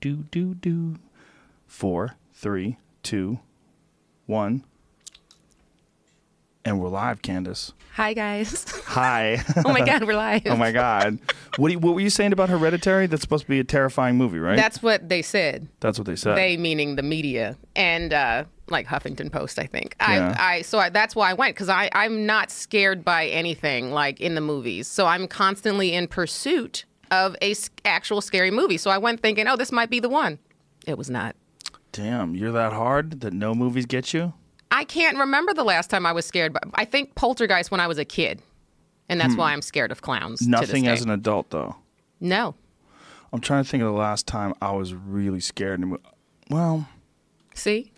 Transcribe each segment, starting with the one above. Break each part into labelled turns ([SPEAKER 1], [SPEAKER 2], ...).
[SPEAKER 1] do do do. Four, three, two, one. And we're live, Candace.
[SPEAKER 2] Hi guys.
[SPEAKER 1] Hi.
[SPEAKER 2] Oh my god, we're live.
[SPEAKER 1] oh my God. What, do you, what were you saying about Hereditary? That's supposed to be a terrifying movie, right?
[SPEAKER 2] That's what they said.
[SPEAKER 1] That's what they said.
[SPEAKER 2] They meaning the media and uh, like Huffington Post, I think.
[SPEAKER 1] Yeah.
[SPEAKER 2] I, I so I, that's why I went because I I'm not scared by anything like in the movies. So I'm constantly in pursuit of a s- actual scary movie. So I went thinking, oh, this might be the one. It was not.
[SPEAKER 1] Damn, you're that hard that no movies get you?
[SPEAKER 2] I can't remember the last time I was scared. But I think Poltergeist when I was a kid, and that's why I'm scared of clowns. to this
[SPEAKER 1] Hmm. Nothing as
[SPEAKER 2] day.
[SPEAKER 1] an adult, though.
[SPEAKER 2] no.
[SPEAKER 1] I'm trying to think of the last time I was really scared. in a mo- Well,
[SPEAKER 2] See,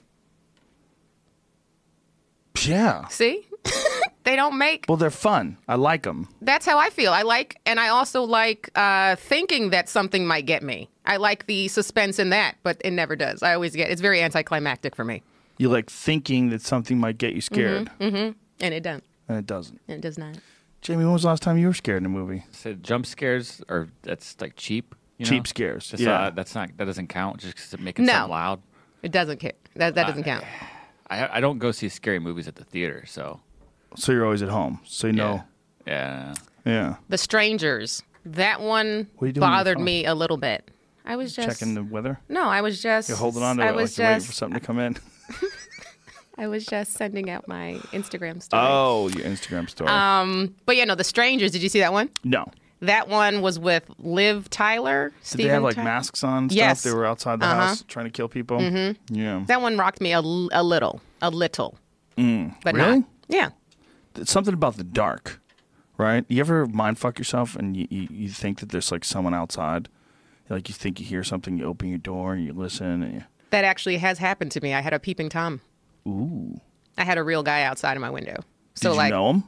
[SPEAKER 1] yeah.
[SPEAKER 2] see, they don't make
[SPEAKER 1] Well, they're fun. I like them.
[SPEAKER 2] that's how I feel. I like, and I also like uh, thinking that something might get me. I like the suspense in that, but it never does. I always get it's very anticlimactic for me,
[SPEAKER 1] You like thinking that something might get you scared,
[SPEAKER 2] Mm-hmm. and it doesn't.
[SPEAKER 1] and it doesn't.
[SPEAKER 2] It does not.
[SPEAKER 1] Jamie, when was the last time you were scared in a movie?
[SPEAKER 3] So jump scares are that's like cheap. You know?
[SPEAKER 1] Cheap scares,
[SPEAKER 3] That's
[SPEAKER 1] yeah.
[SPEAKER 3] not- that's not that doesn't count just because it making
[SPEAKER 2] No.
[SPEAKER 3] something loud.
[SPEAKER 2] It doesn't care. That that doesn't count.
[SPEAKER 3] I I don't go see scary movies at the theater, so
[SPEAKER 1] So you're always at home. So you know.
[SPEAKER 3] yeah.
[SPEAKER 1] Yeah.
[SPEAKER 2] The strangers. That one
[SPEAKER 1] What are you doing on your
[SPEAKER 2] bothered
[SPEAKER 1] phone?
[SPEAKER 2] me a little bit. I was just
[SPEAKER 1] Checking the weather.
[SPEAKER 2] No, I was just
[SPEAKER 1] You're holding on to
[SPEAKER 2] I
[SPEAKER 1] it like
[SPEAKER 2] was
[SPEAKER 1] you're waiting for
[SPEAKER 2] just
[SPEAKER 1] something to come in.
[SPEAKER 2] I was just sending out my Instagram story.
[SPEAKER 1] Oh, your Instagram story.
[SPEAKER 2] Um, But yeah, no, the strangers. Did you see that one?
[SPEAKER 1] no.
[SPEAKER 2] That one was with Liv Tyler.
[SPEAKER 1] Did they have like masks on and stuff?
[SPEAKER 2] Yes. Uh-huh. Mm-hmm.
[SPEAKER 1] They were outside the house trying to kill people. Yeah.
[SPEAKER 2] That one rocked me a, l- a little, a little. but
[SPEAKER 1] Mm. Really?
[SPEAKER 2] not. Yeah.
[SPEAKER 1] It's something about the dark, right? You ever mind fuck yourself and you, you, you think that there's like someone outside? Like you think you hear something, you open your door and you listen and you,
[SPEAKER 2] That actually has happened to me. I had a peeping Tom.
[SPEAKER 1] ooh.
[SPEAKER 2] I had a real guy outside of my window.
[SPEAKER 1] Did
[SPEAKER 2] So
[SPEAKER 1] you
[SPEAKER 2] like
[SPEAKER 1] know him?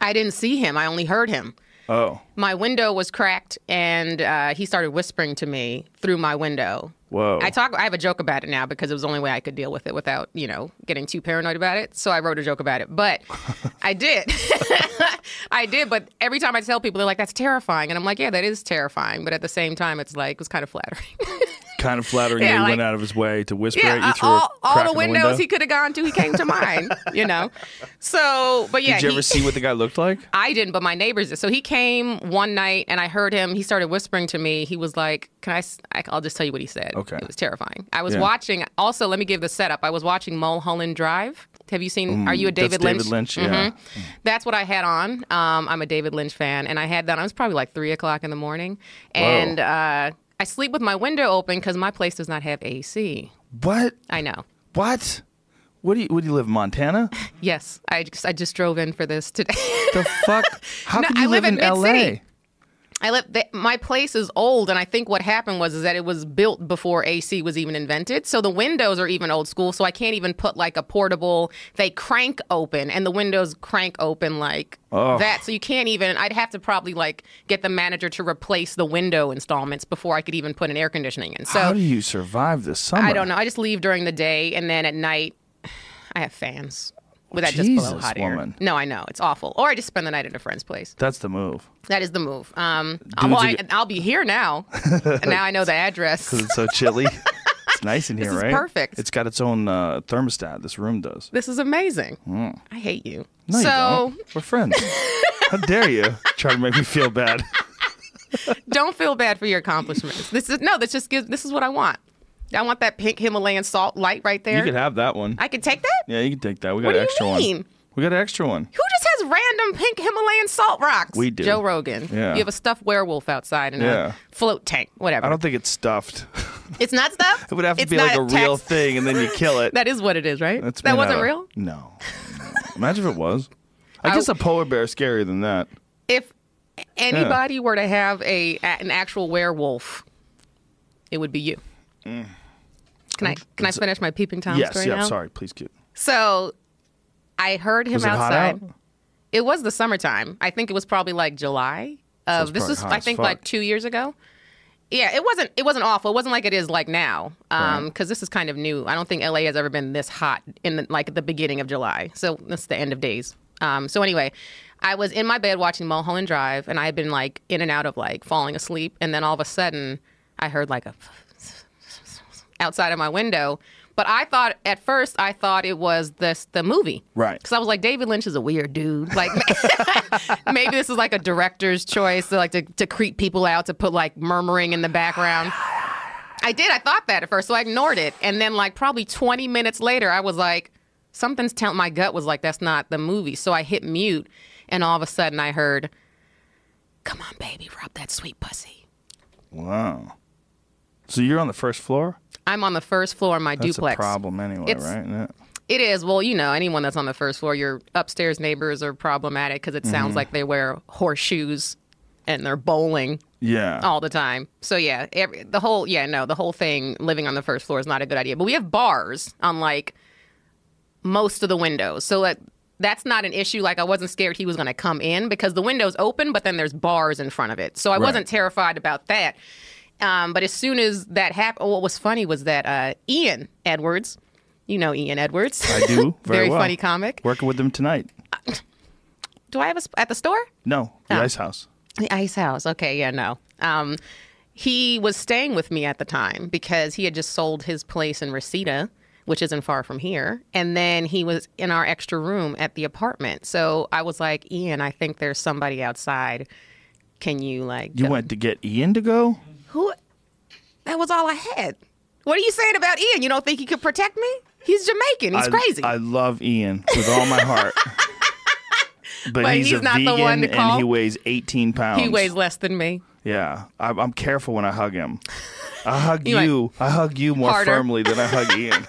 [SPEAKER 2] I didn't see him. I only heard him.
[SPEAKER 1] Oh.
[SPEAKER 2] My window was cracked and uh, he started whispering to me through my window.
[SPEAKER 1] Whoa.
[SPEAKER 2] I talk I have a joke about it now because it was the only way I could deal with it without, you know, getting too paranoid about it. So I wrote a joke about it. But I did. I did, but every time I tell people they're like that's terrifying and I'm like, yeah, that is terrifying, but at the same time it's like it was kind of flattering.
[SPEAKER 1] kind of flattering
[SPEAKER 2] Yeah,
[SPEAKER 1] that he
[SPEAKER 2] like-
[SPEAKER 1] went out of his way to whisper at
[SPEAKER 2] Yeah, uh,
[SPEAKER 1] you through
[SPEAKER 2] all,
[SPEAKER 1] a
[SPEAKER 2] all
[SPEAKER 1] crack
[SPEAKER 2] the
[SPEAKER 1] in
[SPEAKER 2] windows
[SPEAKER 1] window.
[SPEAKER 2] he could have gone to, he came to mine, you know? So, but yeah.
[SPEAKER 1] Did you
[SPEAKER 2] he-
[SPEAKER 1] ever see what the guy looked like?
[SPEAKER 2] I didn't, but my neighbors did. So he came one night and I heard him. He started whispering to me. He was like, Can I? s- I will just tell you what he said.
[SPEAKER 1] Okay.
[SPEAKER 2] It was terrifying. I was
[SPEAKER 1] Yeah.
[SPEAKER 2] watching, also, let me give the setup. I was watching Mulholland Drive. Have you seen, are you a David
[SPEAKER 1] Mm, That's
[SPEAKER 2] Lynch? Mm-hmm.
[SPEAKER 1] David Lynch, yeah. Mm.
[SPEAKER 2] That's what I had on. Um, I'm a David Lynch fan, and I had that. on. It was probably like three o'clock in the morning, and uh, I sleep with my window open because my place does not have AC.
[SPEAKER 1] What?
[SPEAKER 2] I know.
[SPEAKER 1] What? What do you? What do you live in Montana?
[SPEAKER 2] Yes, I just, I just drove in for this today.
[SPEAKER 1] The fuck? How
[SPEAKER 2] No,
[SPEAKER 1] could you
[SPEAKER 2] I live in
[SPEAKER 1] L.A.?
[SPEAKER 2] mid-city. I live. They, my place is old, and I think what happened was is that it was built before AC was even invented. So the windows are even old school. So I can't even put like a portable. They crank open, and the windows crank open like that. So you can't even. I'd have to probably like get the manager to replace the window installments before I could even put an air conditioning in. So
[SPEAKER 1] How do you survive this summer?
[SPEAKER 2] I don't know. I just leave during the day, and then at night, I have fans. But that just blow
[SPEAKER 1] Jesus,
[SPEAKER 2] hot
[SPEAKER 1] woman.
[SPEAKER 2] air. No, I know it's awful. Or I just spend the night at a friend's place.
[SPEAKER 1] That's the move.
[SPEAKER 2] That is the move. Um,
[SPEAKER 1] Dudes
[SPEAKER 2] well,
[SPEAKER 1] are
[SPEAKER 2] I,
[SPEAKER 1] get-
[SPEAKER 2] I'll be here now. now I know the address.
[SPEAKER 1] It's so chilly. it's nice in here,
[SPEAKER 2] is
[SPEAKER 1] right?
[SPEAKER 2] perfect.
[SPEAKER 1] It's got its own uh, thermostat. This room does.
[SPEAKER 2] This is amazing. I hate you.
[SPEAKER 1] Mm. No,
[SPEAKER 2] so
[SPEAKER 1] you don't. We're friends. How dare you try to make me feel bad?
[SPEAKER 2] don't feel bad for your accomplishments. This is no. This just gives. This is what I want. I want that pink Himalayan salt light right there.
[SPEAKER 1] You could have that one.
[SPEAKER 2] I could take that.
[SPEAKER 1] yeah, you can take that. We got
[SPEAKER 2] What do
[SPEAKER 1] an
[SPEAKER 2] you
[SPEAKER 1] extra one.
[SPEAKER 2] mean?
[SPEAKER 1] We got an extra one.
[SPEAKER 2] Who just has random pink Himalayan salt rocks?
[SPEAKER 1] We do.
[SPEAKER 2] Joe Rogan.
[SPEAKER 1] Yeah.
[SPEAKER 2] You have a stuffed werewolf outside and
[SPEAKER 1] Yeah.
[SPEAKER 2] a float tank. Whatever.
[SPEAKER 1] I don't think it's stuffed.
[SPEAKER 2] it's not stuff.
[SPEAKER 1] It would have to
[SPEAKER 2] It's
[SPEAKER 1] be like a
[SPEAKER 2] not
[SPEAKER 1] real
[SPEAKER 2] text.
[SPEAKER 1] thing, and then you kill it.
[SPEAKER 2] That is what it is, right?
[SPEAKER 1] That's
[SPEAKER 2] that
[SPEAKER 1] made
[SPEAKER 2] wasn't
[SPEAKER 1] out of-
[SPEAKER 2] real.
[SPEAKER 1] No. no. Imagine if it was. I,
[SPEAKER 2] I-
[SPEAKER 1] guess a polar bear is scarier than that.
[SPEAKER 2] if anybody were to have a an actual werewolf, it would be you. Can I can I finish my peeping tom
[SPEAKER 1] Mm. yes.
[SPEAKER 2] story
[SPEAKER 1] Yeah.
[SPEAKER 2] now?
[SPEAKER 1] Sorry. Please keep.
[SPEAKER 2] So I heard him
[SPEAKER 1] Was it hot
[SPEAKER 2] outside.
[SPEAKER 1] out?
[SPEAKER 2] It was the summertime. I think it was probably like July of
[SPEAKER 1] it's
[SPEAKER 2] this
[SPEAKER 1] probably
[SPEAKER 2] was
[SPEAKER 1] hot
[SPEAKER 2] I
[SPEAKER 1] as
[SPEAKER 2] think
[SPEAKER 1] fuck.
[SPEAKER 2] like two years ago. Yeah, it wasn't it wasn't awful. It wasn't like it is like now. Um, because this is kind of new. I don't think LA has ever been this hot in the, like at the beginning of July. So that's the end of days. Um, so anyway, I was in my bed watching Mulholland Drive, and I had been like in and out of like falling asleep, and then all of a sudden I heard like a outside of my window. But I thought at first I thought it was this the movie,
[SPEAKER 1] Right.
[SPEAKER 2] Because I was like, David Lynch is a weird dude. Like maybe this is like a director's choice, to like to, to creep people out, to put like murmuring in the background. I did. I thought that at first, so I ignored it. And then, like, probably 20 minutes later, I was like, something's telling my gut was like, that's not the movie. So I hit mute, and all of a sudden, I heard, come on, baby, rub that sweet pussy.
[SPEAKER 1] Wow. So you're on the first floor?
[SPEAKER 2] I'm on the first floor in my
[SPEAKER 1] That's
[SPEAKER 2] duplex.
[SPEAKER 1] a problem anyway,
[SPEAKER 2] It's-
[SPEAKER 1] right? Yeah.
[SPEAKER 2] It is. Well, you know, anyone that's on the first floor, your upstairs neighbors are problematic because it sounds like they wear horseshoes and they're bowling
[SPEAKER 1] Yeah.
[SPEAKER 2] all the time. So yeah, every, the whole yeah no the whole thing living on the first floor is not a good idea. But we have bars on like most of the windows, so like that's not an issue. Like I wasn't scared he was going to come in because the window's open, but then there's bars in front of it, so I wasn't terrified about that. Um, but as soon as that happened, what was funny was that uh, Ian Edwards, you know Ian Edwards,
[SPEAKER 1] I do. Very, well.
[SPEAKER 2] funny comic.
[SPEAKER 1] Working with them tonight.
[SPEAKER 2] Do I have a sp- at the store?
[SPEAKER 1] No, the
[SPEAKER 2] Oh.
[SPEAKER 1] ice house.
[SPEAKER 2] The Ice House. Okay, yeah, no. Um, he was staying with me at the time because he had just sold his place in Reseda, which isn't far from here. And then he was in our extra room at the apartment. So I was like, Ian, I think there's somebody outside. Can you like?
[SPEAKER 1] You
[SPEAKER 2] go-
[SPEAKER 1] went to get Ian to go?
[SPEAKER 2] Who? That was all I had. What are you saying about Ian? You don't think he could protect me? He's Jamaican. He's
[SPEAKER 1] I,
[SPEAKER 2] crazy.
[SPEAKER 1] I love Ian with all my heart. But,
[SPEAKER 2] But
[SPEAKER 1] he's,
[SPEAKER 2] he's
[SPEAKER 1] a
[SPEAKER 2] not the
[SPEAKER 1] vegan
[SPEAKER 2] one to
[SPEAKER 1] and
[SPEAKER 2] call.
[SPEAKER 1] he weighs 18 pounds.
[SPEAKER 2] he weighs less than me.
[SPEAKER 1] Yeah, I, I'm careful when I hug him. I hug
[SPEAKER 2] You
[SPEAKER 1] you.
[SPEAKER 2] like-
[SPEAKER 1] I hug you more
[SPEAKER 2] Harder.
[SPEAKER 1] firmly than I hug Ian.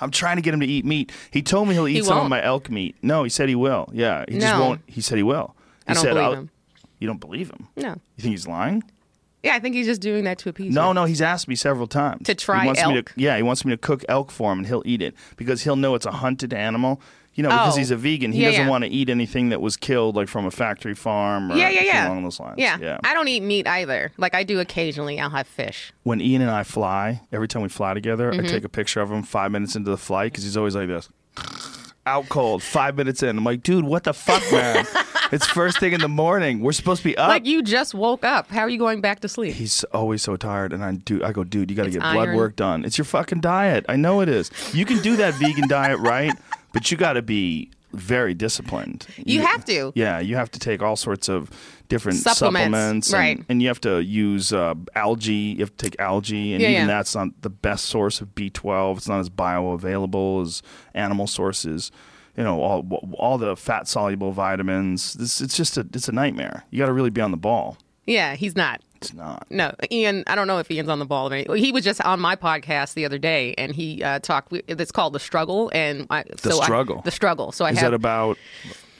[SPEAKER 1] I'm trying to get him to eat meat. He told me he'll eat
[SPEAKER 2] He
[SPEAKER 1] some of
[SPEAKER 2] won't.
[SPEAKER 1] my elk meat. No, he said he will. Yeah, he just
[SPEAKER 2] No.
[SPEAKER 1] won't. He said he will. He
[SPEAKER 2] I don't
[SPEAKER 1] said,
[SPEAKER 2] believe
[SPEAKER 1] "I'll-"
[SPEAKER 2] him.
[SPEAKER 1] You don't believe him?
[SPEAKER 2] No.
[SPEAKER 1] You think he's lying?
[SPEAKER 2] Yeah, I think he's just doing that to appease.
[SPEAKER 1] No,
[SPEAKER 2] me.
[SPEAKER 1] no. He's asked me several times
[SPEAKER 2] To try
[SPEAKER 1] He wants me to-
[SPEAKER 2] elk?
[SPEAKER 1] yeah, he wants me to cook elk for him, and he'll eat it because he'll know it's a hunted animal. You know, because
[SPEAKER 2] Oh.
[SPEAKER 1] he's a vegan, he
[SPEAKER 2] Yeah,
[SPEAKER 1] doesn't
[SPEAKER 2] yeah.
[SPEAKER 1] want to eat anything that was killed, like from a factory farm or
[SPEAKER 2] yeah, yeah,
[SPEAKER 1] anything
[SPEAKER 2] yeah.
[SPEAKER 1] along those lines.
[SPEAKER 2] Yeah.
[SPEAKER 1] yeah.
[SPEAKER 2] I don't eat meat either. Like I do occasionally. I'll have fish.
[SPEAKER 1] when Ian and I fly, every time we fly together, I take a picture of him five minutes into the flight because he's always like this, out cold. Five minutes in, I'm like, dude, what the fuck, man? it's first thing in the morning. We're supposed to be up.
[SPEAKER 2] Like you just woke up. How are you going back to sleep?
[SPEAKER 1] he's always so tired, and I do. I go, dude, you got to
[SPEAKER 2] It's
[SPEAKER 1] get blood
[SPEAKER 2] iron.
[SPEAKER 1] work done. It's your fucking diet. I know it is. You can do that vegan diet, right? But you got to be very disciplined.
[SPEAKER 2] You have to.
[SPEAKER 1] Yeah, you have to take all sorts of different supplements,
[SPEAKER 2] Supplements,
[SPEAKER 1] and,
[SPEAKER 2] right.
[SPEAKER 1] And you have to use uh, algae. You have to take algae, and
[SPEAKER 2] Yeah,
[SPEAKER 1] even
[SPEAKER 2] yeah.
[SPEAKER 1] that's not the best source of B12. It's not as bioavailable as animal sources. You know, all all the fat soluble vitamins. This it's just a it's a nightmare. You got to really be on the ball.
[SPEAKER 2] Yeah, he's not.
[SPEAKER 1] It's not.
[SPEAKER 2] No, Ian. I don't know if Ian's on the ball. Or any, he was just on my podcast the other day, and he uh, talked. we- It's called the struggle, and I, the so I-
[SPEAKER 1] Struggle.
[SPEAKER 2] the struggle. So I
[SPEAKER 1] Is
[SPEAKER 2] have
[SPEAKER 1] that about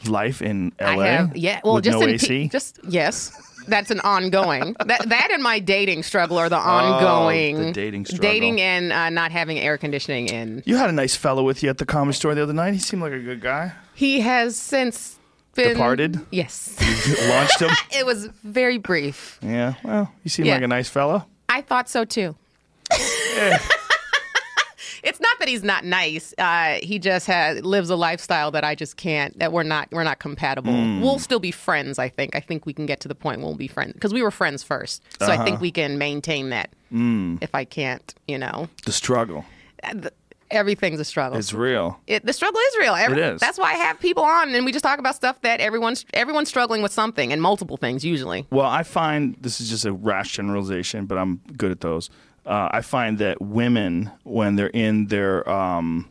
[SPEAKER 1] life in LA?
[SPEAKER 2] I have, yeah. Well,
[SPEAKER 1] with
[SPEAKER 2] just
[SPEAKER 1] no
[SPEAKER 2] in P-
[SPEAKER 1] AC.
[SPEAKER 2] just yes. That's an ongoing. that that and my dating struggle are the ongoing
[SPEAKER 1] the Oh, dating struggle.
[SPEAKER 2] dating and uh, not having air conditioning in.
[SPEAKER 1] you had a nice fellow with you at the comedy store the other night. He seemed like a good guy.
[SPEAKER 2] He has since been
[SPEAKER 1] Departed?
[SPEAKER 2] Yes,
[SPEAKER 1] You launched him.
[SPEAKER 2] it was very brief.
[SPEAKER 1] Yeah. Well, you seem
[SPEAKER 2] Yeah.
[SPEAKER 1] like a nice fellow.
[SPEAKER 2] I thought so too. it's not that he's not nice. Uh, he just has lives a lifestyle that I just can't. That we're not we're not compatible.
[SPEAKER 1] Mm.
[SPEAKER 2] We'll still be friends. I think. I think we can get to the point where we'll be friends because we were friends first. So I
[SPEAKER 1] Uh-huh.
[SPEAKER 2] think we can maintain that.
[SPEAKER 1] Mm.
[SPEAKER 2] If I can't, you know,
[SPEAKER 1] The struggle.
[SPEAKER 2] everything's a struggle.
[SPEAKER 1] It's real.
[SPEAKER 2] it, the struggle is real. Every-
[SPEAKER 1] It is.
[SPEAKER 2] That's why I have people on, and we just talk about stuff that everyone's everyone's struggling with something and multiple things usually.
[SPEAKER 1] Well, I find this is just a rash generalization, but I'm good at those. Uh, I find that women, when they're in their um,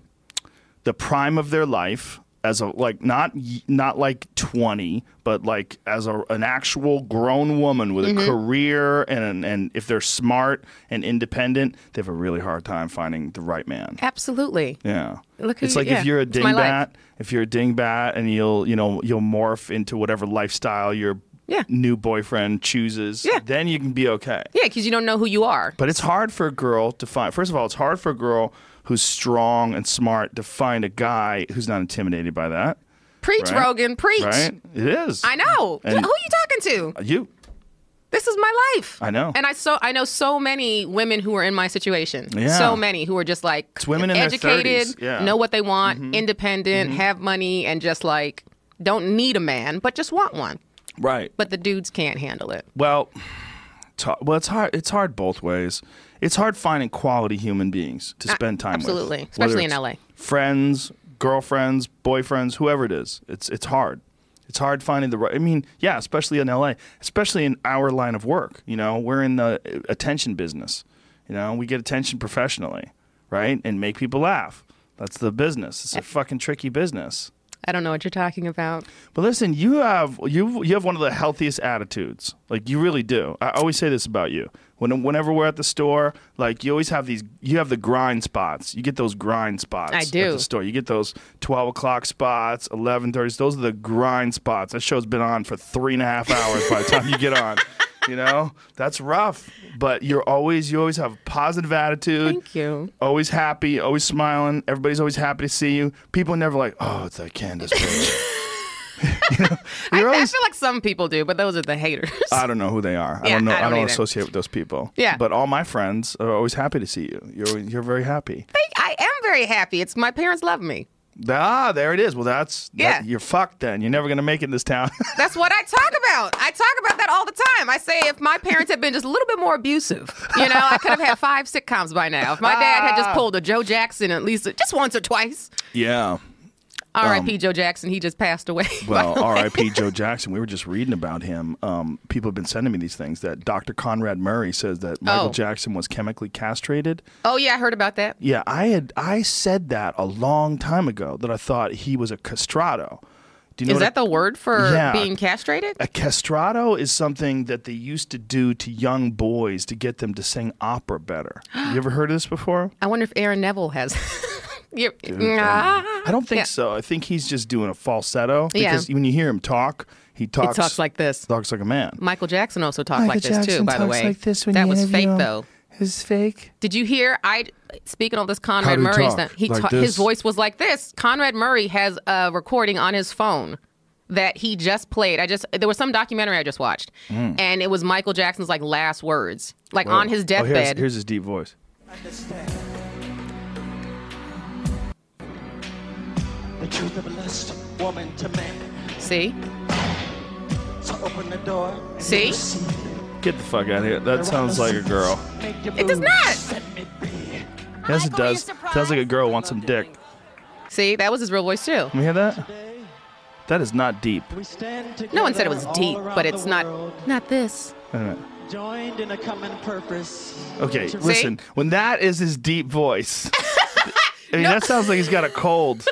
[SPEAKER 1] the prime of their life, as a like not y- not like 20, but like as a, an actual grown woman with a career and an, and if they're smart and independent, they have a really hard time finding the right man.
[SPEAKER 2] Absolutely.
[SPEAKER 1] Yeah.
[SPEAKER 2] Look who
[SPEAKER 1] it's
[SPEAKER 2] you-
[SPEAKER 1] like
[SPEAKER 2] yeah,
[SPEAKER 1] if you're a
[SPEAKER 2] it's my life.
[SPEAKER 1] dingbat, if you're a dingbat and you'll, you know, you'll morph into whatever lifestyle your
[SPEAKER 2] Yeah.
[SPEAKER 1] new boyfriend chooses,
[SPEAKER 2] Yeah.
[SPEAKER 1] then you can be okay.
[SPEAKER 2] Yeah, because you don't know who you are.
[SPEAKER 1] But it's hard for a girl to find. First of all, it's hard for a girl who's strong and smart to find a guy who's not intimidated by that,
[SPEAKER 2] Preach,
[SPEAKER 1] Right.
[SPEAKER 2] Rogan, preach.
[SPEAKER 1] right? It is.
[SPEAKER 2] I know.
[SPEAKER 1] And-
[SPEAKER 2] who are you talking to?
[SPEAKER 1] You.
[SPEAKER 2] This is my life.
[SPEAKER 1] I know.
[SPEAKER 2] And I so I know so many women who are in my situation.
[SPEAKER 1] Yeah.
[SPEAKER 2] So many who are just like
[SPEAKER 1] women in their
[SPEAKER 2] educated,
[SPEAKER 1] 30s, yeah. Mm-hmm.
[SPEAKER 2] know what they want, independent, have money, and just like don't need a man, but just want one.
[SPEAKER 1] Right.
[SPEAKER 2] But the dudes can't handle it.
[SPEAKER 1] Well, it's hard, well, it's hard. It's hard both ways. it's hard finding quality human beings to
[SPEAKER 2] A-
[SPEAKER 1] spend time
[SPEAKER 2] Ah, absolutely.
[SPEAKER 1] with.
[SPEAKER 2] Especially
[SPEAKER 1] Whether
[SPEAKER 2] in
[SPEAKER 1] it's
[SPEAKER 2] LA.
[SPEAKER 1] Friends, girlfriends, boyfriends, whoever it is. It's it's hard. It's hard finding the right. I mean, yeah, especially in LA, especially in our line of work. You know, we're in the uh, attention business. You know, we get attention professionally, right, and make people laugh. That's the business.
[SPEAKER 2] Eh.
[SPEAKER 1] It's a fucking tricky business.
[SPEAKER 2] I don't know what you're talking about.
[SPEAKER 1] But listen, you have you you have one of the healthiest attitudes. Like you really do. I always say this about you. When, whenever we're at the store, like you always have these, you have the grind spots. You get those grind spots.
[SPEAKER 2] I do.
[SPEAKER 1] At the store, you get those twelve o'clock spots, eleven thirties. Those are the grind spots. That show's been on for three and a half hours by the time you get on. You know that's rough, but you're always you always have a positive attitude
[SPEAKER 2] Thank you.
[SPEAKER 1] always happy, always smiling. Everybody's always happy to see you. People are never like, oh, it's that Candace bitch. you know? You're
[SPEAKER 2] I
[SPEAKER 1] always-
[SPEAKER 2] feel like some people do, but those are the haters.
[SPEAKER 1] I don't know who they are. I
[SPEAKER 2] Yeah,
[SPEAKER 1] don't know.
[SPEAKER 2] I
[SPEAKER 1] I don't,
[SPEAKER 2] don't either.
[SPEAKER 1] associate with those people.
[SPEAKER 2] Yeah.
[SPEAKER 1] But all my friends are always happy to see you. You're you're very happy.
[SPEAKER 2] I am very happy. It's my parents love me.
[SPEAKER 1] Ah, there it is. Well, that's that-
[SPEAKER 2] Yeah.
[SPEAKER 1] you're fucked. Then you're never gonna make it in this town.
[SPEAKER 2] That's what I talk about. I talk about that all the time. I say if my parents had been just a little bit more abusive, you know, I could have had five sitcoms by now. If my dad had
[SPEAKER 1] Ah.
[SPEAKER 2] just pulled a Joe Jackson at least just once or twice.
[SPEAKER 1] yeah.
[SPEAKER 2] R.I.P. Joe Jackson. He just passed away.
[SPEAKER 1] Um, Well, R.I.P. Joe Jackson. We were just reading about him. Um, people have been sending me these things that Dr. Conrad Murray says that Michael
[SPEAKER 2] Oh.
[SPEAKER 1] Jackson was chemically castrated.
[SPEAKER 2] oh yeah, I heard about that.
[SPEAKER 1] Yeah, I had I said that a long time ago that I thought he was a castrato. Do you know
[SPEAKER 2] Is
[SPEAKER 1] what
[SPEAKER 2] that
[SPEAKER 1] a,
[SPEAKER 2] the word for
[SPEAKER 1] Yeah.
[SPEAKER 2] being castrated?
[SPEAKER 1] a castrato is something that they used to do to young boys to get them to sing opera better. you ever heard of this before?
[SPEAKER 2] I wonder if Aaron Neville has. You-
[SPEAKER 1] um, I don't think
[SPEAKER 2] Ah. Yeah.
[SPEAKER 1] so. I think he's just doing a falsetto
[SPEAKER 2] Yeah.
[SPEAKER 1] because when you hear him talk, he
[SPEAKER 2] He
[SPEAKER 1] talks
[SPEAKER 2] talks like this.
[SPEAKER 1] talks like a man.
[SPEAKER 2] Michael Jackson also talked like this too. By the way,
[SPEAKER 1] you
[SPEAKER 2] that was
[SPEAKER 1] interview
[SPEAKER 2] fake
[SPEAKER 1] him.
[SPEAKER 2] though.
[SPEAKER 1] It was fake.
[SPEAKER 2] Did you hear? I speaking of this Conrad
[SPEAKER 1] How'd he
[SPEAKER 2] Murray
[SPEAKER 1] talk?
[SPEAKER 2] stuff. He
[SPEAKER 1] Like
[SPEAKER 2] ta-
[SPEAKER 1] this?
[SPEAKER 2] his voice was like this. Conrad Murray has a recording on his phone that he just played. I just there was some documentary I just watched,
[SPEAKER 1] Hmm.
[SPEAKER 2] and it was Michael Jackson's like last words, like on his
[SPEAKER 1] Oh, here's,
[SPEAKER 2] deathbed.
[SPEAKER 1] here's his deep voice.
[SPEAKER 4] understand the truth of lust, woman to man.
[SPEAKER 2] See,
[SPEAKER 4] So open the door. and
[SPEAKER 2] See?
[SPEAKER 4] you
[SPEAKER 1] Get the fuck out of here. That sounds like a girl.
[SPEAKER 4] Make your
[SPEAKER 2] It does
[SPEAKER 4] move,
[SPEAKER 2] not.
[SPEAKER 4] Set me free.
[SPEAKER 1] Yes, it does. Sounds like a girl wants some dick.
[SPEAKER 2] see, that was his real voice too.
[SPEAKER 1] Can we hear that? That is not deep.
[SPEAKER 4] We stand together
[SPEAKER 2] No one said it was
[SPEAKER 4] all
[SPEAKER 2] deep,
[SPEAKER 4] around
[SPEAKER 2] but
[SPEAKER 4] the
[SPEAKER 2] it's not
[SPEAKER 4] world,
[SPEAKER 2] not this.
[SPEAKER 1] Wait a minute.
[SPEAKER 4] Joined in a common purpose.
[SPEAKER 1] Okay,
[SPEAKER 4] to-
[SPEAKER 1] listen. When that is his deep voice, I mean, that sounds like he's got a cold.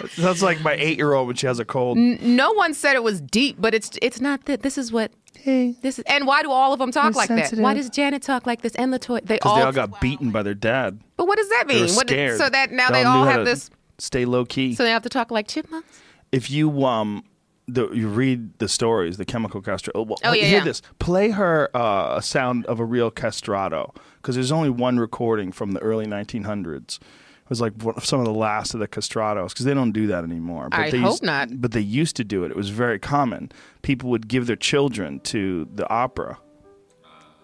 [SPEAKER 1] That sounds like my eight-year-old when she has a cold.
[SPEAKER 2] No one said it was deep, but it's it's not that. This is what. This is, and why do all of them talk
[SPEAKER 1] We're
[SPEAKER 2] like
[SPEAKER 1] sensitive.
[SPEAKER 2] that? Why does Janet talk like this? And Latoya, they
[SPEAKER 1] Because
[SPEAKER 2] all,
[SPEAKER 1] they all got beaten by their dad.
[SPEAKER 2] But what does that
[SPEAKER 1] They
[SPEAKER 2] mean?
[SPEAKER 1] were
[SPEAKER 2] What-
[SPEAKER 1] scared.
[SPEAKER 2] so that now
[SPEAKER 1] They
[SPEAKER 2] they
[SPEAKER 1] knew
[SPEAKER 2] all
[SPEAKER 1] how
[SPEAKER 2] have
[SPEAKER 1] to
[SPEAKER 2] this.
[SPEAKER 1] Stay low key.
[SPEAKER 2] So they have to talk like chipmunks.
[SPEAKER 1] if you um, the, you read the stories, the chemical castrato. Oh, well,
[SPEAKER 2] Oh, yeah,
[SPEAKER 1] hear
[SPEAKER 2] yeah.
[SPEAKER 1] this. Play her uh, a sound of a real castrato because there's only one recording from the early 1900s. It was like one of- some of the last of the castratos because they don't do that anymore.
[SPEAKER 2] I
[SPEAKER 1] they
[SPEAKER 2] hope
[SPEAKER 1] used-
[SPEAKER 2] not.
[SPEAKER 1] But they used to do it. It was very common. People would give their children to the opera.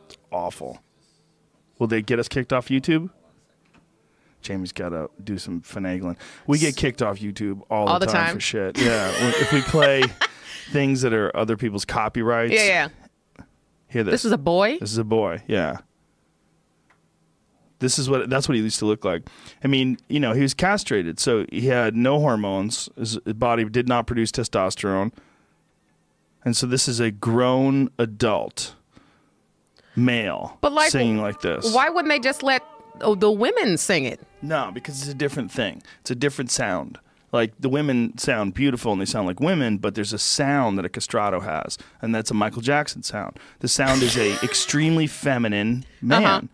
[SPEAKER 1] It's awful. Will they get us kicked off YouTube? Jamie's got to do some finagling. We get kicked off YouTube all,
[SPEAKER 2] All the time?
[SPEAKER 1] for shit. Yeah, when- if we play things that are other people's copyrights.
[SPEAKER 2] Yeah, yeah.
[SPEAKER 1] Hear this.
[SPEAKER 2] This is a boy.
[SPEAKER 1] This is a boy. Yeah. This is what that's what he used to look like. I mean, you know, he was castrated, so he had no hormones. His body did not produce testosterone, and so this is a grown adult male
[SPEAKER 2] But like,
[SPEAKER 1] singing like this.
[SPEAKER 2] Why wouldn't they just let oh, the women sing it?
[SPEAKER 1] No, because it's a different thing. It's a different sound. Like the women sound beautiful and they sound like women, but there's a sound that a castrato has, and that's a Michael Jackson sound. The sound is a extremely feminine
[SPEAKER 2] Uh-huh.
[SPEAKER 1] man.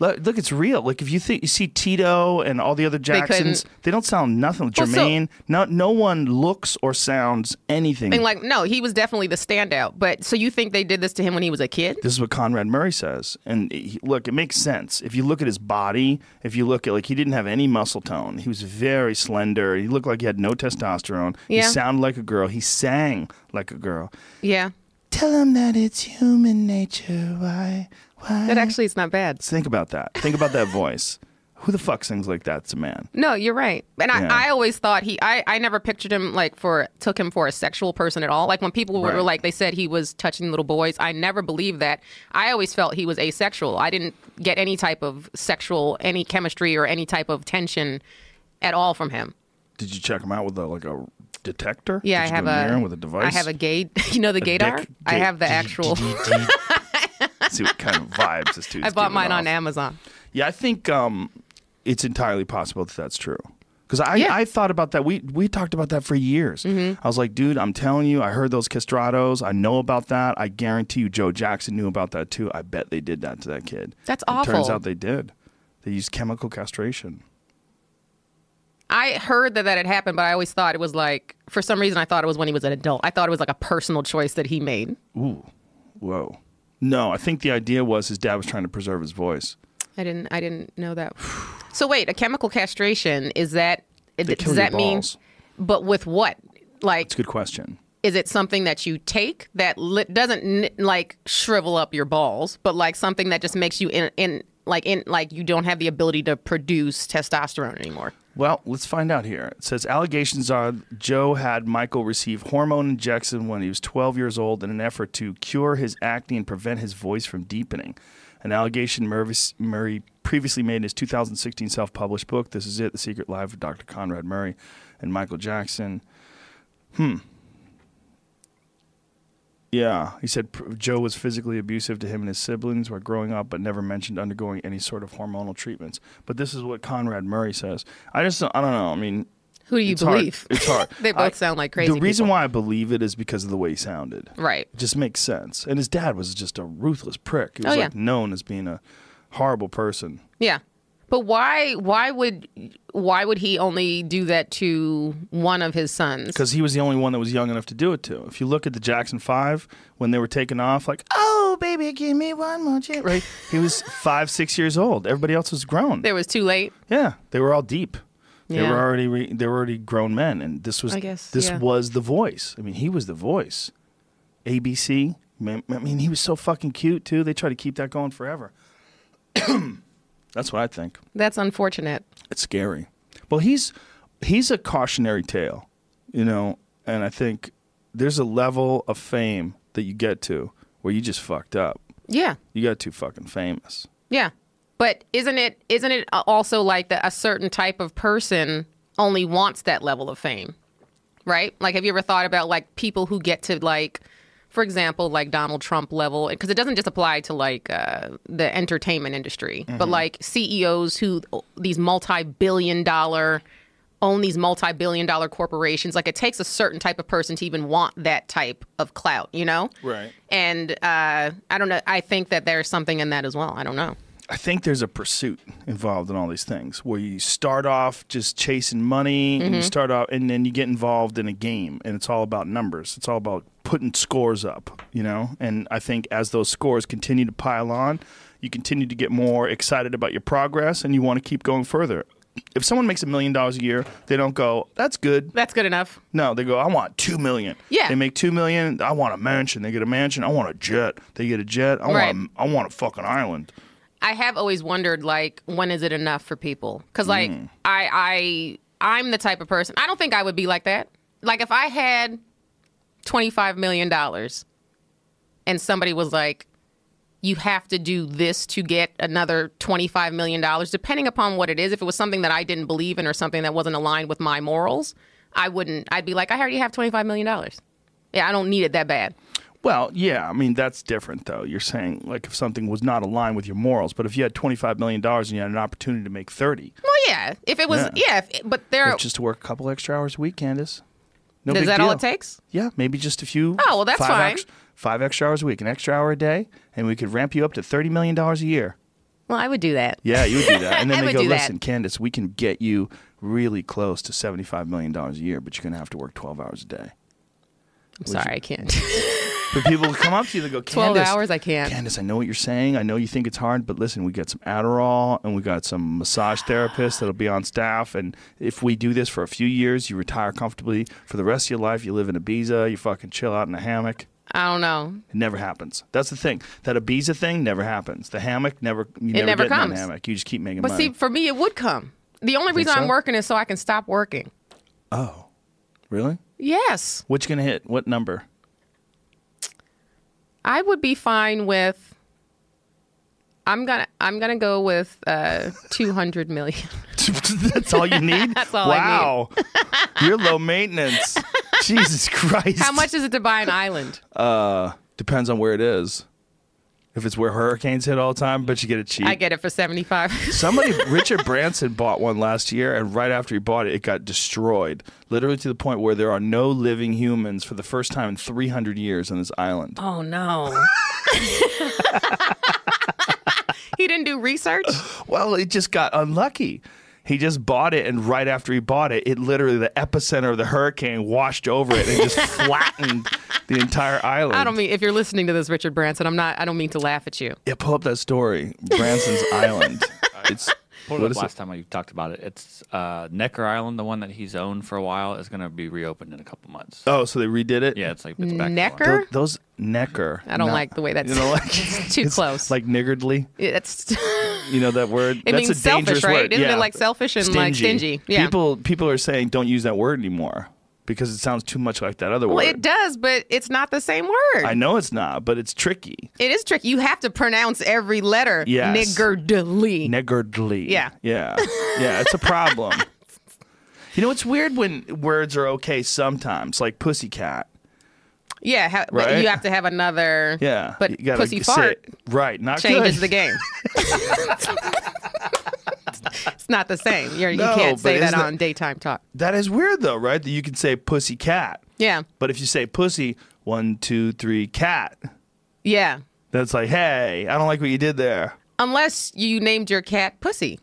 [SPEAKER 1] Lo- Look, it's real. Like if you think you see Tito and all the other
[SPEAKER 2] couldn't-
[SPEAKER 1] Jacksons, they, don't sound nothing.
[SPEAKER 2] Well, so-
[SPEAKER 1] Jermaine, no, no one looks or sounds anything.
[SPEAKER 2] And like, no, he was definitely the standout. But so you think they did this to him when he was a kid?
[SPEAKER 1] this is what Conrad Murray says. And he, look, it makes sense. If you look at his body, if you look at like he didn't have any muscle tone. He was very slender. He looked like he had no testosterone. He
[SPEAKER 2] Yeah.
[SPEAKER 1] sounded like a girl. He sang like a girl.
[SPEAKER 2] Yeah.
[SPEAKER 1] Tell him that it's human nature. Why? Why?
[SPEAKER 2] That actually is not bad.
[SPEAKER 1] Think about that. Think about that voice. Who the fuck sings like that's a man?
[SPEAKER 2] No, you're right. And
[SPEAKER 1] Yeah.
[SPEAKER 2] I, I always thought he I, I never pictured him like for took him for a sexual person at all. Like when people were
[SPEAKER 3] Right.
[SPEAKER 2] like they said he was touching little boys, I never believed that. I always felt he was asexual. I didn't get any type of sexual any chemistry or any type of tension at all from him.
[SPEAKER 1] Did you check him out with a, like a detector?
[SPEAKER 2] Yeah,
[SPEAKER 1] Did
[SPEAKER 2] I
[SPEAKER 1] you
[SPEAKER 2] have
[SPEAKER 1] go near
[SPEAKER 2] a
[SPEAKER 1] him with a device.
[SPEAKER 2] I have a gay you know the gaydar?
[SPEAKER 1] dick-
[SPEAKER 2] I
[SPEAKER 1] gay-
[SPEAKER 2] have the actual
[SPEAKER 1] See what kind of vibes this dude's
[SPEAKER 2] I bought
[SPEAKER 1] giving
[SPEAKER 2] mine
[SPEAKER 1] off.
[SPEAKER 2] on Amazon.
[SPEAKER 1] Yeah, I think um, it's entirely possible that that's true. Because I,
[SPEAKER 2] Yeah. Mm-hmm.
[SPEAKER 1] I thought about that. We we talked about that for years. I was like, dude, I'm telling you, I heard those castrados. I know about that. I guarantee you, Joe Jackson knew about that too. I bet they did that to that kid.
[SPEAKER 2] That's
[SPEAKER 1] It Turns
[SPEAKER 2] awful.
[SPEAKER 1] out they did. They used chemical castration.
[SPEAKER 2] I heard that that had happened, but I always thought it was like for some reason I thought it was when he was an adult. I thought it was like a personal choice that he made.
[SPEAKER 1] Whoa. No, I think the idea was his dad was trying to preserve his voice.
[SPEAKER 2] I didn't. I didn't know that. so wait, a chemical castration is that?
[SPEAKER 1] They
[SPEAKER 2] does
[SPEAKER 1] kill your
[SPEAKER 2] that mean?
[SPEAKER 1] balls.
[SPEAKER 2] But with what? Like,
[SPEAKER 1] It's a good question.
[SPEAKER 2] is it something that you take that li- doesn't n- like shrivel up your balls, but like something that just makes you in, in like in like you don't have the ability to produce testosterone anymore?
[SPEAKER 1] Well, let's find out here. It says allegations are Joe had Michael receive hormone injection when he was 12 years old in an effort to cure his acne and prevent his voice from deepening. An allegation Murray, Murray previously made in his 2016 self published book, This Is It The Secret Life of Dr. Conrad Murray and Michael Jackson. Yeah, he said pr- Joe was physically abusive to him and his siblings while growing up, but never mentioned undergoing any sort of hormonal treatments. But this is what Conrad Murray says. I just, don't- I don't know. I mean,
[SPEAKER 2] Who do you
[SPEAKER 1] it's
[SPEAKER 2] believe?
[SPEAKER 1] Hard. It's hard.
[SPEAKER 2] They both
[SPEAKER 1] I-
[SPEAKER 2] sound like crazy
[SPEAKER 1] The reason why I believe it is because of the way he sounded.
[SPEAKER 2] Right.
[SPEAKER 1] It just makes sense. And his dad was just a ruthless prick. He was
[SPEAKER 2] Oh, yeah.
[SPEAKER 1] like known as being a horrible person.
[SPEAKER 2] Yeah. But why? Why would? Why would he only do that to one of his sons?
[SPEAKER 1] because he was the only one that was young enough to do it to. If you look at the Jackson Five when they were taking off, like, oh baby, give me one more chance, right? He was five, six years old. Everybody else was grown.
[SPEAKER 2] there was too late.
[SPEAKER 1] yeah, they were all deep. They
[SPEAKER 2] Yeah.
[SPEAKER 1] were already re- they were already grown men, and this was
[SPEAKER 2] I guess,
[SPEAKER 1] this
[SPEAKER 2] yeah.
[SPEAKER 1] was the voice. I mean, he was the voice. ABC. Man, I mean, he was so fucking cute too. They try to keep that going forever. That's what I think.
[SPEAKER 2] That's unfortunate.
[SPEAKER 1] It's scary. Well, he's he's a cautionary tale, you know, and I think there's a level of fame that you get to where you just fucked up.
[SPEAKER 2] Yeah.
[SPEAKER 1] You got too fucking famous.
[SPEAKER 2] Yeah, but isn't it isn't it also like that a certain type of person only wants that level of fame, right? Like, have you ever thought about like people who get to like, for example, like Donald Trump level? Because it doesn't just apply to like uh, the entertainment industry, but like CEOs who these multi-billion dollar own these multi-billion dollar corporations like it takes a certain type of person to even want that type of clout you know
[SPEAKER 1] Right.
[SPEAKER 2] and uh, i don't know i think that there's something in that as well i don't know
[SPEAKER 1] I think there's a pursuit involved in all these things where you start off just chasing money
[SPEAKER 2] Mm-hmm.
[SPEAKER 1] and you start off and then you get involved in a game and it's all about numbers. It's all about putting scores up, you know? And I think as those scores continue to pile on, you continue to get more excited about your progress and you want to keep going further. If someone makes a million dollars a year, they don't go, that's good.
[SPEAKER 2] That's good enough.
[SPEAKER 1] No, they go, I want two million.
[SPEAKER 2] Yeah.
[SPEAKER 1] They make two million, I want a mansion. They get a mansion, I want a jet. They get a jet, I
[SPEAKER 2] Right.
[SPEAKER 1] want a, I want a fucking island.
[SPEAKER 2] I have always wondered, like, when is it enough for people? Because, like, I, I, I'm the type of person. I don't think I would be like that. Like, if I had twenty five million dollars, and somebody was like, "You have to do this to get another twenty five million dollars," depending upon what it is. If it was something that I didn't believe in or something that wasn't aligned with my morals, I wouldn't. I'd be like, "I already have twenty five million dollars. Yeah, I don't need it that bad."
[SPEAKER 1] Well, yeah, I mean that's different though. You're saying like if something was not aligned with your morals, but if you had twenty five million dollars and you had an opportunity to make thirty,
[SPEAKER 2] Well, yeah. If it was,
[SPEAKER 1] Yeah.
[SPEAKER 2] yeah. if, but there,
[SPEAKER 1] just to work a couple extra hours a week, Candace. No
[SPEAKER 2] is
[SPEAKER 1] big
[SPEAKER 2] that all it
[SPEAKER 1] deal.
[SPEAKER 2] takes?
[SPEAKER 1] Yeah, maybe just a few.
[SPEAKER 2] Oh, well, that's
[SPEAKER 1] five
[SPEAKER 2] fine.
[SPEAKER 1] Ex- five extra hours a week, an extra hour a day, and we could ramp you up to thirty million dollars a year.
[SPEAKER 2] Well, I would do that.
[SPEAKER 1] Yeah, you would do that. And
[SPEAKER 2] I
[SPEAKER 1] then they
[SPEAKER 2] would
[SPEAKER 1] go,
[SPEAKER 2] do that.
[SPEAKER 1] listen, Candace, we can get you really close to seventy five million dollars a year, but you're gonna have to work twelve hours a day.
[SPEAKER 2] I'm sorry, I can't.
[SPEAKER 1] But people will come up to you and go,
[SPEAKER 2] 12
[SPEAKER 1] Candace,
[SPEAKER 2] hours, I can't.
[SPEAKER 1] Candace, I know what you're saying. I know you think it's hard, but listen, we got some Adderall and we got some massage therapists that'll be on staff. And if we do this for a few years, you retire comfortably for the rest of your life. You live in Ibiza, you fucking chill out in a hammock.
[SPEAKER 2] I don't know.
[SPEAKER 1] It never happens. That's the thing. That Ibiza thing never happens. The hammock never. You never,
[SPEAKER 2] never
[SPEAKER 1] get in that
[SPEAKER 2] comes.
[SPEAKER 1] hammock. You just keep making
[SPEAKER 2] But
[SPEAKER 1] money.
[SPEAKER 2] see, for me, it would come. The only reason
[SPEAKER 1] so?
[SPEAKER 2] I'm working is so I can stop working.
[SPEAKER 1] oh, really?
[SPEAKER 2] Yes,
[SPEAKER 1] What you gonna hit? What number?
[SPEAKER 2] I would be fine with. I'm gonna I'm gonna go with uh, 200 million.
[SPEAKER 1] That's all you need. That's
[SPEAKER 2] all I
[SPEAKER 1] wow. You're low maintenance. Jesus Christ.
[SPEAKER 2] How much is it to buy an island?
[SPEAKER 1] Depends on where it is. If it's where hurricanes hit all the time, but you get it cheap.
[SPEAKER 2] I get it for 75.
[SPEAKER 1] Somebody, Richard Branson bought one last year, and right after he bought it, it got destroyed. Literally to the point where there are no living humans for the first time in 300 years on this island.
[SPEAKER 2] oh no. he didn't do research.
[SPEAKER 1] Well, it just got unlucky. He just bought it, and right after he bought it, it literally, the epicenter of the hurricane washed over it and just flattened the entire island.
[SPEAKER 2] I don't mean if you're listening to this, Richard Branson. I'm not. I don't mean to laugh at you.
[SPEAKER 1] Yeah, pull up that story. Branson's Island. It's
[SPEAKER 3] Pulled
[SPEAKER 1] what
[SPEAKER 3] it
[SPEAKER 1] is
[SPEAKER 3] up last
[SPEAKER 1] it?
[SPEAKER 3] time we talked about it. It's uh, Necker Island, the one that he's owned for a while, is going to be reopened in a couple months.
[SPEAKER 1] Oh, so they redid it?
[SPEAKER 3] Yeah, it's like it's back. to
[SPEAKER 2] Necker?
[SPEAKER 3] normal.
[SPEAKER 1] Tho- those Necker.
[SPEAKER 2] I don't like the way that's
[SPEAKER 1] you know, like,
[SPEAKER 2] it's too close.
[SPEAKER 1] like niggardly.
[SPEAKER 2] it's
[SPEAKER 1] You know that word?
[SPEAKER 2] It
[SPEAKER 1] That's
[SPEAKER 2] means
[SPEAKER 1] a dangerous
[SPEAKER 2] selfish, right?
[SPEAKER 1] word.
[SPEAKER 2] Isn't it
[SPEAKER 1] Yeah.
[SPEAKER 2] like selfish and like stingy? Yeah.
[SPEAKER 1] People people are saying don't use that word anymore because it sounds too much like that other
[SPEAKER 2] well,
[SPEAKER 1] word.
[SPEAKER 2] it does, but it's not the same word.
[SPEAKER 1] I know it's not, but it's tricky.
[SPEAKER 2] It is tricky. You have to pronounce every letter.
[SPEAKER 1] Yes.
[SPEAKER 2] Niggardly.
[SPEAKER 1] Niggardly.
[SPEAKER 2] Yeah.
[SPEAKER 1] Yeah. Yeah, it's a problem. you know, it's weird when words are okay sometimes, like pussycat.
[SPEAKER 2] yeah, ha- but
[SPEAKER 1] Right?
[SPEAKER 2] you have to have another.
[SPEAKER 1] Yeah.
[SPEAKER 2] But
[SPEAKER 1] you gotta
[SPEAKER 2] pussy
[SPEAKER 1] say
[SPEAKER 2] fart
[SPEAKER 1] it Right. Not
[SPEAKER 2] changes
[SPEAKER 1] good.
[SPEAKER 2] the game. it's not the same. You're,
[SPEAKER 1] No,
[SPEAKER 2] you can't say
[SPEAKER 1] but
[SPEAKER 2] that
[SPEAKER 1] isn't it-
[SPEAKER 2] on daytime talk.
[SPEAKER 1] That is weird though, right? That you can say pussy cat.
[SPEAKER 2] Yeah.
[SPEAKER 1] But if you say pussy, one, two, three, cat,
[SPEAKER 2] Yeah.
[SPEAKER 1] that's like, hey, I don't like what you did there.
[SPEAKER 2] Unless you named your cat Pussy.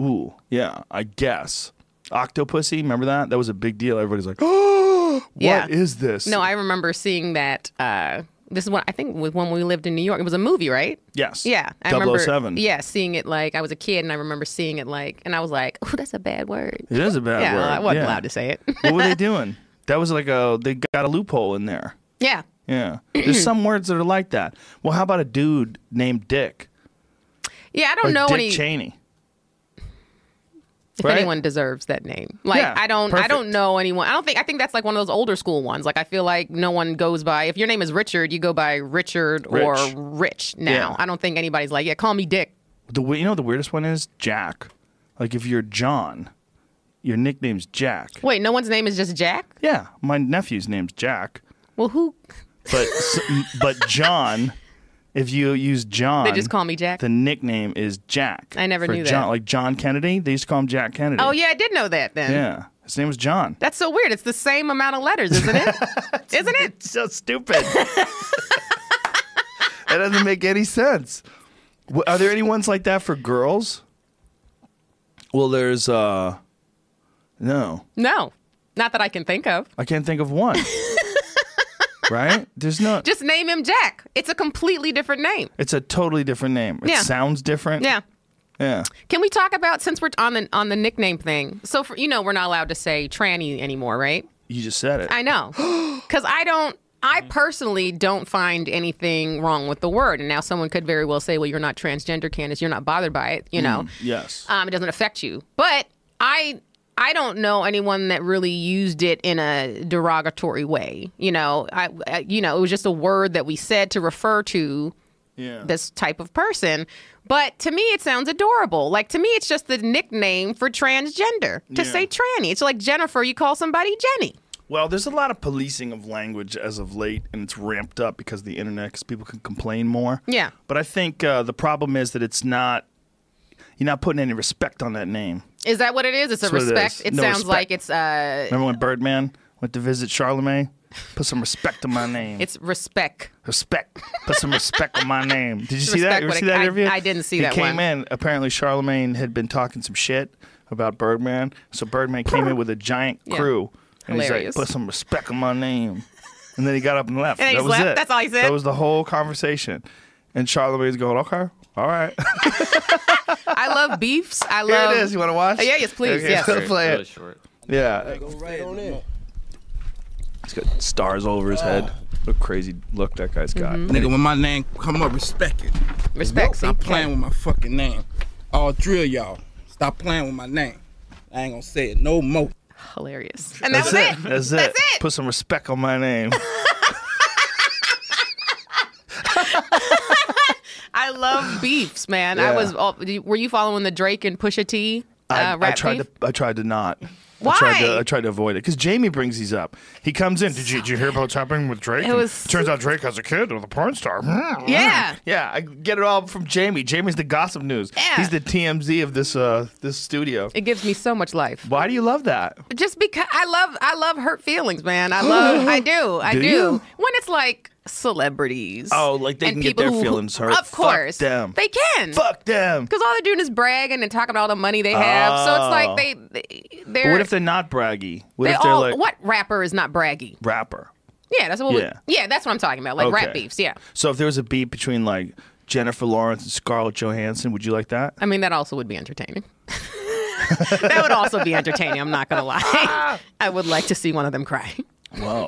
[SPEAKER 1] Ooh, yeah, I guess. Octopussy, remember that? That was a big deal. Everybody's like, oh, what is
[SPEAKER 2] Yeah.
[SPEAKER 1] this?
[SPEAKER 2] No, I remember seeing that. Uh, this is what I think was when we lived in New York. It was a movie, right?
[SPEAKER 1] yes.
[SPEAKER 2] Yeah, I remember.
[SPEAKER 1] 007.
[SPEAKER 2] Yeah, seeing it like I was a kid, and I remember seeing it like, and I was like, "Oh, that's a bad word."
[SPEAKER 1] It is a bad
[SPEAKER 2] yeah,
[SPEAKER 1] word.
[SPEAKER 2] I wasn't
[SPEAKER 1] yeah.
[SPEAKER 2] allowed to say it.
[SPEAKER 1] what were they doing? That was like a, they got a loophole in there.
[SPEAKER 2] yeah,
[SPEAKER 1] Yeah. There's some words that are like that. Well, how about a dude named Dick?
[SPEAKER 2] yeah. I don't
[SPEAKER 1] Like
[SPEAKER 2] know
[SPEAKER 1] Dick
[SPEAKER 2] any
[SPEAKER 1] Cheney.
[SPEAKER 2] if
[SPEAKER 1] right?
[SPEAKER 2] anyone deserves that name. Like
[SPEAKER 1] Yeah,
[SPEAKER 2] I don't, I don't
[SPEAKER 1] perfect.
[SPEAKER 2] know anyone. I don't think. I think that's like one of those older school ones. Like I feel like no one goes by. If your name is Richard, you go by Richard
[SPEAKER 1] Rich.
[SPEAKER 2] or Rich now.
[SPEAKER 1] Yeah.
[SPEAKER 2] I don't think anybody's like, yeah, call me Dick.
[SPEAKER 1] The we- you know the weirdest one is Jack. Like if you're John, your nickname's Jack.
[SPEAKER 2] Wait, no one's name is just Jack.
[SPEAKER 1] Yeah, my nephew's name's Jack,
[SPEAKER 2] Well, who?
[SPEAKER 1] but s- m- but John, if you use John,
[SPEAKER 2] They just call me Jack?
[SPEAKER 1] The nickname is Jack.
[SPEAKER 2] I never
[SPEAKER 1] for
[SPEAKER 2] knew that.
[SPEAKER 1] John, Like John Kennedy, they used to call him Jack Kennedy.
[SPEAKER 2] Oh yeah, I did know that then.
[SPEAKER 1] yeah. His name was John.
[SPEAKER 2] That's so weird. It's the same amount of letters, isn't it? isn't it?
[SPEAKER 1] so stupid. that doesn't make any sense. W- Are there any ones like that for girls? Well, there's uh, no.
[SPEAKER 2] No, not that I can think of.
[SPEAKER 1] I can't think of one. right? There's no.
[SPEAKER 2] Just name him Jack. It's a completely different name.
[SPEAKER 1] it's a totally different name. It
[SPEAKER 2] Yeah.
[SPEAKER 1] sounds different.
[SPEAKER 2] Yeah.
[SPEAKER 1] Yeah.
[SPEAKER 2] Can we talk about since we're on the on the nickname thing? So for you know, we're not allowed to say tranny anymore, right?
[SPEAKER 1] You just said it.
[SPEAKER 2] I know, because I don't. I personally don't find anything wrong with the word. And now someone could very well say, "Well, you're not transgender, Candace. You're not bothered by it. You know,
[SPEAKER 1] yes.
[SPEAKER 2] um, it doesn't affect you." But I. I don't know anyone that really used it in a derogatory way. You know, I, I you know, it was just a word that we said to refer to
[SPEAKER 1] yeah.
[SPEAKER 2] this type of person. But to me, it sounds adorable. Like to me, it's just the nickname for transgender
[SPEAKER 1] Yeah.
[SPEAKER 2] to say tranny. It's like Jennifer, you call somebody Jenny.
[SPEAKER 1] Well, there's a lot of policing of language as of late, and it's ramped up because of the internet, because people can complain more.
[SPEAKER 2] Yeah.
[SPEAKER 1] But I think uh, the problem is that it's not. You're not putting any respect on that name.
[SPEAKER 2] Is that what it is? It's a
[SPEAKER 1] That's what it
[SPEAKER 2] respect.
[SPEAKER 1] is.
[SPEAKER 2] It,
[SPEAKER 1] No
[SPEAKER 2] sounds
[SPEAKER 1] respect.
[SPEAKER 2] like it's uh,
[SPEAKER 1] Remember when Birdman went to visit Charlemagne? Put some respect on my name.
[SPEAKER 2] it's respect.
[SPEAKER 1] respect. Put some respect on my name. Did you see
[SPEAKER 2] Respect
[SPEAKER 1] that? You ever
[SPEAKER 2] what
[SPEAKER 1] see
[SPEAKER 2] it-
[SPEAKER 1] that
[SPEAKER 2] I-
[SPEAKER 1] interview?
[SPEAKER 2] I didn't see
[SPEAKER 1] he
[SPEAKER 2] that
[SPEAKER 1] came
[SPEAKER 2] one.
[SPEAKER 1] in. Apparently, Charlemagne had been talking some shit about Birdman, so Birdman came in with a giant
[SPEAKER 2] Yeah.
[SPEAKER 1] crew, and he's
[SPEAKER 2] Hilarious.
[SPEAKER 1] like, "Put some respect on my name," and then he got up and left.
[SPEAKER 2] And he
[SPEAKER 1] that
[SPEAKER 2] just
[SPEAKER 1] was
[SPEAKER 2] left?
[SPEAKER 1] it.
[SPEAKER 2] That's all he said?
[SPEAKER 1] That was the whole conversation. And Charlemagne's going, "Okay, all right,
[SPEAKER 2] I love beefs. I
[SPEAKER 1] here
[SPEAKER 2] love.
[SPEAKER 1] it is. You want to watch?
[SPEAKER 2] Oh, yeah, yes, please, yes.
[SPEAKER 1] so play
[SPEAKER 3] really
[SPEAKER 1] it.
[SPEAKER 3] short.
[SPEAKER 1] Yeah, he's got stars all over his head. What a crazy look that guy's got.
[SPEAKER 2] Mm-hmm.
[SPEAKER 5] Nigga, when my name come up, respect it.
[SPEAKER 2] Respect.
[SPEAKER 5] Stop
[SPEAKER 2] see?
[SPEAKER 5] playing with my fucking name. I'll drill y'all. Stop playing with my name. I ain't gonna say it no more.
[SPEAKER 2] Hilarious. And that was it.
[SPEAKER 1] That's,
[SPEAKER 2] That's
[SPEAKER 1] it.
[SPEAKER 2] it.
[SPEAKER 1] Put some respect on my name.
[SPEAKER 2] I love beefs, man.
[SPEAKER 1] Yeah.
[SPEAKER 2] I was. all- Were you following the Drake and Pusha T? Uh,
[SPEAKER 1] I, I
[SPEAKER 2] rap
[SPEAKER 1] tried
[SPEAKER 2] beef?
[SPEAKER 1] to. I tried to not. I tried
[SPEAKER 2] Why?
[SPEAKER 1] to, I tried to avoid it because Jamie brings these up. He comes in. Did you, did you hear about what's happening with Drake?
[SPEAKER 2] It
[SPEAKER 1] And
[SPEAKER 2] was-
[SPEAKER 1] Turns out Drake has a kid with a porn star. Hmm.
[SPEAKER 2] Yeah.
[SPEAKER 1] Yeah, I get it all from Jamie. Jamie's the gossip news.
[SPEAKER 2] Yeah.
[SPEAKER 1] He's the TMZ of this uh this studio.
[SPEAKER 2] It gives me so much life.
[SPEAKER 1] Why do you love that?
[SPEAKER 2] Just because I love, I love hurt feelings, man. I love, I do, I
[SPEAKER 1] Do
[SPEAKER 2] do.
[SPEAKER 1] you?
[SPEAKER 2] When it's like celebrities.
[SPEAKER 1] Oh, like they
[SPEAKER 2] and
[SPEAKER 1] can get
[SPEAKER 2] people
[SPEAKER 1] their
[SPEAKER 2] who-
[SPEAKER 1] feelings hurt.
[SPEAKER 2] Of
[SPEAKER 1] Fuck
[SPEAKER 2] course,
[SPEAKER 1] them.
[SPEAKER 2] they can.
[SPEAKER 1] Fuck them.
[SPEAKER 2] Because all they're doing is bragging and talking about all the money they have. So
[SPEAKER 1] Oh.
[SPEAKER 2] it's like they, they
[SPEAKER 1] But
[SPEAKER 2] they're.
[SPEAKER 1] what if they're not braggy? What
[SPEAKER 2] they
[SPEAKER 1] if they're
[SPEAKER 2] all,
[SPEAKER 1] like
[SPEAKER 2] what rapper is not braggy?
[SPEAKER 1] rapper?
[SPEAKER 2] Yeah, that's what.
[SPEAKER 1] Yeah.
[SPEAKER 2] We, yeah, that's what I'm talking about. Like rap
[SPEAKER 1] Okay.
[SPEAKER 2] beefs. Yeah.
[SPEAKER 1] So if there was a beat between like Jennifer Lawrence and Scarlett Johansson, would you like that?
[SPEAKER 2] I mean, that also would be entertaining. that would also be entertaining. I'm not gonna lie. I would like to see one of them cry.
[SPEAKER 1] Whoa.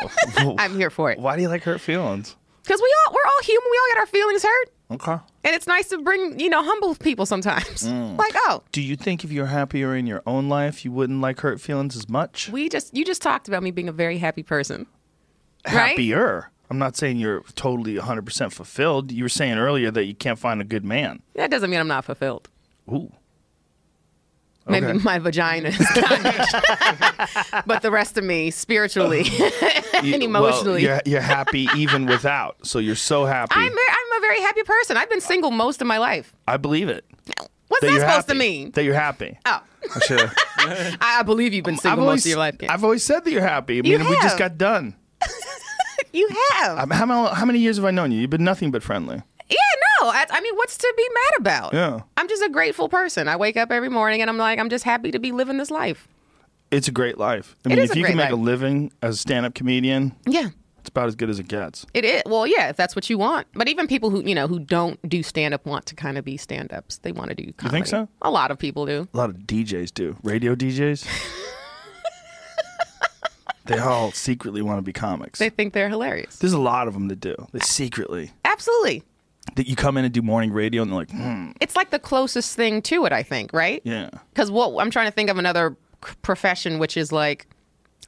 [SPEAKER 2] I'm here for it.
[SPEAKER 1] Why do you like hurt feelings?
[SPEAKER 2] Because we all we're all human. We all get our feelings hurt,
[SPEAKER 1] Okay.
[SPEAKER 2] and it's nice to bring you know humble people sometimes.
[SPEAKER 1] Mm.
[SPEAKER 2] Like oh,
[SPEAKER 1] Do you think if you're happier in your own life, you wouldn't like hurt feelings as much?
[SPEAKER 2] we just you just talked about me being a very happy person. right?
[SPEAKER 1] Happier. I'm not saying you're totally 100% fulfilled. You were saying earlier that you can't find a good man.
[SPEAKER 2] That doesn't mean I'm not fulfilled.
[SPEAKER 1] Ooh.
[SPEAKER 2] Maybe
[SPEAKER 1] Okay.
[SPEAKER 2] my vagina is not. but the rest of me, spiritually and
[SPEAKER 1] You- well,
[SPEAKER 2] emotionally,
[SPEAKER 1] you're, you're happy even without. So you're so happy.
[SPEAKER 2] I'm, very- I'm a very happy person. I've been single most of my life.
[SPEAKER 1] I believe it.
[SPEAKER 2] What's
[SPEAKER 1] That
[SPEAKER 2] that,
[SPEAKER 1] you're
[SPEAKER 2] supposed
[SPEAKER 1] happy.
[SPEAKER 2] to mean?
[SPEAKER 1] That you're happy.
[SPEAKER 2] oh,
[SPEAKER 1] I should've-
[SPEAKER 2] I, I believe you've been
[SPEAKER 1] I've
[SPEAKER 2] single most
[SPEAKER 1] always,
[SPEAKER 2] of your life.
[SPEAKER 1] I've always said that you're happy. I mean,
[SPEAKER 2] You
[SPEAKER 1] we just
[SPEAKER 2] have.
[SPEAKER 1] got done.
[SPEAKER 2] you have.
[SPEAKER 1] Um, How, many- how many years have I known you? You've been nothing but friendly.
[SPEAKER 2] Yeah, no. I, I mean, what's to be mad about?
[SPEAKER 1] Yeah.
[SPEAKER 2] I'm just a grateful person. I wake up every morning and I'm like, I'm just happy to be living this life.
[SPEAKER 1] It's a great life. I mean,
[SPEAKER 2] is
[SPEAKER 1] if
[SPEAKER 2] a
[SPEAKER 1] you can
[SPEAKER 2] great
[SPEAKER 1] make a
[SPEAKER 2] life.
[SPEAKER 1] living as a stand up comedian,
[SPEAKER 2] Yeah.
[SPEAKER 1] it's about as good as it gets.
[SPEAKER 2] It is. Well, yeah, if that's what you want. But even people who, you know, who don't do stand up want to kind of be stand ups. They want to do comedy.
[SPEAKER 1] think so?
[SPEAKER 2] A lot of people do.
[SPEAKER 1] A lot of DJs do. Radio DJs. they all secretly want to be comics.
[SPEAKER 2] They think they're hilarious.
[SPEAKER 1] There's a lot of them that do. They secretly.
[SPEAKER 2] Absolutely.
[SPEAKER 1] That you come in and do morning radio and they're like, hmm,
[SPEAKER 2] It's like the closest thing to it, I think, right?
[SPEAKER 1] yeah.
[SPEAKER 2] Because what I'm trying to think of another c- profession, which is like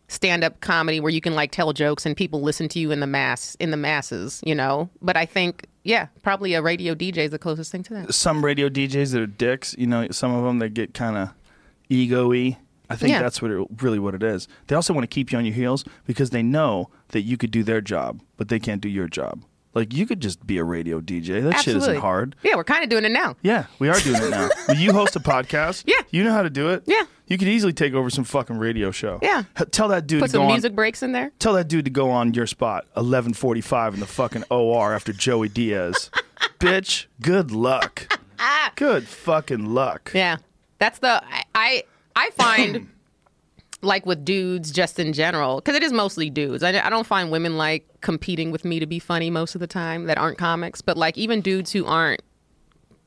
[SPEAKER 2] stand-up comedy, where you can like tell jokes and people listen to you in the mass in the masses, you know. But I think, yeah, probably a radio DJ is the closest thing to that.
[SPEAKER 1] Some radio DJs that are dicks, you know, some of them they get kind of ego y. I think
[SPEAKER 2] Yeah.
[SPEAKER 1] that's what it, really what it is. They also want to keep you on your heels because they know that you could do their job, but they can't do your job. Like you could just be a radio DJ. That shit isn't hard.
[SPEAKER 2] Yeah, we're kind of doing it now.
[SPEAKER 1] Yeah, we are doing it now. Will you host a podcast.
[SPEAKER 2] Yeah.
[SPEAKER 1] You know how to do it.
[SPEAKER 2] Yeah.
[SPEAKER 1] You could easily take over some fucking radio show.
[SPEAKER 2] Yeah.
[SPEAKER 1] H- Tell that dude
[SPEAKER 2] Put
[SPEAKER 1] to go
[SPEAKER 2] some
[SPEAKER 1] on-
[SPEAKER 2] music breaks in there.
[SPEAKER 1] Tell that dude to go on your spot, eleven forty-five in the fucking OR after Joey Diaz. Bitch, good luck. Good fucking luck.
[SPEAKER 2] Ah. Yeah, that's the I I, I find like with dudes just in general because it is mostly dudes. I, I don't find women like competing with me to be funny most of the time that aren't comics, but like even dudes who aren't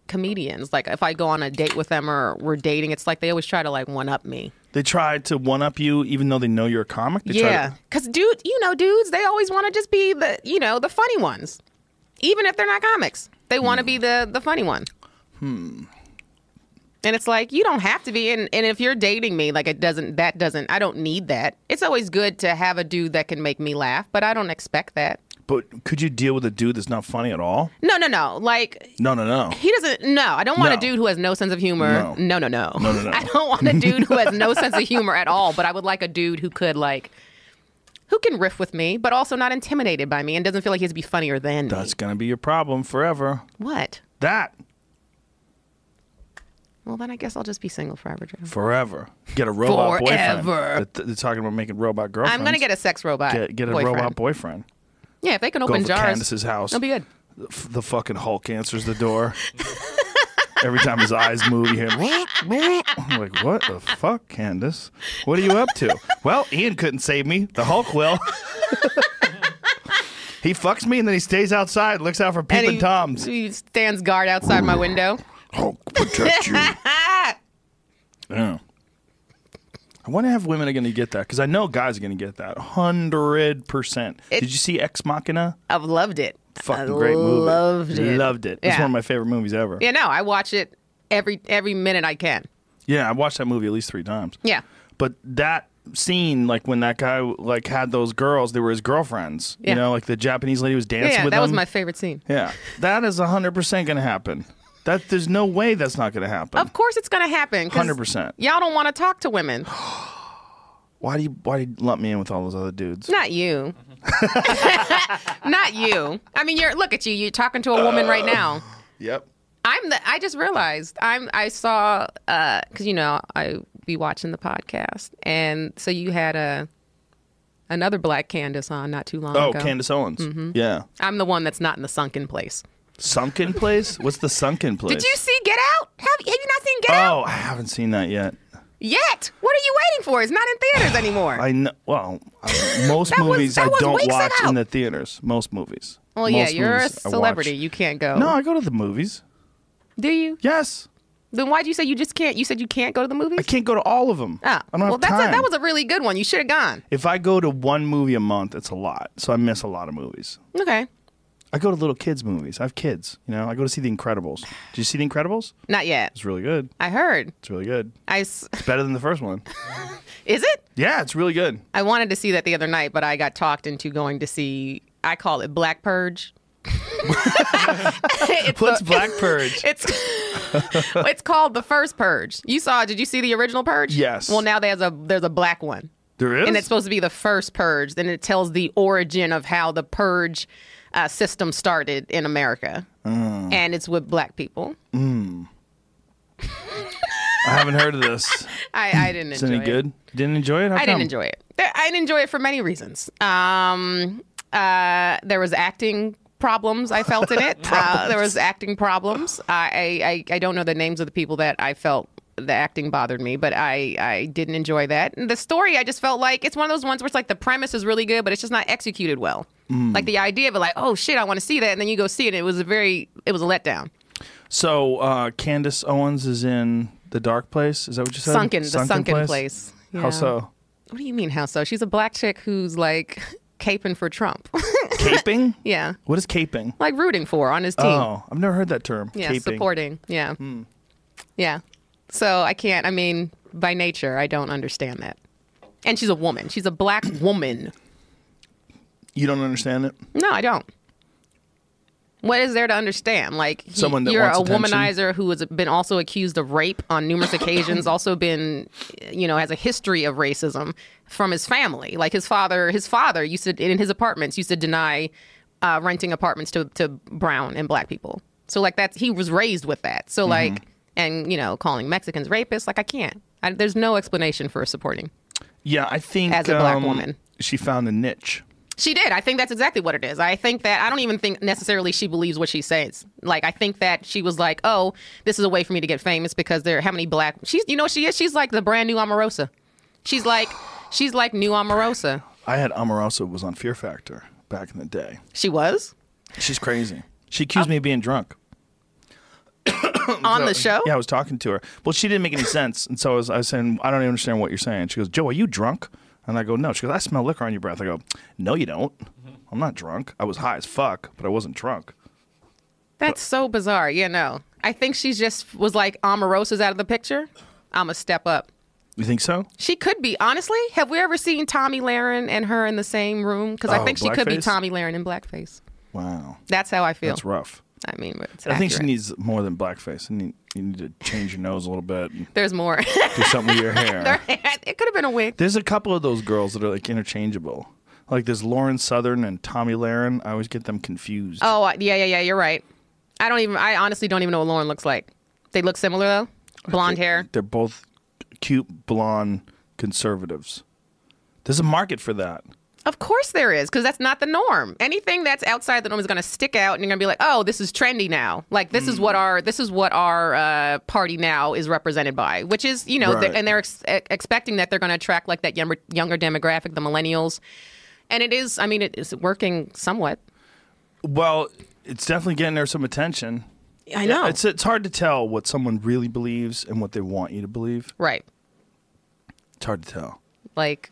[SPEAKER 2] comedians. Like if I go on a date with them or we're dating, it's like they always try to like one up me.
[SPEAKER 1] They try to one up you, even though they know you're a comic. They try
[SPEAKER 2] yeah,
[SPEAKER 1] to-
[SPEAKER 2] because dude, you know, dudes they always want to just be the you know the funny ones, even if they're not comics. They want to be the the funny one. Hmm. And it's like you don't have to be, and and if you're dating me, like it doesn't that doesn't I don't need that. It's always good to have a dude that can make me laugh, but I don't expect that.
[SPEAKER 1] but could you deal with a dude that's not funny at all?
[SPEAKER 2] No, no, no. Like
[SPEAKER 1] No, no, no.
[SPEAKER 2] he doesn't. No, I don't want
[SPEAKER 1] No.
[SPEAKER 2] a dude who has no sense of humor.
[SPEAKER 1] No.
[SPEAKER 2] No, no, no.
[SPEAKER 1] No, no, no.
[SPEAKER 2] I don't want a dude who has no sense of humor at all. But I would like a dude who could like, who can riff with me, but also not intimidated by me and doesn't feel like he has to be funnier than me.
[SPEAKER 1] That's gonna be your problem forever.
[SPEAKER 2] What?
[SPEAKER 1] That
[SPEAKER 2] Well, then I guess I'll just be single forever, Joe.
[SPEAKER 1] forever. Get a robot
[SPEAKER 2] Forever.
[SPEAKER 1] boyfriend. They're, they're talking about making robot girlfriends.
[SPEAKER 2] I'm gonna get a sex robot.
[SPEAKER 1] get, get a
[SPEAKER 2] boyfriend.
[SPEAKER 1] robot boyfriend.
[SPEAKER 2] Yeah, if they can
[SPEAKER 1] Go
[SPEAKER 2] open
[SPEAKER 1] over to
[SPEAKER 2] jars,
[SPEAKER 1] Candace's house.
[SPEAKER 2] it'll be good.
[SPEAKER 1] F- The fucking Hulk answers the door. Every time his eyes move, you hear I'm like, what the fuck, Candace? What are you up to? well, Ian couldn't save me. The Hulk will. he fucks me and then he stays outside, and looks out for peeping
[SPEAKER 2] he,
[SPEAKER 1] toms.
[SPEAKER 2] he stands guard outside my window.
[SPEAKER 1] Hulk protect you. yeah. I When have women are going to get that? Because I know guys are going to get that. 100%.
[SPEAKER 2] It-
[SPEAKER 1] Did you see Ex Machina?
[SPEAKER 2] I've loved it.
[SPEAKER 1] Fucking
[SPEAKER 2] I
[SPEAKER 1] great movie.
[SPEAKER 2] Loved it.
[SPEAKER 1] Loved it. It's
[SPEAKER 2] Yeah.
[SPEAKER 1] one of my favorite movies ever.
[SPEAKER 2] Yeah, no, I watch it every every minute I can.
[SPEAKER 1] Yeah, I watched that movie at least three times.
[SPEAKER 2] Yeah.
[SPEAKER 1] But that scene, like when that guy like had those girls, they were his girlfriends.
[SPEAKER 2] Yeah.
[SPEAKER 1] You know, like the Japanese lady was dancing
[SPEAKER 2] Yeah,
[SPEAKER 1] with
[SPEAKER 2] that was
[SPEAKER 1] him.
[SPEAKER 2] my favorite scene.
[SPEAKER 1] yeah, that is hundred percent going to happen. That there's no way that's not going to happen.
[SPEAKER 2] Of course, it's going to happen. 'cause
[SPEAKER 1] 100%.
[SPEAKER 2] Y'all don't want to talk to women.
[SPEAKER 1] why do you why do you lump me in with all those other dudes?
[SPEAKER 2] Not you. Not you. I mean, you're look at you. You're talking to a woman right now.
[SPEAKER 1] Yep.
[SPEAKER 2] I'm the. I just realized. I'm. I saw. Uh, because you know I be watching the podcast, and so you had a another black Candace on not too long
[SPEAKER 1] Oh,
[SPEAKER 2] ago.
[SPEAKER 1] Candace Owens.
[SPEAKER 2] Mm-hmm.
[SPEAKER 1] Yeah.
[SPEAKER 2] I'm the one that's not in the sunken place.
[SPEAKER 1] Sunken place. What's the sunken place?
[SPEAKER 2] Did you see Get Out? Have, have you not seen Get Out
[SPEAKER 1] Oh, I haven't seen that yet.
[SPEAKER 2] yet? What are you waiting for? It's not in theaters anymore.
[SPEAKER 1] I know. Well, I- most
[SPEAKER 2] That was-
[SPEAKER 1] movies
[SPEAKER 2] that was
[SPEAKER 1] I don't
[SPEAKER 2] weeks
[SPEAKER 1] watch
[SPEAKER 2] ago.
[SPEAKER 1] in the theaters. Most movies.
[SPEAKER 2] well, yeah,
[SPEAKER 1] Most
[SPEAKER 2] you're a
[SPEAKER 1] movies I watch.
[SPEAKER 2] celebrity. You can't go.
[SPEAKER 1] No, I go to the movies.
[SPEAKER 2] Do you?
[SPEAKER 1] Yes,
[SPEAKER 2] Then why'd you say you just can't? You said you can't go to the movies.
[SPEAKER 1] I can't go to all of them.
[SPEAKER 2] Oh,
[SPEAKER 1] I don't
[SPEAKER 2] well,
[SPEAKER 1] have
[SPEAKER 2] that's
[SPEAKER 1] time.
[SPEAKER 2] A, that was a really good one. You should have gone.
[SPEAKER 1] if I go to one movie a month, it's a lot. So I miss a lot of movies.
[SPEAKER 2] Okay,
[SPEAKER 1] I go to little kids' movies. I have kids. You know, I go to see The Incredibles. Did you see The Incredibles?
[SPEAKER 2] not yet.
[SPEAKER 1] It's really good.
[SPEAKER 2] I heard.
[SPEAKER 1] It's really good.
[SPEAKER 2] I s-
[SPEAKER 1] It's better than the first one.
[SPEAKER 2] is it?
[SPEAKER 1] Yeah, it's really good.
[SPEAKER 2] I wanted to see that the other night, but I got talked into going to see. I call it Black Purge. it's,
[SPEAKER 1] What's
[SPEAKER 2] the-
[SPEAKER 1] Black Purge?
[SPEAKER 2] it's it's called the first Purge. You saw? Did you see the original Purge?
[SPEAKER 1] Yes.
[SPEAKER 2] Well, now there's a there's a black one.
[SPEAKER 1] There is.
[SPEAKER 2] and it's supposed to be the first purge. Then it tells the origin of how the purge uh, system started in America,
[SPEAKER 1] Mm.
[SPEAKER 2] and it's with black people.
[SPEAKER 1] I haven't heard of this.
[SPEAKER 2] I, I didn't
[SPEAKER 1] Is
[SPEAKER 2] enjoy
[SPEAKER 1] any
[SPEAKER 2] it.
[SPEAKER 1] good? Didn't enjoy it. How
[SPEAKER 2] I didn't
[SPEAKER 1] come?
[SPEAKER 2] enjoy it. There- I didn't enjoy it for many reasons. Um, uh, there was acting problems I felt in it. uh, there was acting problems. I, I I don't know the names of the people that I felt the acting bothered me, but I I didn't enjoy that. And the story I just felt like it's one of those ones where it's like the premise is really good, but it's just not executed well. Like the idea of it, like oh shit, I want to see that, and then you go see it. And it was a very it was a letdown.
[SPEAKER 1] So uh, Candace Owens is in the dark place. Is that what you said?
[SPEAKER 2] Sunken, the sunken place.
[SPEAKER 1] How
[SPEAKER 2] Yeah.
[SPEAKER 1] so?
[SPEAKER 2] What do you mean how so? She's a black chick who's like caping for Trump.
[SPEAKER 1] Caping.
[SPEAKER 2] yeah.
[SPEAKER 1] What is caping?
[SPEAKER 2] like rooting for on his team.
[SPEAKER 1] Oh, I've never heard that term.
[SPEAKER 2] yeah,
[SPEAKER 1] caping.
[SPEAKER 2] supporting. Yeah. Yeah. So I can't, I mean, by nature, I don't understand that. And she's a woman. She's a black woman.
[SPEAKER 1] You don't understand it.
[SPEAKER 2] No, I don't. What is there to understand? Like, he-
[SPEAKER 1] Someone that
[SPEAKER 2] you're
[SPEAKER 1] wants
[SPEAKER 2] a
[SPEAKER 1] attention.
[SPEAKER 2] womanizer who has been also accused of rape on numerous occasions, also been, you know, has a history of racism from his family. Like his father, his father used to, in his apartments, used to deny uh, renting apartments to, to brown and black people. So, like, that's, he was raised with that.
[SPEAKER 1] Mm-hmm.
[SPEAKER 2] So, like, and, you know, calling Mexicans rapists, like, I can't. I, there's no explanation for supporting.
[SPEAKER 1] Yeah, I think
[SPEAKER 2] As a black
[SPEAKER 1] um,
[SPEAKER 2] woman.
[SPEAKER 1] she found a niche.
[SPEAKER 2] She did. I think that's exactly what it is. I think that I don't even think necessarily she believes what she says. Like I think that she was like, "Oh, this is a way for me to get famous because there how many black She's you know what she is? She's like the brand new Omarosa. She's like she's like new Omarosa.
[SPEAKER 1] I had Omarosa was on Fear Factor back in the day.
[SPEAKER 2] She was
[SPEAKER 1] She's crazy. She accused
[SPEAKER 2] Oh.
[SPEAKER 1] me of being drunk.
[SPEAKER 2] on the show.
[SPEAKER 1] Yeah, I was talking to her. Well, she didn't make any sense, and so I was, I was saying, I don't even understand what you're saying. She goes, Joe, are you drunk? And I go, No. She goes, I smell liquor on your breath. I go, No, you don't. I'm not drunk. I was high as fuck, but I wasn't drunk.
[SPEAKER 2] That's so bizarre. Yeah, no. I think she's just was like Omarosa's out of the picture. I'm a step up.
[SPEAKER 1] You think so?
[SPEAKER 2] She could be. Honestly, have we ever seen Tommy Laren and her in the same room? Because I
[SPEAKER 1] Oh,
[SPEAKER 2] think she could be
[SPEAKER 1] blackface?
[SPEAKER 2] Tommy Laren in blackface.
[SPEAKER 1] Wow,
[SPEAKER 2] That's how I feel.
[SPEAKER 1] that's rough.
[SPEAKER 2] I mean, it's
[SPEAKER 1] I think she
[SPEAKER 2] accurate.
[SPEAKER 1] needs more than blackface. You need, you need to change your nose a little bit and
[SPEAKER 2] There's more.
[SPEAKER 1] do something with your hair.
[SPEAKER 2] it could have been a wig.
[SPEAKER 1] There's a couple of those girls that are like interchangeable. Like there's Lauren Southern and Tommy Laren. I always get them confused.
[SPEAKER 2] Oh, uh, yeah, yeah, yeah. You're right. I don't even. I honestly don't even know what Lauren looks like. They look similar though. Blonde hair.
[SPEAKER 1] They're both cute blonde conservatives. There's a market for that.
[SPEAKER 2] Of course there is, because that's not the norm. Anything that's outside the norm is going to stick out, and you're going to be like, "Oh, this is trendy now. Like this is what our this is what our uh, party now is represented by." Which is, you know,
[SPEAKER 1] Right.
[SPEAKER 2] the, and they're ex- e- expecting that they're going to attract like that younger younger demographic, the millennials. And it is. I mean, it is working somewhat.
[SPEAKER 1] Well, it's definitely getting her some attention.
[SPEAKER 2] I know.
[SPEAKER 1] It's it's hard to tell what someone really believes and what they want you to believe.
[SPEAKER 2] right.
[SPEAKER 1] It's hard to tell.
[SPEAKER 2] Like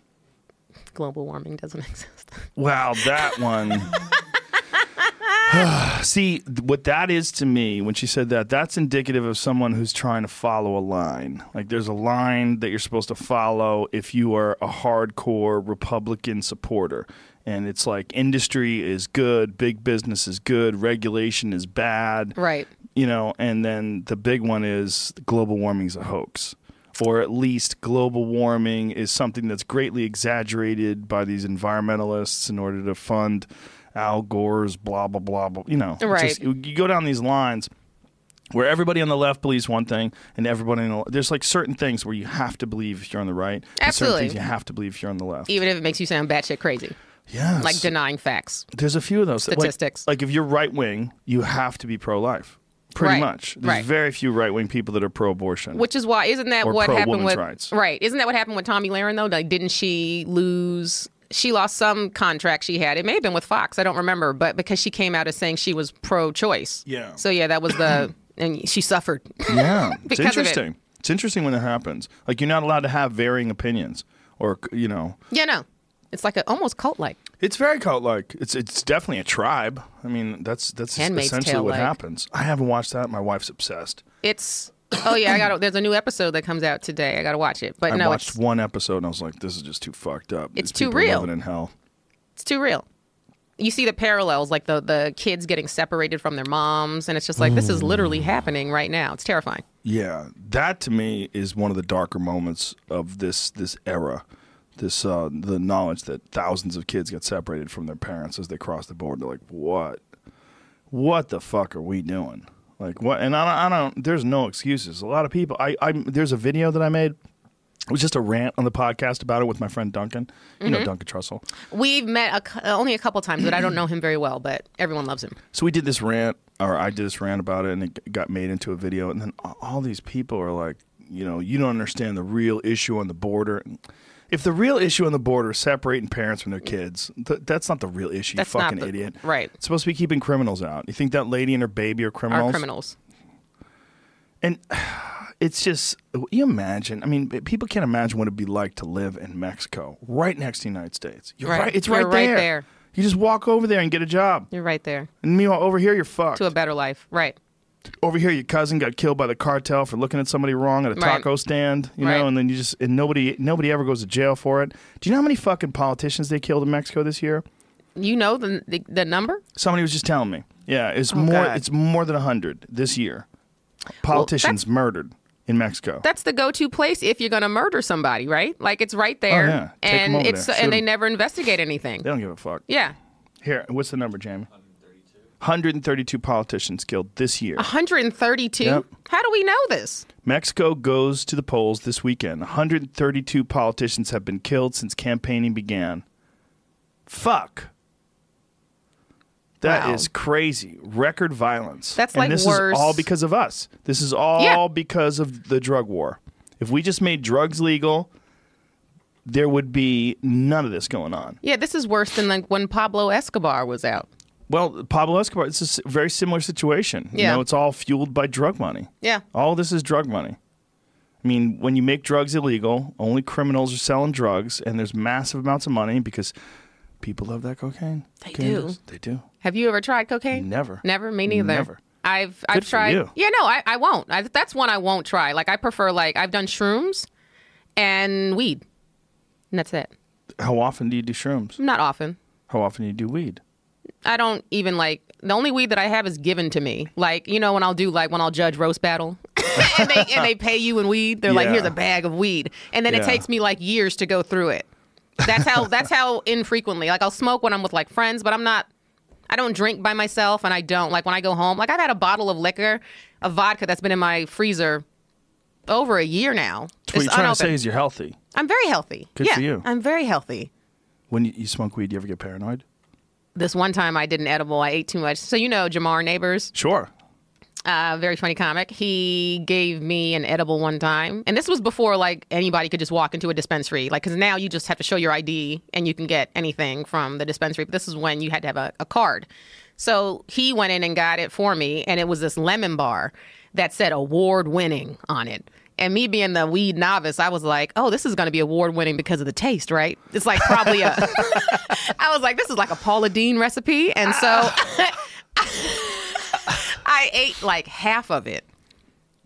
[SPEAKER 2] global warming doesn't exist.
[SPEAKER 1] Wow, that one. See, th- what that is to me, when she said that, that's indicative of someone who's trying to follow a line. Like, there's a line that you're supposed to follow if you are a hardcore Republican supporter. And it's like industry is good, big business is good, regulation is bad.
[SPEAKER 2] Right.
[SPEAKER 1] You know, and then the big one is global warming's a hoax. Or at least global warming is something that's greatly exaggerated by these environmentalists in order to fund Al Gore's blah blah blah blah. You know, It's
[SPEAKER 2] Right.
[SPEAKER 1] just- you go down these lines where everybody on the left believes one thing, and everybody on the, there's like certain things where you have to believe if you're on the right, and certain
[SPEAKER 2] Absolutely.
[SPEAKER 1] things you have to believe if you're on the left.
[SPEAKER 2] Even if it makes you sound batshit crazy,
[SPEAKER 1] Yes,
[SPEAKER 2] like denying facts.
[SPEAKER 1] there's a few of those Like-
[SPEAKER 2] Statistics.
[SPEAKER 1] Like, if you're right wing, you have to be pro life. Pretty
[SPEAKER 2] Right.
[SPEAKER 1] much. There's
[SPEAKER 2] Right.
[SPEAKER 1] very few right wing people that are pro abortion.
[SPEAKER 2] Which is why isn't that
[SPEAKER 1] Or
[SPEAKER 2] what
[SPEAKER 1] pro
[SPEAKER 2] happened
[SPEAKER 1] women's
[SPEAKER 2] with
[SPEAKER 1] rights.
[SPEAKER 2] right? Isn't that what happened with Tommy Lahren though? Like, didn't she lose? She lost some contract she had. It may have been with Fox. I don't remember, but because she came out as saying she was pro-choice.
[SPEAKER 1] Yeah.
[SPEAKER 2] So yeah, that was the and she suffered.
[SPEAKER 1] yeah. It's
[SPEAKER 2] because of it.
[SPEAKER 1] interesting. It's interesting when it happens. Like you're not allowed to have varying opinions or you know.
[SPEAKER 2] yeah, no, it's like a, almost cult-like.
[SPEAKER 1] It's very cult like. It's it's definitely a tribe. I mean, that's that's
[SPEAKER 2] Handmaid's
[SPEAKER 1] essentially
[SPEAKER 2] Tale
[SPEAKER 1] what
[SPEAKER 2] like.
[SPEAKER 1] happens. I haven't watched that. My wife's obsessed.
[SPEAKER 2] It's oh yeah, I got. There's a new episode that comes out today. I got to watch it, but
[SPEAKER 1] I
[SPEAKER 2] no,
[SPEAKER 1] watched
[SPEAKER 2] it's,
[SPEAKER 1] one episode and I was like, this is just too fucked up.
[SPEAKER 2] It's
[SPEAKER 1] These
[SPEAKER 2] too
[SPEAKER 1] people are
[SPEAKER 2] real.
[SPEAKER 1] Living in hell.
[SPEAKER 2] it's too real. You see the parallels, like the the kids getting separated from their moms, and it's just like this is
[SPEAKER 1] Mm.
[SPEAKER 2] literally happening right now. It's terrifying.
[SPEAKER 1] Yeah, that to me is one of the darker moments of this this era. This uh, the knowledge that thousands of kids got separated from their parents as they crossed the border. Like what? What the fuck are we doing? Like what? And I, don't- I don't. There's no excuses. A lot of people. I I there's a video that I made. It was just a rant on the podcast about it with my friend Duncan. You know Duncan Trussell.
[SPEAKER 2] We've met a, cou- only a couple times, but I don't know him very well. But everyone loves him.
[SPEAKER 1] So we did this rant, or I did this rant about it, and it g- got made into a video. And then a- all these people are like, you know, you don't understand the real issue on the border. And If the real issue on the border is separating parents from their kids, th- that's not the real issue,
[SPEAKER 2] That's
[SPEAKER 1] you
[SPEAKER 2] not
[SPEAKER 1] fucking
[SPEAKER 2] the-
[SPEAKER 1] idiot.
[SPEAKER 2] right.
[SPEAKER 1] It's supposed to be keeping criminals out. You think that lady and her baby are
[SPEAKER 2] Our
[SPEAKER 1] criminals?
[SPEAKER 2] criminals.
[SPEAKER 1] And it's just, you imagine. I mean, b- people can't imagine what it'd be like to live in Mexico, right next to the United States. You're right.
[SPEAKER 2] Right.
[SPEAKER 1] It's
[SPEAKER 2] You're
[SPEAKER 1] right
[SPEAKER 2] right
[SPEAKER 1] there.
[SPEAKER 2] there.
[SPEAKER 1] You just walk over there and get a job.
[SPEAKER 2] You're right there
[SPEAKER 1] And meanwhile, over here, you're fucked.
[SPEAKER 2] to a better life. Right.
[SPEAKER 1] over here your cousin got killed by the cartel for looking at somebody wrong at a
[SPEAKER 2] Right.
[SPEAKER 1] taco stand you
[SPEAKER 2] Right.
[SPEAKER 1] know and then you just and nobody nobody ever goes to jail for it do you know how many fucking politicians they killed in mexico this year
[SPEAKER 2] You know the the, the number.
[SPEAKER 1] somebody was just telling me yeah it's more
[SPEAKER 2] Oh, God.
[SPEAKER 1] it's more than 100 this year politicians murdered in mexico
[SPEAKER 2] That's the go-to place if you're going to murder somebody, right? Like it's right there,
[SPEAKER 1] Oh, yeah. Take 'em
[SPEAKER 2] and
[SPEAKER 1] over
[SPEAKER 2] it's
[SPEAKER 1] there. Shoot
[SPEAKER 2] and they
[SPEAKER 1] 'em.
[SPEAKER 2] never investigate anything.
[SPEAKER 1] they don't give a fuck
[SPEAKER 2] Yeah,
[SPEAKER 1] here what's the number jamie 132 politicians killed this year
[SPEAKER 2] 132.
[SPEAKER 1] Yep.
[SPEAKER 2] How do we know this?
[SPEAKER 1] Mexico goes to the polls this weekend. 132 politicians have been killed since campaigning began. Fuck. that is
[SPEAKER 2] Wow.
[SPEAKER 1] crazy. Record violence.
[SPEAKER 2] That's
[SPEAKER 1] and
[SPEAKER 2] like
[SPEAKER 1] this
[SPEAKER 2] worse-
[SPEAKER 1] is all because of us. This is all
[SPEAKER 2] Yeah.
[SPEAKER 1] because of the drug war. If we just made drugs legal, there would be none of this going on.
[SPEAKER 2] Yeah, this is worse than like when Pablo Escobar was out.
[SPEAKER 1] Well, Pablo Escobar, it's a s- very similar situation. You
[SPEAKER 2] Yeah.
[SPEAKER 1] know, it's all fueled by drug money.
[SPEAKER 2] Yeah.
[SPEAKER 1] All this is drug money. I mean, when you make drugs illegal, only criminals are selling drugs, and there's massive amounts of money because people love that cocaine.
[SPEAKER 2] They
[SPEAKER 1] Cocaine
[SPEAKER 2] do.
[SPEAKER 1] does. They do.
[SPEAKER 2] Have you ever tried cocaine?
[SPEAKER 1] Never.
[SPEAKER 2] Never. Me neither.
[SPEAKER 1] Never.
[SPEAKER 2] I've
[SPEAKER 1] Good
[SPEAKER 2] I've
[SPEAKER 1] for
[SPEAKER 2] tried.
[SPEAKER 1] you.
[SPEAKER 2] Yeah, no, I, I won't. I, that's one I won't try. Like I prefer like I've done shrooms and weed. And that's it.
[SPEAKER 1] How often do you do shrooms?
[SPEAKER 2] Not often.
[SPEAKER 1] How often do you do weed?
[SPEAKER 2] I don't even like the only weed that I have is given to me. Like you know when I'll do like when I'll judge roast battle, and they and they pay you in weed. They're like,
[SPEAKER 1] Yeah.
[SPEAKER 2] here's a bag of weed, and then
[SPEAKER 1] Yeah.
[SPEAKER 2] it takes me like years to go through it. That's how that's how infrequently. Like I'll smoke when I'm with like friends, but I'm not. I don't drink by myself, and I don't like when I go home. Like I've had a bottle of liquor, a vodka that's been in my freezer over a year now.
[SPEAKER 1] What you're
[SPEAKER 2] It's
[SPEAKER 1] trying to
[SPEAKER 2] unopened.
[SPEAKER 1] say is you're healthy.
[SPEAKER 2] I'm very healthy.
[SPEAKER 1] Good
[SPEAKER 2] yeah,
[SPEAKER 1] for you.
[SPEAKER 2] I'm very healthy.
[SPEAKER 1] When you, you smoke weed, do you ever get paranoid?
[SPEAKER 2] This one time I did an edible. I ate too much. So you know Jamar Neighbors.
[SPEAKER 1] Sure.
[SPEAKER 2] a very funny comic. He gave me an edible one time, and this was before like anybody could just walk into a dispensary. Like, because now you just have to show your ID and you can get anything from the dispensary. But this is when you had to have a, a card. So he went in and got it for me, and it was this lemon bar that said award winning on it. And me being the weed novice, I was like, oh, this is going to be award winning because of the taste, right? It's like probably a. I was like, this is like a Paula Dean recipe. And so I ate like half of it.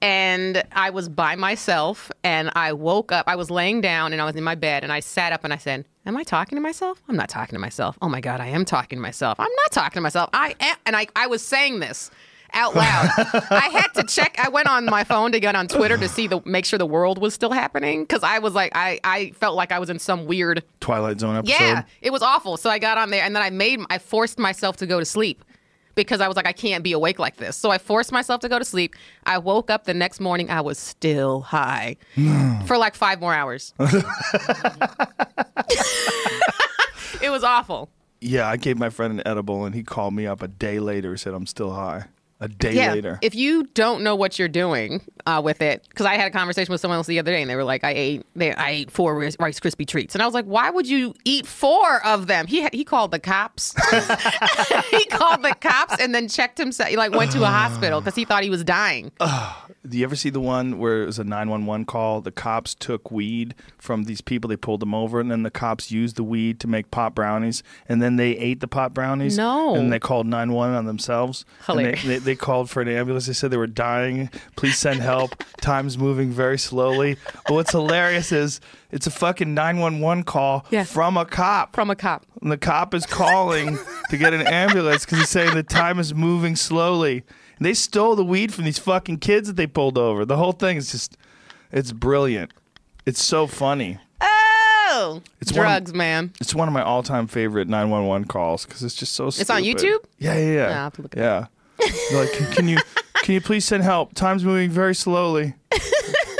[SPEAKER 2] And I was by myself and I woke up. I was laying down and I was in my bed and I sat up and I said, Am I talking to myself? I'm not talking to myself. Oh my God, I am talking to myself. I'm not talking to myself. I am. And I, I was saying this out loud. I had to check. I went on my phone to get on Twitter to see the make sure the world was still happening because I was like, I, I felt like I was in some weird
[SPEAKER 1] Twilight Zone episode.
[SPEAKER 2] yeah, it was awful. So I got on there and then I made I forced myself to go to sleep because I was like I can't be awake like this. So I forced myself to go to sleep. I woke up the next morning I was still high for like 5 more hours. it was awful.
[SPEAKER 1] Yeah, I gave my friend an edible and he called me up a day later. He said, I'm still high. A day
[SPEAKER 2] Yeah.
[SPEAKER 1] later.
[SPEAKER 2] If you don't know what you're doing uh, with it, because I had a conversation with someone else the other day, and they were like, "I ate, they, I ate four Rice Rice Krispie treats," and I was like, "Why would you eat four of them?" He had, he called the cops. he called the cops and then checked himself. He like went to a hospital because he thought he was dying.
[SPEAKER 1] Do you ever see the one where it was a 911 call? The cops took weed from these people. They pulled them over, and then the cops used the weed to make pot brownies, and then they ate the pot brownies.
[SPEAKER 2] No.
[SPEAKER 1] And they called 911 on themselves. And they-
[SPEAKER 2] Hilarious.
[SPEAKER 1] they, they called for an ambulance. They said they were dying. Please send help. Time's moving very slowly. But what's hilarious is it's a fucking 911 call
[SPEAKER 2] Yeah.
[SPEAKER 1] from a cop.
[SPEAKER 2] From a cop.
[SPEAKER 1] And the cop is calling to get an ambulance because he's saying the time is moving slowly. And they stole the weed from these fucking kids that they pulled over. The whole thing is just, it's brilliant. It's so funny.
[SPEAKER 2] Oh,
[SPEAKER 1] It's one of-
[SPEAKER 2] drugs, man.
[SPEAKER 1] It's one of my all time favorite 911 calls because it's just so
[SPEAKER 2] It's on YouTube?
[SPEAKER 1] Yeah, yeah, yeah.
[SPEAKER 2] Yeah, I'll have to look it
[SPEAKER 1] yeah. They're like, can, can you can you please send help? Time's moving very slowly.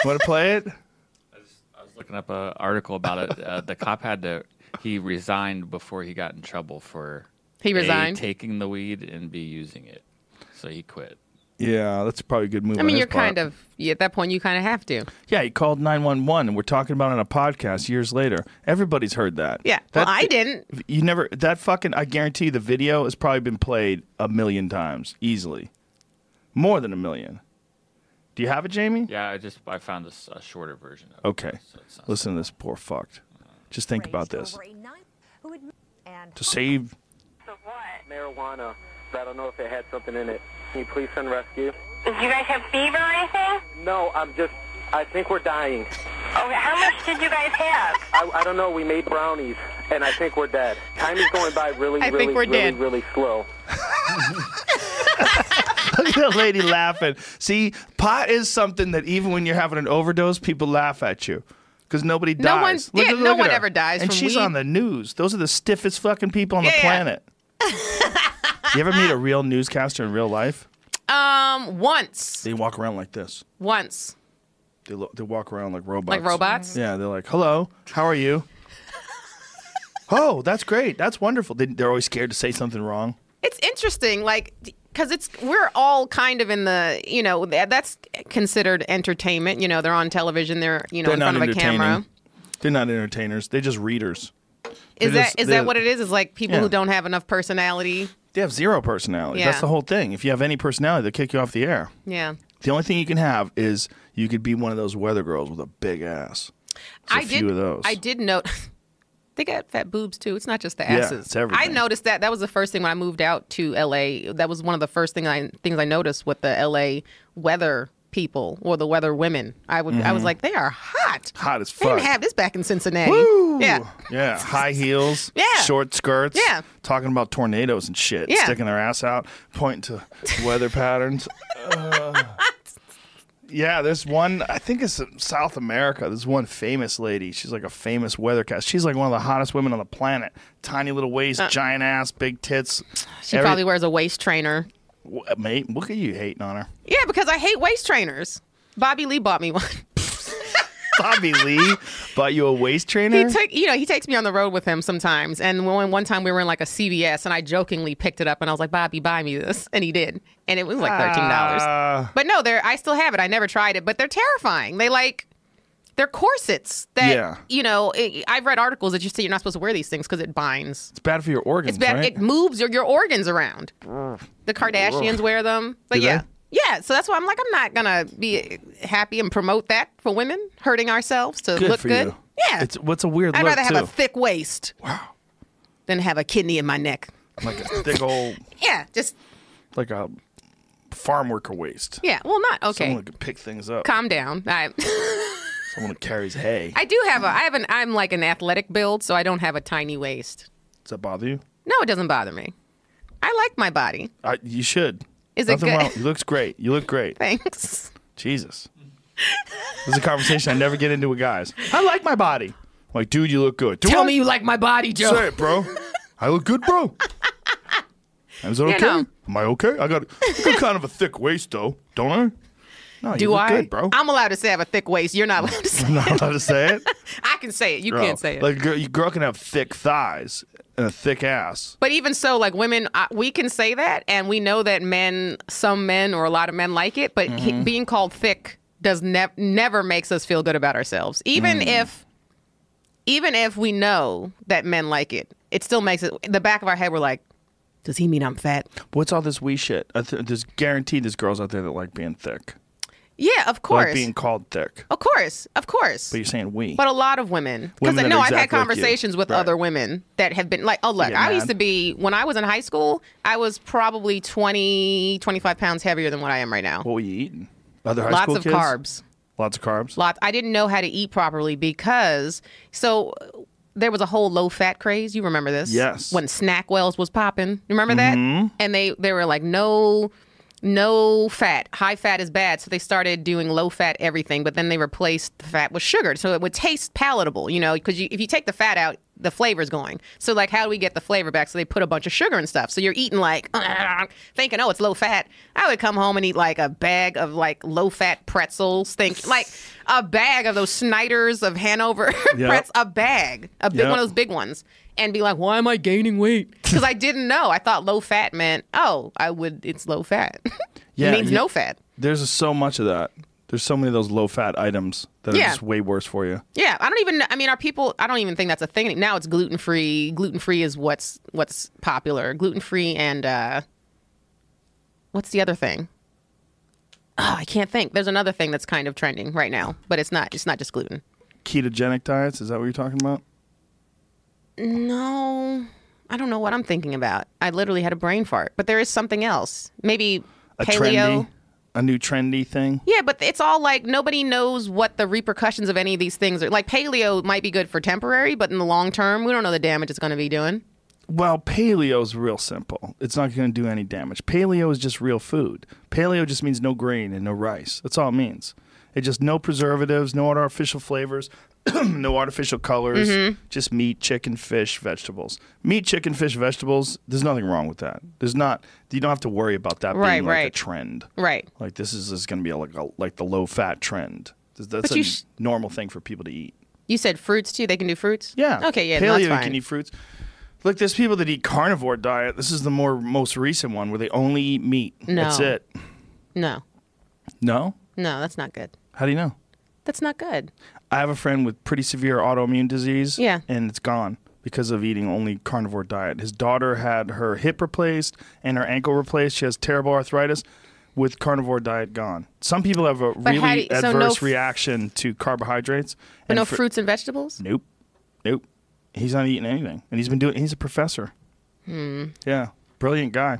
[SPEAKER 1] Want to play it?
[SPEAKER 3] I was looking up an article about it. Uh, the cop had to he resigned before he got in trouble for
[SPEAKER 2] He
[SPEAKER 3] A,
[SPEAKER 2] resigned?
[SPEAKER 3] taking the weed and B using it, so he quit.
[SPEAKER 1] Yeah, that's probably a good move.
[SPEAKER 2] I
[SPEAKER 1] on
[SPEAKER 2] mean,
[SPEAKER 1] his
[SPEAKER 2] you're
[SPEAKER 1] part.
[SPEAKER 2] kind of yeah, at that point. You kind of have to.
[SPEAKER 1] Yeah, he called 911 and we're talking about it on a podcast years later. Everybody's heard that.
[SPEAKER 2] Yeah.
[SPEAKER 1] That,
[SPEAKER 2] well, I didn't.
[SPEAKER 1] You never that fucking I guarantee the video has probably been played a million times easily. More than a million. Do you have it, Jamie?
[SPEAKER 3] Yeah, I just I found a, s- a shorter version. Of
[SPEAKER 1] Okay.
[SPEAKER 3] It, so it's not-
[SPEAKER 1] Listen to this poor fucked. Just think about this.
[SPEAKER 6] And
[SPEAKER 1] To save
[SPEAKER 7] For what?
[SPEAKER 8] marijuana, but I don't know if it had something in it. Can you please send rescue?
[SPEAKER 7] Did you guys have fever or anything?
[SPEAKER 8] No, I'm just. I think we're dying.
[SPEAKER 7] Oh, how much did you guys have?
[SPEAKER 8] I, I don't know. We made brownies, and I think we're dead. Time is going by really,
[SPEAKER 2] I think
[SPEAKER 8] really,
[SPEAKER 2] we're
[SPEAKER 8] really,
[SPEAKER 2] dead.
[SPEAKER 8] really slow.
[SPEAKER 1] Look at that lady laughing. See, pot is something that even when you're having an overdose, people laugh at you. Because nobody dies.
[SPEAKER 2] No one's-
[SPEAKER 1] Look
[SPEAKER 2] yeah,
[SPEAKER 1] at-
[SPEAKER 2] no
[SPEAKER 1] look at
[SPEAKER 2] one
[SPEAKER 1] her.
[SPEAKER 2] ever dies
[SPEAKER 1] And
[SPEAKER 2] from
[SPEAKER 1] she's
[SPEAKER 2] weed.
[SPEAKER 1] on the news. Those are the stiffest fucking people on the
[SPEAKER 2] Yeah.
[SPEAKER 1] planet. you ever meet a real newscaster in real life?
[SPEAKER 2] Um, once,
[SPEAKER 1] They walk around like this.
[SPEAKER 2] once,
[SPEAKER 1] They, lo- they walk around like robots.
[SPEAKER 2] like robots.
[SPEAKER 1] Yeah, they're like, hello, how are you? oh, that's great. That's wonderful. They, they're always scared to say something wrong.
[SPEAKER 2] it's interesting like because it's we're all kind of in the you know tha- that's considered entertainment you know they're on television they're you know
[SPEAKER 1] They're
[SPEAKER 2] in
[SPEAKER 1] not
[SPEAKER 2] front of a
[SPEAKER 1] entertaining.
[SPEAKER 2] camera
[SPEAKER 1] They're not entertainers. They're just readers.
[SPEAKER 2] is
[SPEAKER 1] They're
[SPEAKER 2] that
[SPEAKER 1] just-
[SPEAKER 2] is
[SPEAKER 1] they're-
[SPEAKER 2] that what it is is like people
[SPEAKER 1] Yeah.
[SPEAKER 2] who don't have enough personality
[SPEAKER 1] They have zero personality. That's
[SPEAKER 2] Yeah.
[SPEAKER 1] the whole thing. If you have any personality, they'll kick you off the air.
[SPEAKER 2] yeah
[SPEAKER 1] The only thing you can have is you could be one of those weather girls with a big ass. There's
[SPEAKER 2] I
[SPEAKER 1] a
[SPEAKER 2] did
[SPEAKER 1] few of those.
[SPEAKER 2] i did note they got fat boobs too it's not just the
[SPEAKER 1] Yeah,
[SPEAKER 2] asses
[SPEAKER 1] it's everything.
[SPEAKER 2] i noticed that that was the first thing when i moved out to la that was one of the first thing i things i noticed with the la weather people or the weather women i would i was like they are hot
[SPEAKER 1] Mm-hmm. Hot as
[SPEAKER 2] they
[SPEAKER 1] fuck.
[SPEAKER 2] didn't have this back in cincinnati yeah
[SPEAKER 1] Yeah, high heels,
[SPEAKER 2] Yeah.
[SPEAKER 1] short skirts,
[SPEAKER 2] Yeah.
[SPEAKER 1] talking about tornadoes and shit,
[SPEAKER 2] Yeah.
[SPEAKER 1] sticking their ass out, pointing to weather patterns. Uh, yeah, there's one, I think it's in South America. There's one famous lady. She's like a famous weathercast. She's like one of the hottest women on the planet. Tiny little waist, giant ass, big tits.
[SPEAKER 2] Uh. She
[SPEAKER 1] Every-
[SPEAKER 2] probably wears a waist trainer.
[SPEAKER 1] Wha- Mate, look at you hating on her.
[SPEAKER 2] Yeah, because I hate waist trainers. Bobby Lee bought me one.
[SPEAKER 1] Bobby Lee bought you a waist trainer?
[SPEAKER 2] He took, you know, he takes me on the road with him sometimes. And when one time we were in like a CVS, and I jokingly picked it up, and I was like, "Bobby, buy me this," and he did, and it was like thirteen dollars.
[SPEAKER 1] Ah.
[SPEAKER 2] but no, they're I still have it. I never tried it, but they're terrifying. They like they're corsets that
[SPEAKER 1] Yeah.
[SPEAKER 2] you know. It, I've read articles that you say you're not supposed to wear these things because it binds.
[SPEAKER 1] it's bad for your organs,
[SPEAKER 2] It's bad.
[SPEAKER 1] right?
[SPEAKER 2] It moves your your organs around. The Kardashians wear them, but
[SPEAKER 1] Do they?
[SPEAKER 2] yeah, Yeah, so that's why I'm like, I'm not gonna be happy and promote that for women hurting ourselves to look
[SPEAKER 1] for
[SPEAKER 2] good.
[SPEAKER 1] you.
[SPEAKER 2] Yeah,
[SPEAKER 1] It's what's a weird
[SPEAKER 2] I'd
[SPEAKER 1] look
[SPEAKER 2] rather
[SPEAKER 1] too.
[SPEAKER 2] have a thick waist. Wow. Than have a kidney in my neck.
[SPEAKER 1] like a thick old
[SPEAKER 2] Yeah, just
[SPEAKER 1] like a farm worker waist.
[SPEAKER 2] yeah. Well, not okay.
[SPEAKER 1] Someone who could pick things up.
[SPEAKER 2] Calm down. I
[SPEAKER 1] Someone who carries hay.
[SPEAKER 2] I do have a I have an I'm like an athletic build, so I don't have a tiny waist.
[SPEAKER 1] Does that bother you?
[SPEAKER 2] No, it doesn't bother me. I like my body.
[SPEAKER 1] I, you should.
[SPEAKER 2] Is it
[SPEAKER 1] Nothing
[SPEAKER 2] good?
[SPEAKER 1] wrong. You looks great. You look great.
[SPEAKER 2] Thanks.
[SPEAKER 1] Jesus. This is a conversation I never get into with guys. I like my body. I'm like, dude, you look good. Do
[SPEAKER 2] Tell
[SPEAKER 1] what?
[SPEAKER 2] me you like my body, Joe.
[SPEAKER 1] Say it, bro. I look good, bro. Is that okay?
[SPEAKER 2] no.
[SPEAKER 1] Am I okay? I got, I got kind of a thick waist, though, don't I? No, you
[SPEAKER 2] Do
[SPEAKER 1] look
[SPEAKER 2] I?
[SPEAKER 1] good, bro.
[SPEAKER 2] I'm allowed to say I have a thick waist. You're not allowed to say.
[SPEAKER 1] I'm not allowed to say it.
[SPEAKER 2] I can say it. You
[SPEAKER 1] Bro,
[SPEAKER 2] can't say it.
[SPEAKER 1] Like, a girl, your girl can have thick thighs and a thick ass.
[SPEAKER 2] But even so, like women, uh, we can say that, and we know that men, some men or a lot of men like it. But he,
[SPEAKER 1] Mm-hmm.
[SPEAKER 2] being called thick does nev- never makes us feel good about ourselves. Even
[SPEAKER 1] Mm.
[SPEAKER 2] if, even if we know that men like it, it still makes it in the back of our head. We're like, does he mean I'm fat?
[SPEAKER 1] What's all this wee shit? I th- there's guaranteed there's girls out there that like being thick,
[SPEAKER 2] Yeah, of
[SPEAKER 1] like
[SPEAKER 2] course,
[SPEAKER 1] being called thick.
[SPEAKER 2] of course, of course.
[SPEAKER 1] But you're saying we.
[SPEAKER 2] But a lot of women, because
[SPEAKER 1] Women that
[SPEAKER 2] no,
[SPEAKER 1] are
[SPEAKER 2] I've had
[SPEAKER 1] exactly like you.
[SPEAKER 2] conversations with
[SPEAKER 1] Right.
[SPEAKER 2] other women that have been like, oh look,
[SPEAKER 1] get
[SPEAKER 2] I
[SPEAKER 1] mad.
[SPEAKER 2] used to be when I was in high school, I was probably 20, 25 pounds heavier than what I am right now.
[SPEAKER 1] what were you eating? Other high
[SPEAKER 2] Lots
[SPEAKER 1] school
[SPEAKER 2] of
[SPEAKER 1] kids?
[SPEAKER 2] carbs.
[SPEAKER 1] Lots of carbs.
[SPEAKER 2] Lots. I didn't know how to eat properly because so there was a whole low fat craze. You remember this?
[SPEAKER 1] Yes.
[SPEAKER 2] When Snackwells was popping, remember that?
[SPEAKER 1] Mm-hmm.
[SPEAKER 2] And they they were like no. No fat, high fat is bad. So they started doing low fat everything, but then they replaced the fat with sugar, so it would taste palatable, you know, because you, if you take the fat out, the flavor's going. So like, how do we get the flavor back? So they put a bunch of sugar and stuff. So you're eating like thinking, oh, it's low fat. I would come home and eat like a bag of like low fat pretzels, think like a bag of those Snyder's of Hanover
[SPEAKER 1] Yep.
[SPEAKER 2] pretz- a bag, a big
[SPEAKER 1] Yep.
[SPEAKER 2] one of those big ones, and be like, why am I gaining weight? Because I didn't know. I thought low fat meant, oh, I would, it's low fat.
[SPEAKER 1] Yeah,
[SPEAKER 2] it means
[SPEAKER 1] yeah.
[SPEAKER 2] no fat.
[SPEAKER 1] There's so much of that. There's so many of those low fat items that
[SPEAKER 2] Yeah.
[SPEAKER 1] are just way worse for you.
[SPEAKER 2] Yeah, I don't even. kn- I mean, are people? I don't even think that's a thing now. It's gluten free. Gluten free is what's what's popular. Gluten free and uh, what's the other thing? Oh, I can't think. There's another thing that's kind of trending right now, but it's not. It's not just gluten.
[SPEAKER 1] Ketogenic diets, is that what you're talking about?
[SPEAKER 2] No, I don't know what I'm thinking about. I literally had a brain fart, but there is something else. Maybe
[SPEAKER 1] A
[SPEAKER 2] paleo.
[SPEAKER 1] trendy a new trendy thing?
[SPEAKER 2] Yeah, but it's all like nobody knows what the repercussions of any of these things are. Like paleo might be good for temporary, but in the long term, we don't know the damage it's going to be doing.
[SPEAKER 1] Well, paleo is real simple. It's not going to do any damage. Paleo is just real food. Paleo just means no grain and no rice. That's all it means. It just no preservatives, no artificial flavors, no artificial colors,
[SPEAKER 2] Mm-hmm.
[SPEAKER 1] just meat, chicken, fish, vegetables. Meat, chicken, fish, vegetables, there's nothing wrong with that. There's not you don't have to worry about that
[SPEAKER 2] Right,
[SPEAKER 1] being like a
[SPEAKER 2] right.
[SPEAKER 1] trend.
[SPEAKER 2] Right.
[SPEAKER 1] Like this is, is going to be like a, like the low fat trend. That's- That's
[SPEAKER 2] But
[SPEAKER 1] a
[SPEAKER 2] you sh-
[SPEAKER 1] normal thing for people to eat.
[SPEAKER 2] You said fruits too. They can do fruits.
[SPEAKER 1] Yeah.
[SPEAKER 2] Okay. Yeah.
[SPEAKER 1] Paleo,
[SPEAKER 2] that's
[SPEAKER 1] you
[SPEAKER 2] fine.
[SPEAKER 1] can eat fruits. Look, there's people that eat carnivore diet. This is the more most recent one where they only eat meat.
[SPEAKER 2] No.
[SPEAKER 1] That's it.
[SPEAKER 2] no.
[SPEAKER 1] No?
[SPEAKER 2] No, that's not good.
[SPEAKER 1] How do you know?
[SPEAKER 2] That's not good.
[SPEAKER 1] I have a friend with pretty severe autoimmune disease.
[SPEAKER 2] Yeah.
[SPEAKER 1] And it's gone because of eating only carnivore diet. His daughter had her hip replaced and her ankle replaced. She has terrible arthritis with carnivore diet gone. Some people have a
[SPEAKER 2] how
[SPEAKER 1] really
[SPEAKER 2] do you- so
[SPEAKER 1] adverse
[SPEAKER 2] no f-
[SPEAKER 1] reaction to carbohydrates.
[SPEAKER 2] But
[SPEAKER 1] and
[SPEAKER 2] no
[SPEAKER 1] fr-
[SPEAKER 2] fruits and vegetables.
[SPEAKER 1] Nope. Nope. He's not eating anything. And he's been doing he's a professor. Yeah. Brilliant guy.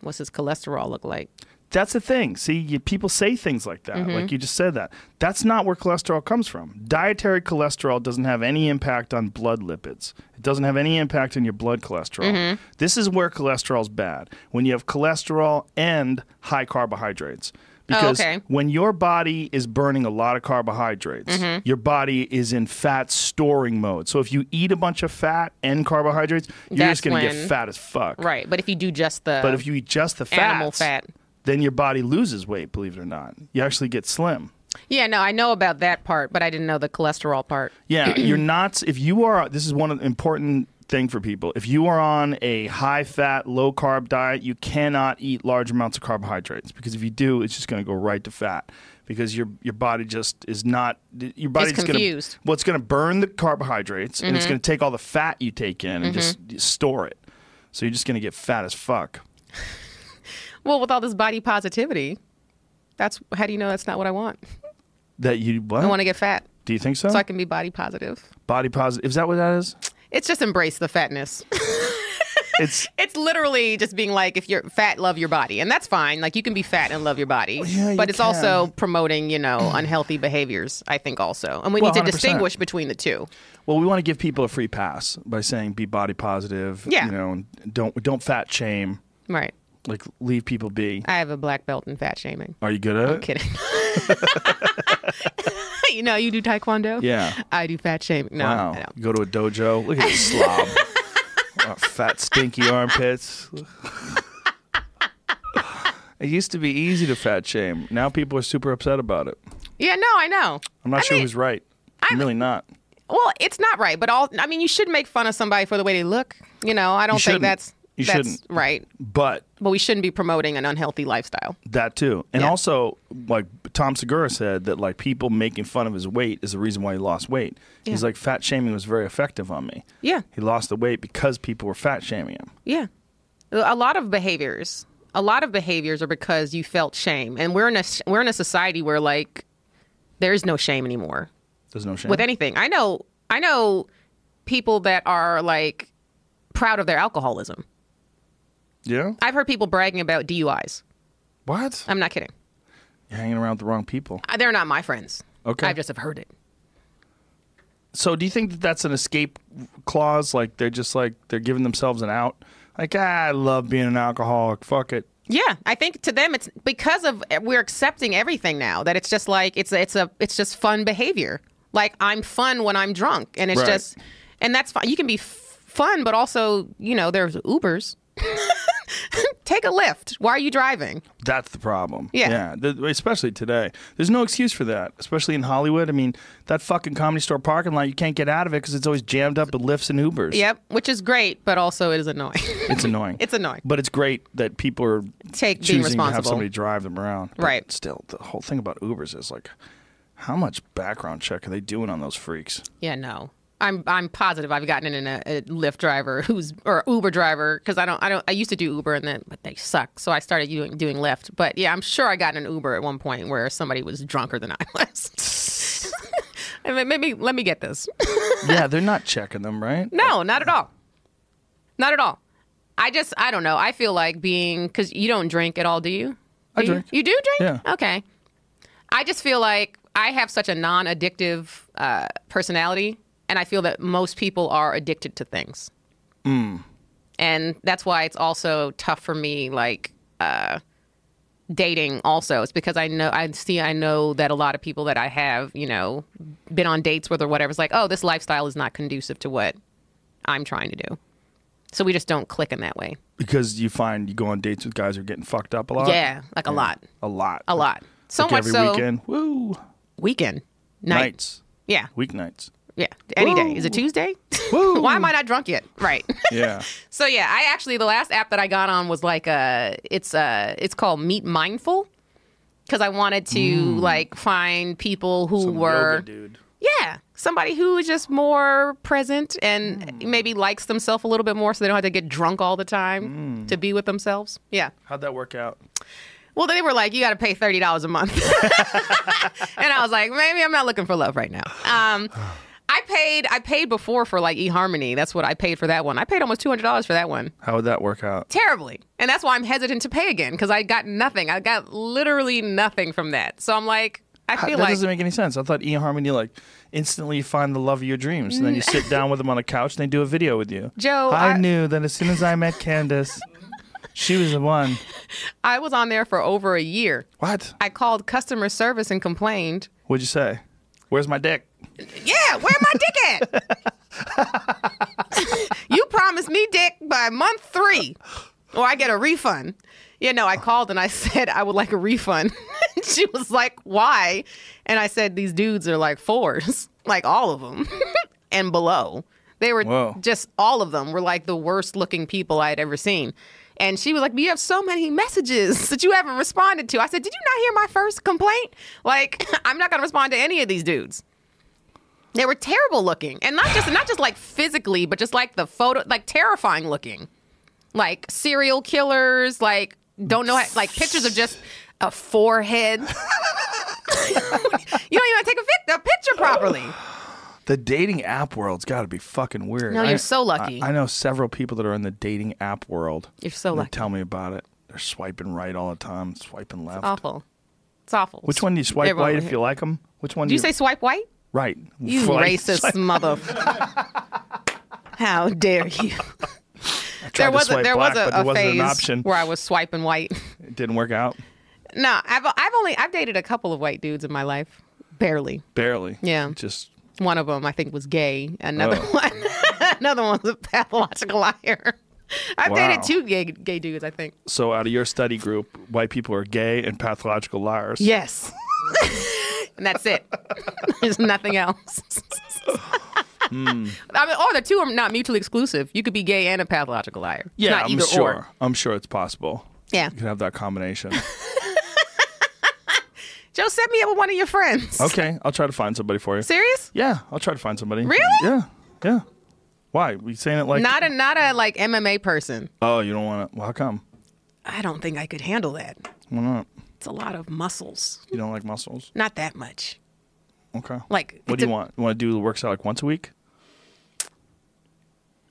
[SPEAKER 2] What's his cholesterol look like?
[SPEAKER 1] That's the thing. See, you, people say things like that,
[SPEAKER 2] Mm-hmm.
[SPEAKER 1] like you just said that. That's not where cholesterol comes from. Dietary cholesterol doesn't have any impact on blood lipids. It doesn't have any impact on your blood cholesterol.
[SPEAKER 2] Mm-hmm.
[SPEAKER 1] This is where cholesterol's bad. When you have cholesterol and high carbohydrates. Because
[SPEAKER 2] Oh, okay.
[SPEAKER 1] when your body is burning a lot of carbohydrates,
[SPEAKER 2] Mm-hmm.
[SPEAKER 1] your body is in fat storing mode. So if you eat a bunch of fat and carbohydrates, you're
[SPEAKER 2] That's
[SPEAKER 1] just going to
[SPEAKER 2] when-
[SPEAKER 1] get fat as fuck.
[SPEAKER 2] Right. But if you do just the
[SPEAKER 1] But if you eat just the fats,
[SPEAKER 2] animal fat.
[SPEAKER 1] then your body loses weight, believe it or not. You actually get slim.
[SPEAKER 2] Yeah. No, I know about that part, but I didn't know the cholesterol part.
[SPEAKER 1] Yeah, you're not if you are this is one of the important thing for people. If you are on a high fat, low carb diet, you cannot eat large amounts of carbohydrates because if you do, it's just going to go right to fat because your your body just is not your body's going
[SPEAKER 2] confused. Mm-hmm.
[SPEAKER 1] to well, it's going to burn the carbohydrates and it's going to take all the fat you take in and just store it. So you're just going to get fat as fuck.
[SPEAKER 2] Well, with all this body positivity, That's how do you know that's not what I want?
[SPEAKER 1] That you what?
[SPEAKER 2] I want to get fat
[SPEAKER 1] Do you think so?
[SPEAKER 2] so I can be body positive.
[SPEAKER 1] Body positive. Is that what that is?
[SPEAKER 2] It's just embrace the fatness.
[SPEAKER 1] It's
[SPEAKER 2] it's literally just being like, if you're fat, love your body, and that's fine. Like you can be fat and love your body,
[SPEAKER 1] Oh, yeah, you
[SPEAKER 2] but it's
[SPEAKER 1] can.
[SPEAKER 2] also promoting, you know, unhealthy behaviors. I think also, and we
[SPEAKER 1] Well,
[SPEAKER 2] need to
[SPEAKER 1] 100%.
[SPEAKER 2] distinguish between the two.
[SPEAKER 1] well, we want to give people a free pass by saying be body positive.
[SPEAKER 2] Yeah.
[SPEAKER 1] You know, and don't don't fat shame.
[SPEAKER 2] Right.
[SPEAKER 1] Like leave people be.
[SPEAKER 2] I have a black belt in fat shaming.
[SPEAKER 1] Are you good at it?
[SPEAKER 2] Kidding. you know, you do taekwondo.
[SPEAKER 1] Yeah.
[SPEAKER 2] I do fat shaming. No,
[SPEAKER 1] Wow.
[SPEAKER 2] I don't.
[SPEAKER 1] You go to a dojo. Look at this slob. Oh, fat, stinky armpits. it used to be easy to fat shame. Now people are super upset about it.
[SPEAKER 2] Yeah, no, I know.
[SPEAKER 1] I'm not
[SPEAKER 2] I
[SPEAKER 1] sure
[SPEAKER 2] mean-
[SPEAKER 1] who's right. I'm really not.
[SPEAKER 2] Well, it's not right, but all I mean, you should make fun of somebody for the way they look. You know, I don't think
[SPEAKER 1] shouldn't.
[SPEAKER 2] that's
[SPEAKER 1] You
[SPEAKER 2] that's
[SPEAKER 1] shouldn't.
[SPEAKER 2] right.
[SPEAKER 1] But
[SPEAKER 2] But we shouldn't be promoting an unhealthy lifestyle.
[SPEAKER 1] that too. And
[SPEAKER 2] Yeah.
[SPEAKER 1] also, like Tom Segura said, that like people making fun of his weight is the reason why he lost weight. He's
[SPEAKER 2] Yeah.
[SPEAKER 1] like, fat shaming was very effective on me.
[SPEAKER 2] Yeah.
[SPEAKER 1] He lost the weight because people were fat shaming him.
[SPEAKER 2] Yeah. A lot of behaviors, a lot of behaviors are because you felt shame. And we're in a we're in a society where like there's no shame anymore.
[SPEAKER 1] There's no shame.
[SPEAKER 2] with anything. I know I know people that are like proud of their alcoholism.
[SPEAKER 1] yeah.
[SPEAKER 2] I've heard people bragging about DUIs.
[SPEAKER 1] What?
[SPEAKER 2] I'm not kidding.
[SPEAKER 1] You're hanging around with the wrong people.
[SPEAKER 2] Uh, They're not my friends.
[SPEAKER 1] Okay.
[SPEAKER 2] I just have heard it.
[SPEAKER 1] So do you think that that's an escape clause? Like they're just like they're giving themselves an out. Like ah, I love being an alcoholic. Fuck it.
[SPEAKER 2] Yeah, I think to them it's because of eh, we're accepting everything now that it's just like it's it's a it's just fun behavior. Like I'm fun when I'm drunk, and it's
[SPEAKER 1] Right.
[SPEAKER 2] just and that's fine. You can be f- fun, but also you know there's Ubers. Take a lift. Why are you driving?
[SPEAKER 1] That's the problem.
[SPEAKER 2] Yeah.
[SPEAKER 1] Th- especially today. There's no excuse for that, especially in Hollywood. I mean, that fucking comedy store parking lot, you can't get out of it because it's always jammed up with lifts and Ubers.
[SPEAKER 2] Yep, which is great, but also it is annoying.
[SPEAKER 1] It's annoying.
[SPEAKER 2] It's annoying.
[SPEAKER 1] But it's great that people are
[SPEAKER 2] Take
[SPEAKER 1] choosing to
[SPEAKER 2] being
[SPEAKER 1] have
[SPEAKER 2] responsible.
[SPEAKER 1] somebody drive them around. But
[SPEAKER 2] Right.
[SPEAKER 1] Still, the whole thing about Ubers is like, how much background check are they doing on those freaks?
[SPEAKER 2] Yeah, no. I'm I'm positive I've gotten in a, a Lyft driver who's or Uber driver because I don't I don't I used to do Uber and then but they suck so I started doing doing Lyft but yeah I'm sure I got in an Uber at one point where somebody was drunker than I was. I mean, maybe let me get this.
[SPEAKER 1] yeah, they're not checking them, right?
[SPEAKER 2] No, not at all. Not at all. I just I don't know. I feel like being because you don't drink at all, do you?
[SPEAKER 1] I
[SPEAKER 2] Do you-
[SPEAKER 1] drink.
[SPEAKER 2] You, do drink?
[SPEAKER 1] Yeah.
[SPEAKER 2] Okay. I just feel like I have such a non-addictive uh, personality, and I feel that most people are addicted to things.
[SPEAKER 1] Mm.
[SPEAKER 2] And that's why it's also tough for me, like uh, dating. Also, it's because I know I see I know that a lot of people that I have, you know, been on dates with or whatever, is like, oh, this lifestyle is not conducive to what I'm trying to do. So we just don't click in that way.
[SPEAKER 1] Because you find you go on dates with guys who are getting fucked up a lot.
[SPEAKER 2] yeah, like a lot,
[SPEAKER 1] A lot.
[SPEAKER 2] a lot. So
[SPEAKER 1] Uh, like
[SPEAKER 2] much
[SPEAKER 1] every
[SPEAKER 2] so
[SPEAKER 1] weekend. Woo.
[SPEAKER 2] weekend night.
[SPEAKER 1] Nights.
[SPEAKER 2] Yeah,
[SPEAKER 1] Weeknights.
[SPEAKER 2] yeah. Any day is it Tuesday?
[SPEAKER 1] Woo.
[SPEAKER 2] Why am I not drunk yet? Right.
[SPEAKER 1] Yeah.
[SPEAKER 2] so yeah, I actually the last app that I got on was like a it's uh it's called Meet Mindful because I wanted to like find people who
[SPEAKER 1] Mm. Some
[SPEAKER 2] were
[SPEAKER 1] yoga dude.
[SPEAKER 2] Yeah, somebody who is just more present and
[SPEAKER 1] Mm.
[SPEAKER 2] maybe likes themselves a little bit more, so they don't have to get drunk all the
[SPEAKER 1] Mm.
[SPEAKER 2] time to be with themselves. Yeah.
[SPEAKER 1] How'd that work out?
[SPEAKER 2] Well, they were like, "You got to pay thirty dollars a month," and I was like, "Maybe I'm not looking for love right now." Um, I paid I paid before for like eHarmony. That's what I paid for that one. I paid almost two hundred dollars for that one.
[SPEAKER 1] How would that work out?
[SPEAKER 2] Terribly, and that's why I'm hesitant to pay again because I got nothing. I got literally nothing from that. So I'm like, I
[SPEAKER 1] How-
[SPEAKER 2] feel
[SPEAKER 1] that
[SPEAKER 2] like
[SPEAKER 1] doesn't make any sense. I thought eHarmony like instantly you find the love of your dreams, and then you sit down with them on a couch and they do a video with you.
[SPEAKER 2] Joe,
[SPEAKER 1] I,
[SPEAKER 2] I-
[SPEAKER 1] knew that as soon as I met Candace, she was the one.
[SPEAKER 2] I was on there for over a year.
[SPEAKER 1] What?
[SPEAKER 2] I called customer service and complained.
[SPEAKER 1] What'd you say? Where's my dick?
[SPEAKER 2] Yeah, where my dick at? you promised me dick by month three, or I get a refund. You know, I called and I said I would like a refund. And she was like, "Why?" And I said, "These dudes are like fours, like all of them, and below. They were
[SPEAKER 1] Whoa.
[SPEAKER 2] just all of them were like the worst looking people I had ever seen." And she was like, "You have so many messages that you haven't responded to." I said, "Did you not hear my first complaint? Like, I'm not going to respond to any of these dudes." They were terrible looking, and not just not just like physically, but just like the photo, like terrifying looking, like serial killers, like don't know, how, like pictures of just a forehead. you don't even take a, fit, a picture properly.
[SPEAKER 1] The dating app world's got to be fucking weird.
[SPEAKER 2] No,
[SPEAKER 1] I-
[SPEAKER 2] you're so lucky.
[SPEAKER 1] I, I know several people that are in the dating app world.
[SPEAKER 2] You're so
[SPEAKER 1] and they
[SPEAKER 2] lucky.
[SPEAKER 1] Tell me about it. They're swiping right all the time, swiping left.
[SPEAKER 2] Awful. It's awful.
[SPEAKER 1] Which one do you swipe
[SPEAKER 2] Everyone
[SPEAKER 1] right
[SPEAKER 2] over
[SPEAKER 1] if you
[SPEAKER 2] here.
[SPEAKER 1] like them? Which one
[SPEAKER 2] Do you say swipe white?
[SPEAKER 1] right?
[SPEAKER 2] You
[SPEAKER 1] Swipe-
[SPEAKER 2] racist mother. How dare you?
[SPEAKER 1] I tried
[SPEAKER 2] There
[SPEAKER 1] to
[SPEAKER 2] was a,
[SPEAKER 1] swipe
[SPEAKER 2] there
[SPEAKER 1] black,
[SPEAKER 2] was
[SPEAKER 1] but
[SPEAKER 2] a,
[SPEAKER 1] there
[SPEAKER 2] a
[SPEAKER 1] wasn't
[SPEAKER 2] phase
[SPEAKER 1] an option.
[SPEAKER 2] where I was swiping white.
[SPEAKER 1] It didn't work out.
[SPEAKER 2] no, I've I've only I've dated a couple of white dudes in my life, barely.
[SPEAKER 1] Barely.
[SPEAKER 2] Yeah.
[SPEAKER 1] Just
[SPEAKER 2] One of them I think was gay. Another
[SPEAKER 1] Oh.
[SPEAKER 2] one, another one was a pathological liar. I've
[SPEAKER 1] Wow.
[SPEAKER 2] dated two gay gay dudes. I think.
[SPEAKER 1] so out of your study group, white people are gay and pathological liars.
[SPEAKER 2] Yes. and that's it. There's nothing else.
[SPEAKER 1] Hmm.
[SPEAKER 2] I mean, or the two are not mutually exclusive. You could be gay and a pathological liar. It's
[SPEAKER 1] Yeah,
[SPEAKER 2] not
[SPEAKER 1] I'm
[SPEAKER 2] either
[SPEAKER 1] sure.
[SPEAKER 2] or.
[SPEAKER 1] I'm sure it's possible.
[SPEAKER 2] Yeah.
[SPEAKER 1] You can have that combination.
[SPEAKER 2] Joe, set me up with one of your friends.
[SPEAKER 1] okay, I'll try to find somebody for you.
[SPEAKER 2] Serious?
[SPEAKER 1] Yeah, I'll try to find somebody.
[SPEAKER 2] Really?
[SPEAKER 1] Yeah. Yeah. Why? We saying it like
[SPEAKER 2] Not a not a like MMA person.
[SPEAKER 1] Oh, you don't want to. Well, how come?
[SPEAKER 2] I don't think I could handle that.
[SPEAKER 1] Why not?
[SPEAKER 2] It's a lot of muscles.
[SPEAKER 1] You don't like muscles?
[SPEAKER 2] Not that much.
[SPEAKER 1] Okay.
[SPEAKER 2] Like
[SPEAKER 1] what
[SPEAKER 2] it's
[SPEAKER 1] do you
[SPEAKER 2] a-
[SPEAKER 1] want? You want to do the works out like once a week?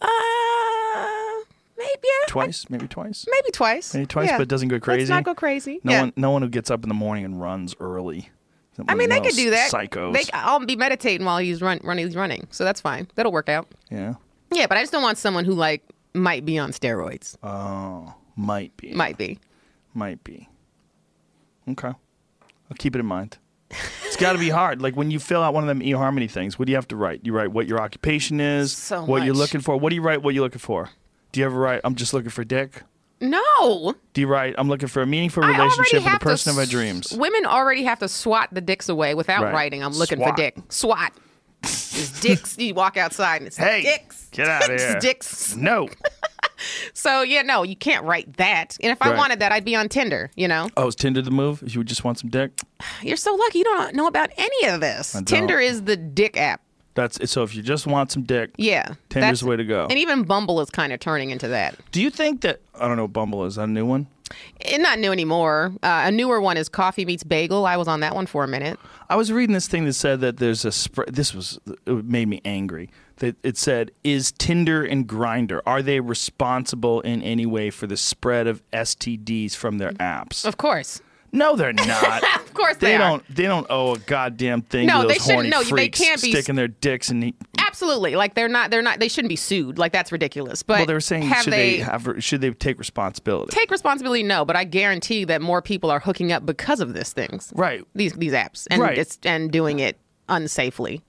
[SPEAKER 2] Uh, maybe yeah.
[SPEAKER 1] Twice? Maybe twice?
[SPEAKER 2] Maybe twice.
[SPEAKER 1] Maybe twice,
[SPEAKER 2] Yeah.
[SPEAKER 1] but it doesn't go crazy.
[SPEAKER 2] Let's not go crazy.
[SPEAKER 1] No
[SPEAKER 2] yeah.
[SPEAKER 1] one no one who gets up in the morning and runs early.
[SPEAKER 2] I mean, they
[SPEAKER 1] One of
[SPEAKER 2] could do
[SPEAKER 1] those
[SPEAKER 2] that.
[SPEAKER 1] Psychos.
[SPEAKER 2] They, I'll be meditating while he's run, running. He's running, so that's fine. That'll work out.
[SPEAKER 1] yeah.
[SPEAKER 2] Yeah, but I just don't want someone who like might be on steroids.
[SPEAKER 1] Uh. Might be.
[SPEAKER 2] might be.
[SPEAKER 1] Might be. Okay. I'll keep it in mind. It's got to be hard. Like when you fill out one of them eHarmony things, what do you have to write? You write what your occupation is,
[SPEAKER 2] So
[SPEAKER 1] what you're
[SPEAKER 2] much.
[SPEAKER 1] looking for. What do you write? What you're looking for? Do you ever write? I'm just looking for dick.
[SPEAKER 2] No,
[SPEAKER 1] Do you write? I'm looking for a meaningful
[SPEAKER 2] I already
[SPEAKER 1] relationship with the
[SPEAKER 2] have to
[SPEAKER 1] person of my
[SPEAKER 2] s-
[SPEAKER 1] dreams.
[SPEAKER 2] Women already have to swat the dicks away without
[SPEAKER 1] Right.
[SPEAKER 2] writing. I'm looking
[SPEAKER 1] Swat.
[SPEAKER 2] for dick. Swat. It's dicks. You walk outside and it's
[SPEAKER 1] Hey,
[SPEAKER 2] dicks.
[SPEAKER 1] get outta
[SPEAKER 2] dicks,
[SPEAKER 1] here.
[SPEAKER 2] Dicks.
[SPEAKER 1] no.
[SPEAKER 2] So yeah, no, you can't write that. And if I
[SPEAKER 1] Right.
[SPEAKER 2] wanted that, I'd be on Tinder. You know,
[SPEAKER 1] Oh, is Tinder the move? You would just want some dick.
[SPEAKER 2] you're so lucky. You don't know about any of this.
[SPEAKER 1] don't.
[SPEAKER 2] Tinder is the dick app.
[SPEAKER 1] That's so. If you just want some dick,
[SPEAKER 2] Yeah,
[SPEAKER 1] Tinder's the way to go.
[SPEAKER 2] And even Bumble is kind of turning into that.
[SPEAKER 1] Do you think that I don't know? Bumble is that a new one?
[SPEAKER 2] It's not new anymore. Uh, a newer one is Coffee Meets Bagel. I was on that one for a minute.
[SPEAKER 1] I was reading this thing that said that there's a spread. This was it made me angry. That it said is Tinder and Grinder are they responsible in any way for the spread of STDs from their apps?
[SPEAKER 2] Of course,
[SPEAKER 1] No, they're not.
[SPEAKER 2] of course
[SPEAKER 1] They,
[SPEAKER 2] they, are.
[SPEAKER 1] don't. They don't owe a goddamn thing.
[SPEAKER 2] No,
[SPEAKER 1] to
[SPEAKER 2] they
[SPEAKER 1] those horny
[SPEAKER 2] shouldn't- no, they
[SPEAKER 1] freaks
[SPEAKER 2] can't be-
[SPEAKER 1] sticking their dicks in. The,
[SPEAKER 2] Absolutely, like they're not. They're not. They shouldn't be sued. Like that's ridiculous. But
[SPEAKER 1] well, they were saying
[SPEAKER 2] have
[SPEAKER 1] should
[SPEAKER 2] they,
[SPEAKER 1] they, have should they take responsibility?
[SPEAKER 2] take responsibility? No, but I guarantee that more people are hooking up because of these things.
[SPEAKER 1] Right.
[SPEAKER 2] These these apps and
[SPEAKER 1] Right.
[SPEAKER 2] it's, and doing it unsafely.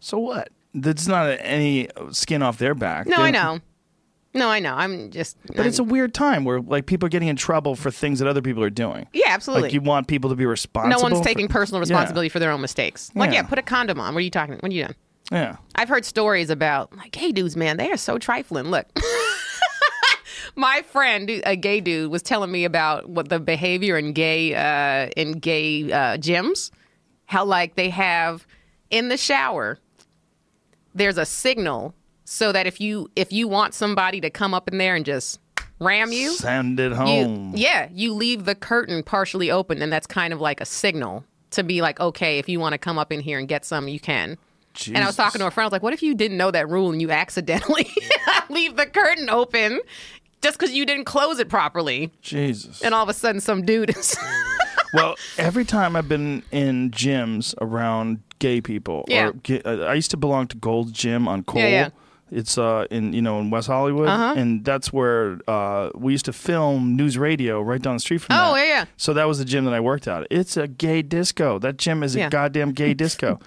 [SPEAKER 1] so what? That's not any skin off their back.
[SPEAKER 2] No,
[SPEAKER 1] They
[SPEAKER 2] I
[SPEAKER 1] don't-
[SPEAKER 2] know. No, I know. I'm just.
[SPEAKER 1] But it's a weird time where like people are getting in trouble for things that other people are doing.
[SPEAKER 2] yeah, absolutely.
[SPEAKER 1] Like you want people to be responsible.
[SPEAKER 2] no one's
[SPEAKER 1] for-
[SPEAKER 2] taking personal
[SPEAKER 1] Yeah.
[SPEAKER 2] responsibility for their own mistakes. Like,
[SPEAKER 1] Yeah.
[SPEAKER 2] yeah. put a condom on. What are you talking? What are you doing?
[SPEAKER 1] Yeah.
[SPEAKER 2] I've heard stories about like gay dudes, man. They are so trifling. Look. My friend, a gay dude, was telling me about what the behavior in gay uh, in gay uh, gyms, how like they have in the shower. There's a signal so that if you if you want somebody to come up in there and just ram you,
[SPEAKER 1] Send it
[SPEAKER 2] you-
[SPEAKER 1] home.
[SPEAKER 2] yeah, you leave the curtain partially open, and that's kind of like a signal to be like, okay, if you want to come up in here and get some, you can. And I was talking to a friend. I was like, "What if you didn't know that rule and you accidentally leave the curtain open just because you didn't close it properly?"
[SPEAKER 1] Jesus.
[SPEAKER 2] And all of a sudden, some dude is
[SPEAKER 1] well, every time I've been in gyms around gay people,
[SPEAKER 2] Yeah.
[SPEAKER 1] or ga- uh, I used to belong to Gold's Gym on Cole.
[SPEAKER 2] yeah. Uh-huh.
[SPEAKER 1] It's uh in you know in West Hollywood, and that's where uh we used to film news radio right down the street from.
[SPEAKER 2] Oh,
[SPEAKER 1] that.
[SPEAKER 2] yeah, yeah.
[SPEAKER 1] So that was the gym that I worked at. It's a gay disco. That gym is a
[SPEAKER 2] Yeah.
[SPEAKER 1] goddamn gay disco.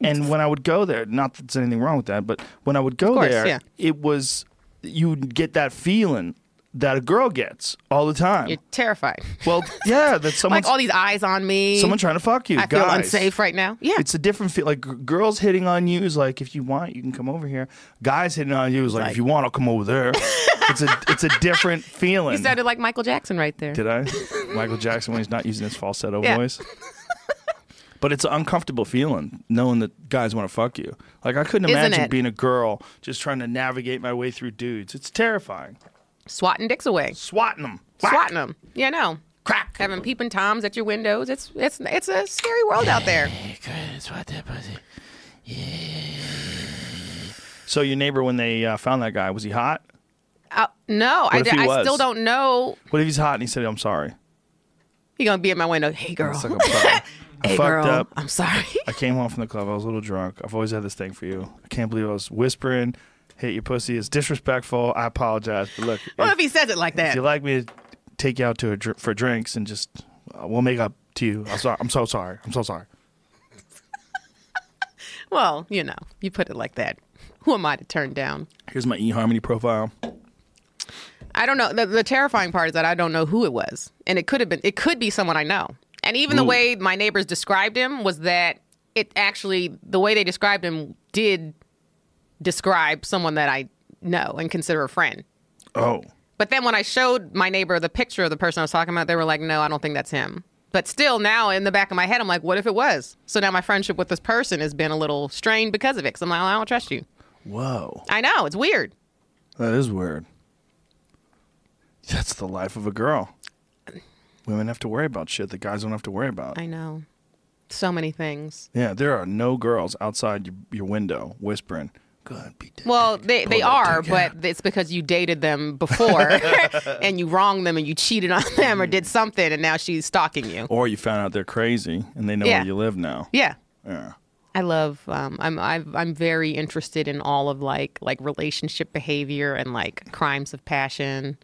[SPEAKER 1] and when I would go there, not that there's anything wrong with that, but when I would go
[SPEAKER 2] course,
[SPEAKER 1] there,
[SPEAKER 2] yeah.
[SPEAKER 1] it was you would get that feeling that a girl gets all the time.
[SPEAKER 2] You're terrified.
[SPEAKER 1] Well, yeah, that
[SPEAKER 2] Like
[SPEAKER 1] someone's
[SPEAKER 2] all these eyes on me.
[SPEAKER 1] someone trying to fuck you.
[SPEAKER 2] I feel
[SPEAKER 1] guys.
[SPEAKER 2] unsafe right now. Yeah,
[SPEAKER 1] It's a different feel. Like g- girls hitting on you is like, if you want, you can come over here. Guys hitting on you is like, if you want, I'll come over there. it's a it's a different feeling.
[SPEAKER 2] you sounded like Michael Jackson right there.
[SPEAKER 1] Did I? Michael Jackson when he's not using his falsetto
[SPEAKER 2] Yeah.
[SPEAKER 1] voice. But it's an uncomfortable feeling knowing that guys want to fuck you. Like I couldn't
[SPEAKER 2] Isn't
[SPEAKER 1] imagine
[SPEAKER 2] it?
[SPEAKER 1] being a girl just trying to navigate my way through dudes. It's terrifying.
[SPEAKER 2] Swatting dicks away,
[SPEAKER 1] Swatting them.
[SPEAKER 2] swatting them. Yeah, no.
[SPEAKER 5] crack.
[SPEAKER 2] having peeping toms at your windows. It's it's it's a scary world out there.
[SPEAKER 1] So your neighbor, when they uh, found that guy, was he hot?
[SPEAKER 2] Uh, no, I,
[SPEAKER 1] if
[SPEAKER 2] d-
[SPEAKER 1] he
[SPEAKER 2] I
[SPEAKER 1] was?
[SPEAKER 2] still don't know.
[SPEAKER 1] What if he's hot and he said, "I'm sorry,
[SPEAKER 2] He gonna be at my window. Hey girl,
[SPEAKER 1] It's like, I'm sorry. I
[SPEAKER 2] hey
[SPEAKER 1] fucked
[SPEAKER 2] girl,
[SPEAKER 1] up.
[SPEAKER 2] I'm sorry.
[SPEAKER 1] I came home from the club. I was a little drunk. I've always had this thing for you. I can't believe I was whispering, hit your pussy. It's disrespectful. I apologize, but look,
[SPEAKER 2] What
[SPEAKER 1] if-
[SPEAKER 2] if he says it like
[SPEAKER 1] if
[SPEAKER 2] that?
[SPEAKER 1] you like me to take you out to a dr- for drinks and just uh, we'll make up to you. I'm sorry. I'm so sorry. I'm so sorry.
[SPEAKER 2] well, you know, you put it like that. Who am I to turn down?
[SPEAKER 1] Here's my eHarmony profile.
[SPEAKER 2] I don't know. The, the terrifying part is that I don't know who it was, and it could have been. It could be someone I know. And even the
[SPEAKER 1] Ooh.
[SPEAKER 2] way my neighbors described him was that it actually the way they described him did describe someone that I know and consider a friend.
[SPEAKER 1] Oh,
[SPEAKER 2] But then when I showed my neighbor the picture of the person I was talking about, they were like, "No, I don't think that's him." But still, now in the back of my head, I'm like, "What if it was?" So now my friendship with this person has been a little strained because of it. Because I'm like, "I don't trust you."
[SPEAKER 1] whoa,
[SPEAKER 2] I know it's weird.
[SPEAKER 1] that is weird. That's the life of a girl. Women have to worry about shit that guys don't have to worry about.
[SPEAKER 2] I know so many things.
[SPEAKER 1] Yeah, there are no girls outside your, your window whispering, "Good, be dead."
[SPEAKER 2] Well, they, they
[SPEAKER 1] that
[SPEAKER 2] are, but it's because you dated them before and you wronged them and you cheated on them or did something and now she's stalking you.
[SPEAKER 1] or you found out they're crazy and they know
[SPEAKER 2] Yeah.
[SPEAKER 1] where you live now.
[SPEAKER 2] Yeah.
[SPEAKER 1] Yeah.
[SPEAKER 2] I love um, I'm I've, I'm very interested in all of like like relationship behavior and like crimes of passion.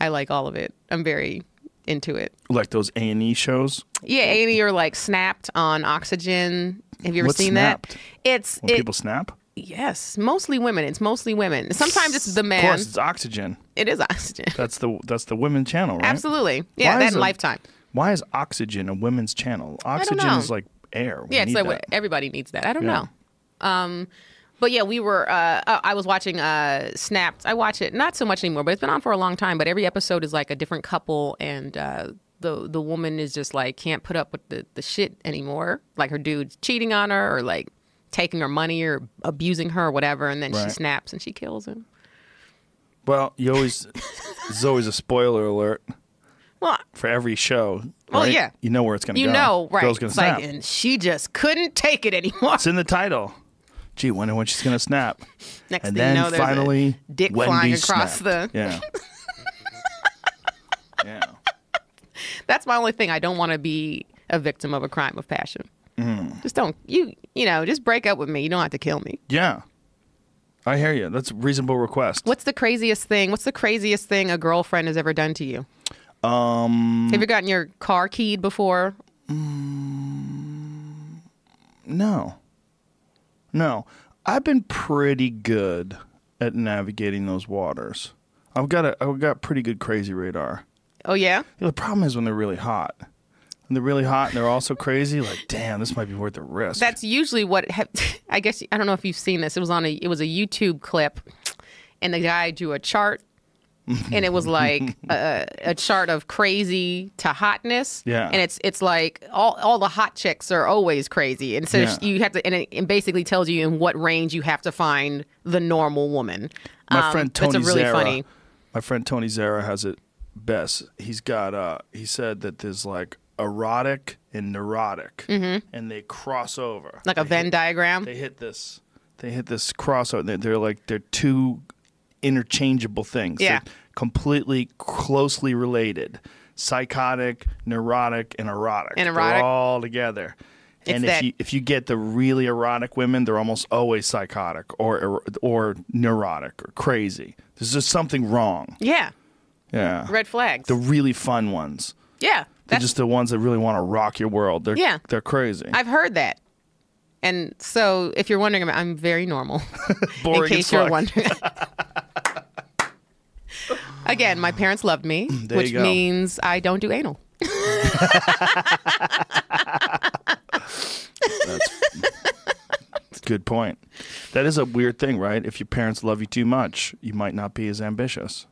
[SPEAKER 2] I like all of it. I'm very into it.
[SPEAKER 1] Like those A and E shows.
[SPEAKER 2] Yeah, Amy, you're like snapped on oxygen. Have you ever
[SPEAKER 1] What's
[SPEAKER 2] seen
[SPEAKER 1] Snapped?
[SPEAKER 2] that? It's
[SPEAKER 1] When
[SPEAKER 2] it,
[SPEAKER 1] people snap.
[SPEAKER 2] yes, mostly women. It's mostly women. Sometimes it's the
[SPEAKER 1] Of
[SPEAKER 2] man.
[SPEAKER 1] course, it's Oxygen.
[SPEAKER 2] It is oxygen.
[SPEAKER 1] That's the that's the women channel, right?
[SPEAKER 2] Absolutely. Yeah,
[SPEAKER 1] Why
[SPEAKER 2] that
[SPEAKER 1] is
[SPEAKER 2] and
[SPEAKER 1] it-
[SPEAKER 2] lifetime.
[SPEAKER 1] Why is Oxygen a women's channel?
[SPEAKER 2] don't
[SPEAKER 1] Oxygen
[SPEAKER 2] know.
[SPEAKER 1] is like air. We
[SPEAKER 2] Yeah, it's
[SPEAKER 1] need
[SPEAKER 2] like
[SPEAKER 1] that.
[SPEAKER 2] what- everybody needs that. I don't
[SPEAKER 1] Yeah.
[SPEAKER 2] know. Um, but yeah, we were. Uh, uh, I was watching uh, Snapped. I watch it not so much anymore, but it's been on for a long time. But every episode is like a different couple, and uh, the the woman is just like can't put up with the the shit anymore. Like her dude's cheating on her, or like taking her money, or abusing her, or whatever. And then she
[SPEAKER 1] Right.
[SPEAKER 2] snaps and she kills him.
[SPEAKER 1] Well, you always there's always a spoiler alert
[SPEAKER 2] Well,
[SPEAKER 1] for every show.
[SPEAKER 2] Well,
[SPEAKER 1] right?
[SPEAKER 2] yeah.
[SPEAKER 1] You know where it's gonna
[SPEAKER 2] you
[SPEAKER 1] go.
[SPEAKER 2] know, right?
[SPEAKER 1] Oh Girl's gonna
[SPEAKER 2] It's
[SPEAKER 1] snap.
[SPEAKER 2] like, and she just couldn't take it anymore.
[SPEAKER 1] It's in the title. Gee, wonder when she's gonna snap.
[SPEAKER 2] Next
[SPEAKER 1] and
[SPEAKER 2] thing
[SPEAKER 1] then
[SPEAKER 2] you know, there's
[SPEAKER 1] finally,
[SPEAKER 2] a dick
[SPEAKER 1] Wendy
[SPEAKER 2] flying across
[SPEAKER 1] snapped.
[SPEAKER 2] the.
[SPEAKER 1] Yeah. yeah.
[SPEAKER 2] That's my only thing. I don't want to be a victim of a crime of passion. Just don't you you know just break up with me. You don't have to kill me.
[SPEAKER 1] Yeah. I hear you. That's a reasonable request.
[SPEAKER 2] What's the craziest thing? What's the craziest thing a girlfriend has ever done to you? Um, have you gotten your car keyed before?
[SPEAKER 1] No. No. I've been pretty good at navigating those waters. I've got a I've got pretty good crazy radar.
[SPEAKER 2] Oh yeah,
[SPEAKER 1] You know, the problem is when they're really hot. When they're really hot and they're also crazy, like, damn, this might be worth the risk.
[SPEAKER 2] that's usually what. Ha- I guess I don't know if you've seen this. It was on a it was a YouTube clip, and the guy drew a chart, and it was like a, a chart of crazy to hotness.
[SPEAKER 1] Yeah.
[SPEAKER 2] and it's it's like all all the hot chicks are always crazy, and so
[SPEAKER 1] Yeah.
[SPEAKER 2] you have to and it, it basically tells you in what range you have to find the normal woman.
[SPEAKER 1] my
[SPEAKER 2] Um,
[SPEAKER 1] friend
[SPEAKER 2] but
[SPEAKER 1] Tony
[SPEAKER 2] it's a really
[SPEAKER 1] Zara.
[SPEAKER 2] funny.
[SPEAKER 1] My friend Tony Zara has it best. He's got uh he said that there's like erotic and neurotic and they cross over.
[SPEAKER 2] Mm-hmm. Like a Venn diagram.
[SPEAKER 1] they hit this they hit this crossover they're, they're like they're two interchangeable things
[SPEAKER 2] Yeah.
[SPEAKER 1] They're completely closely related psychotic neurotic and erotic
[SPEAKER 2] And
[SPEAKER 1] They're
[SPEAKER 2] erotic.
[SPEAKER 1] all together and if
[SPEAKER 2] that-
[SPEAKER 1] you if you get the really erotic women they're almost always psychotic or er- or neurotic or crazy there's just something wrong
[SPEAKER 2] yeah,
[SPEAKER 1] yeah
[SPEAKER 2] red flags.
[SPEAKER 1] the really fun ones
[SPEAKER 2] yeah,
[SPEAKER 1] they're
[SPEAKER 2] that's
[SPEAKER 1] just the ones that really want to rock your world they're
[SPEAKER 2] Yeah.
[SPEAKER 1] they're crazy
[SPEAKER 2] I've heard that. And so, if you're wondering, about, I'm very normal.
[SPEAKER 1] Boring
[SPEAKER 2] in
[SPEAKER 1] as
[SPEAKER 2] case you're
[SPEAKER 1] fuck.
[SPEAKER 2] wondering. Again, my parents loved me,
[SPEAKER 1] There
[SPEAKER 2] which
[SPEAKER 1] you go.
[SPEAKER 2] means I don't do anal.
[SPEAKER 1] Good point. That is a weird thing, right? If your parents love you too much, you might not be as ambitious.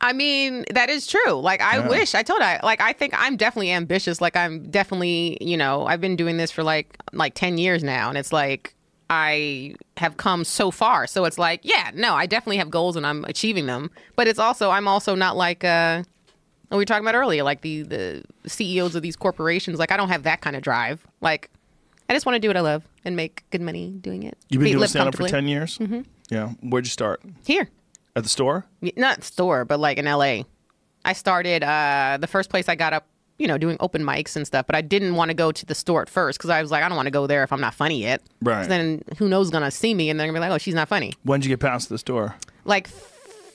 [SPEAKER 2] I mean, that is true. Like, I
[SPEAKER 1] Yeah.
[SPEAKER 2] wish I told I like I think I'm definitely ambitious. Like, I'm definitely you know I've been doing this for like like ten years now, and it's like I have come so far. So it's like, yeah, no, I definitely have goals and I'm achieving them. But it's also I'm also not like uh we were talking about earlier, like the the CEOs of these corporations. Like I don't have that kind of drive. Like I just want to do what I love and make good money doing it.
[SPEAKER 1] You've been
[SPEAKER 2] Be-
[SPEAKER 1] doing
[SPEAKER 2] live
[SPEAKER 1] stand up for
[SPEAKER 2] comfortably.
[SPEAKER 1] ten years. Mm-hmm. Yeah. Where'd you start?
[SPEAKER 2] Here,
[SPEAKER 1] At the store?
[SPEAKER 2] Y- not store, but like in LA. I started uh, the first place I got up, you know, doing open mics and stuff. But I didn't want to go to the store at first because I was like, I don't want to go there if I'm not funny yet.
[SPEAKER 1] Right.
[SPEAKER 2] 'Cause Then who knows gonna see me and they're gonna be like, oh, she's not funny.
[SPEAKER 1] When'd you get past the store?
[SPEAKER 2] Like th-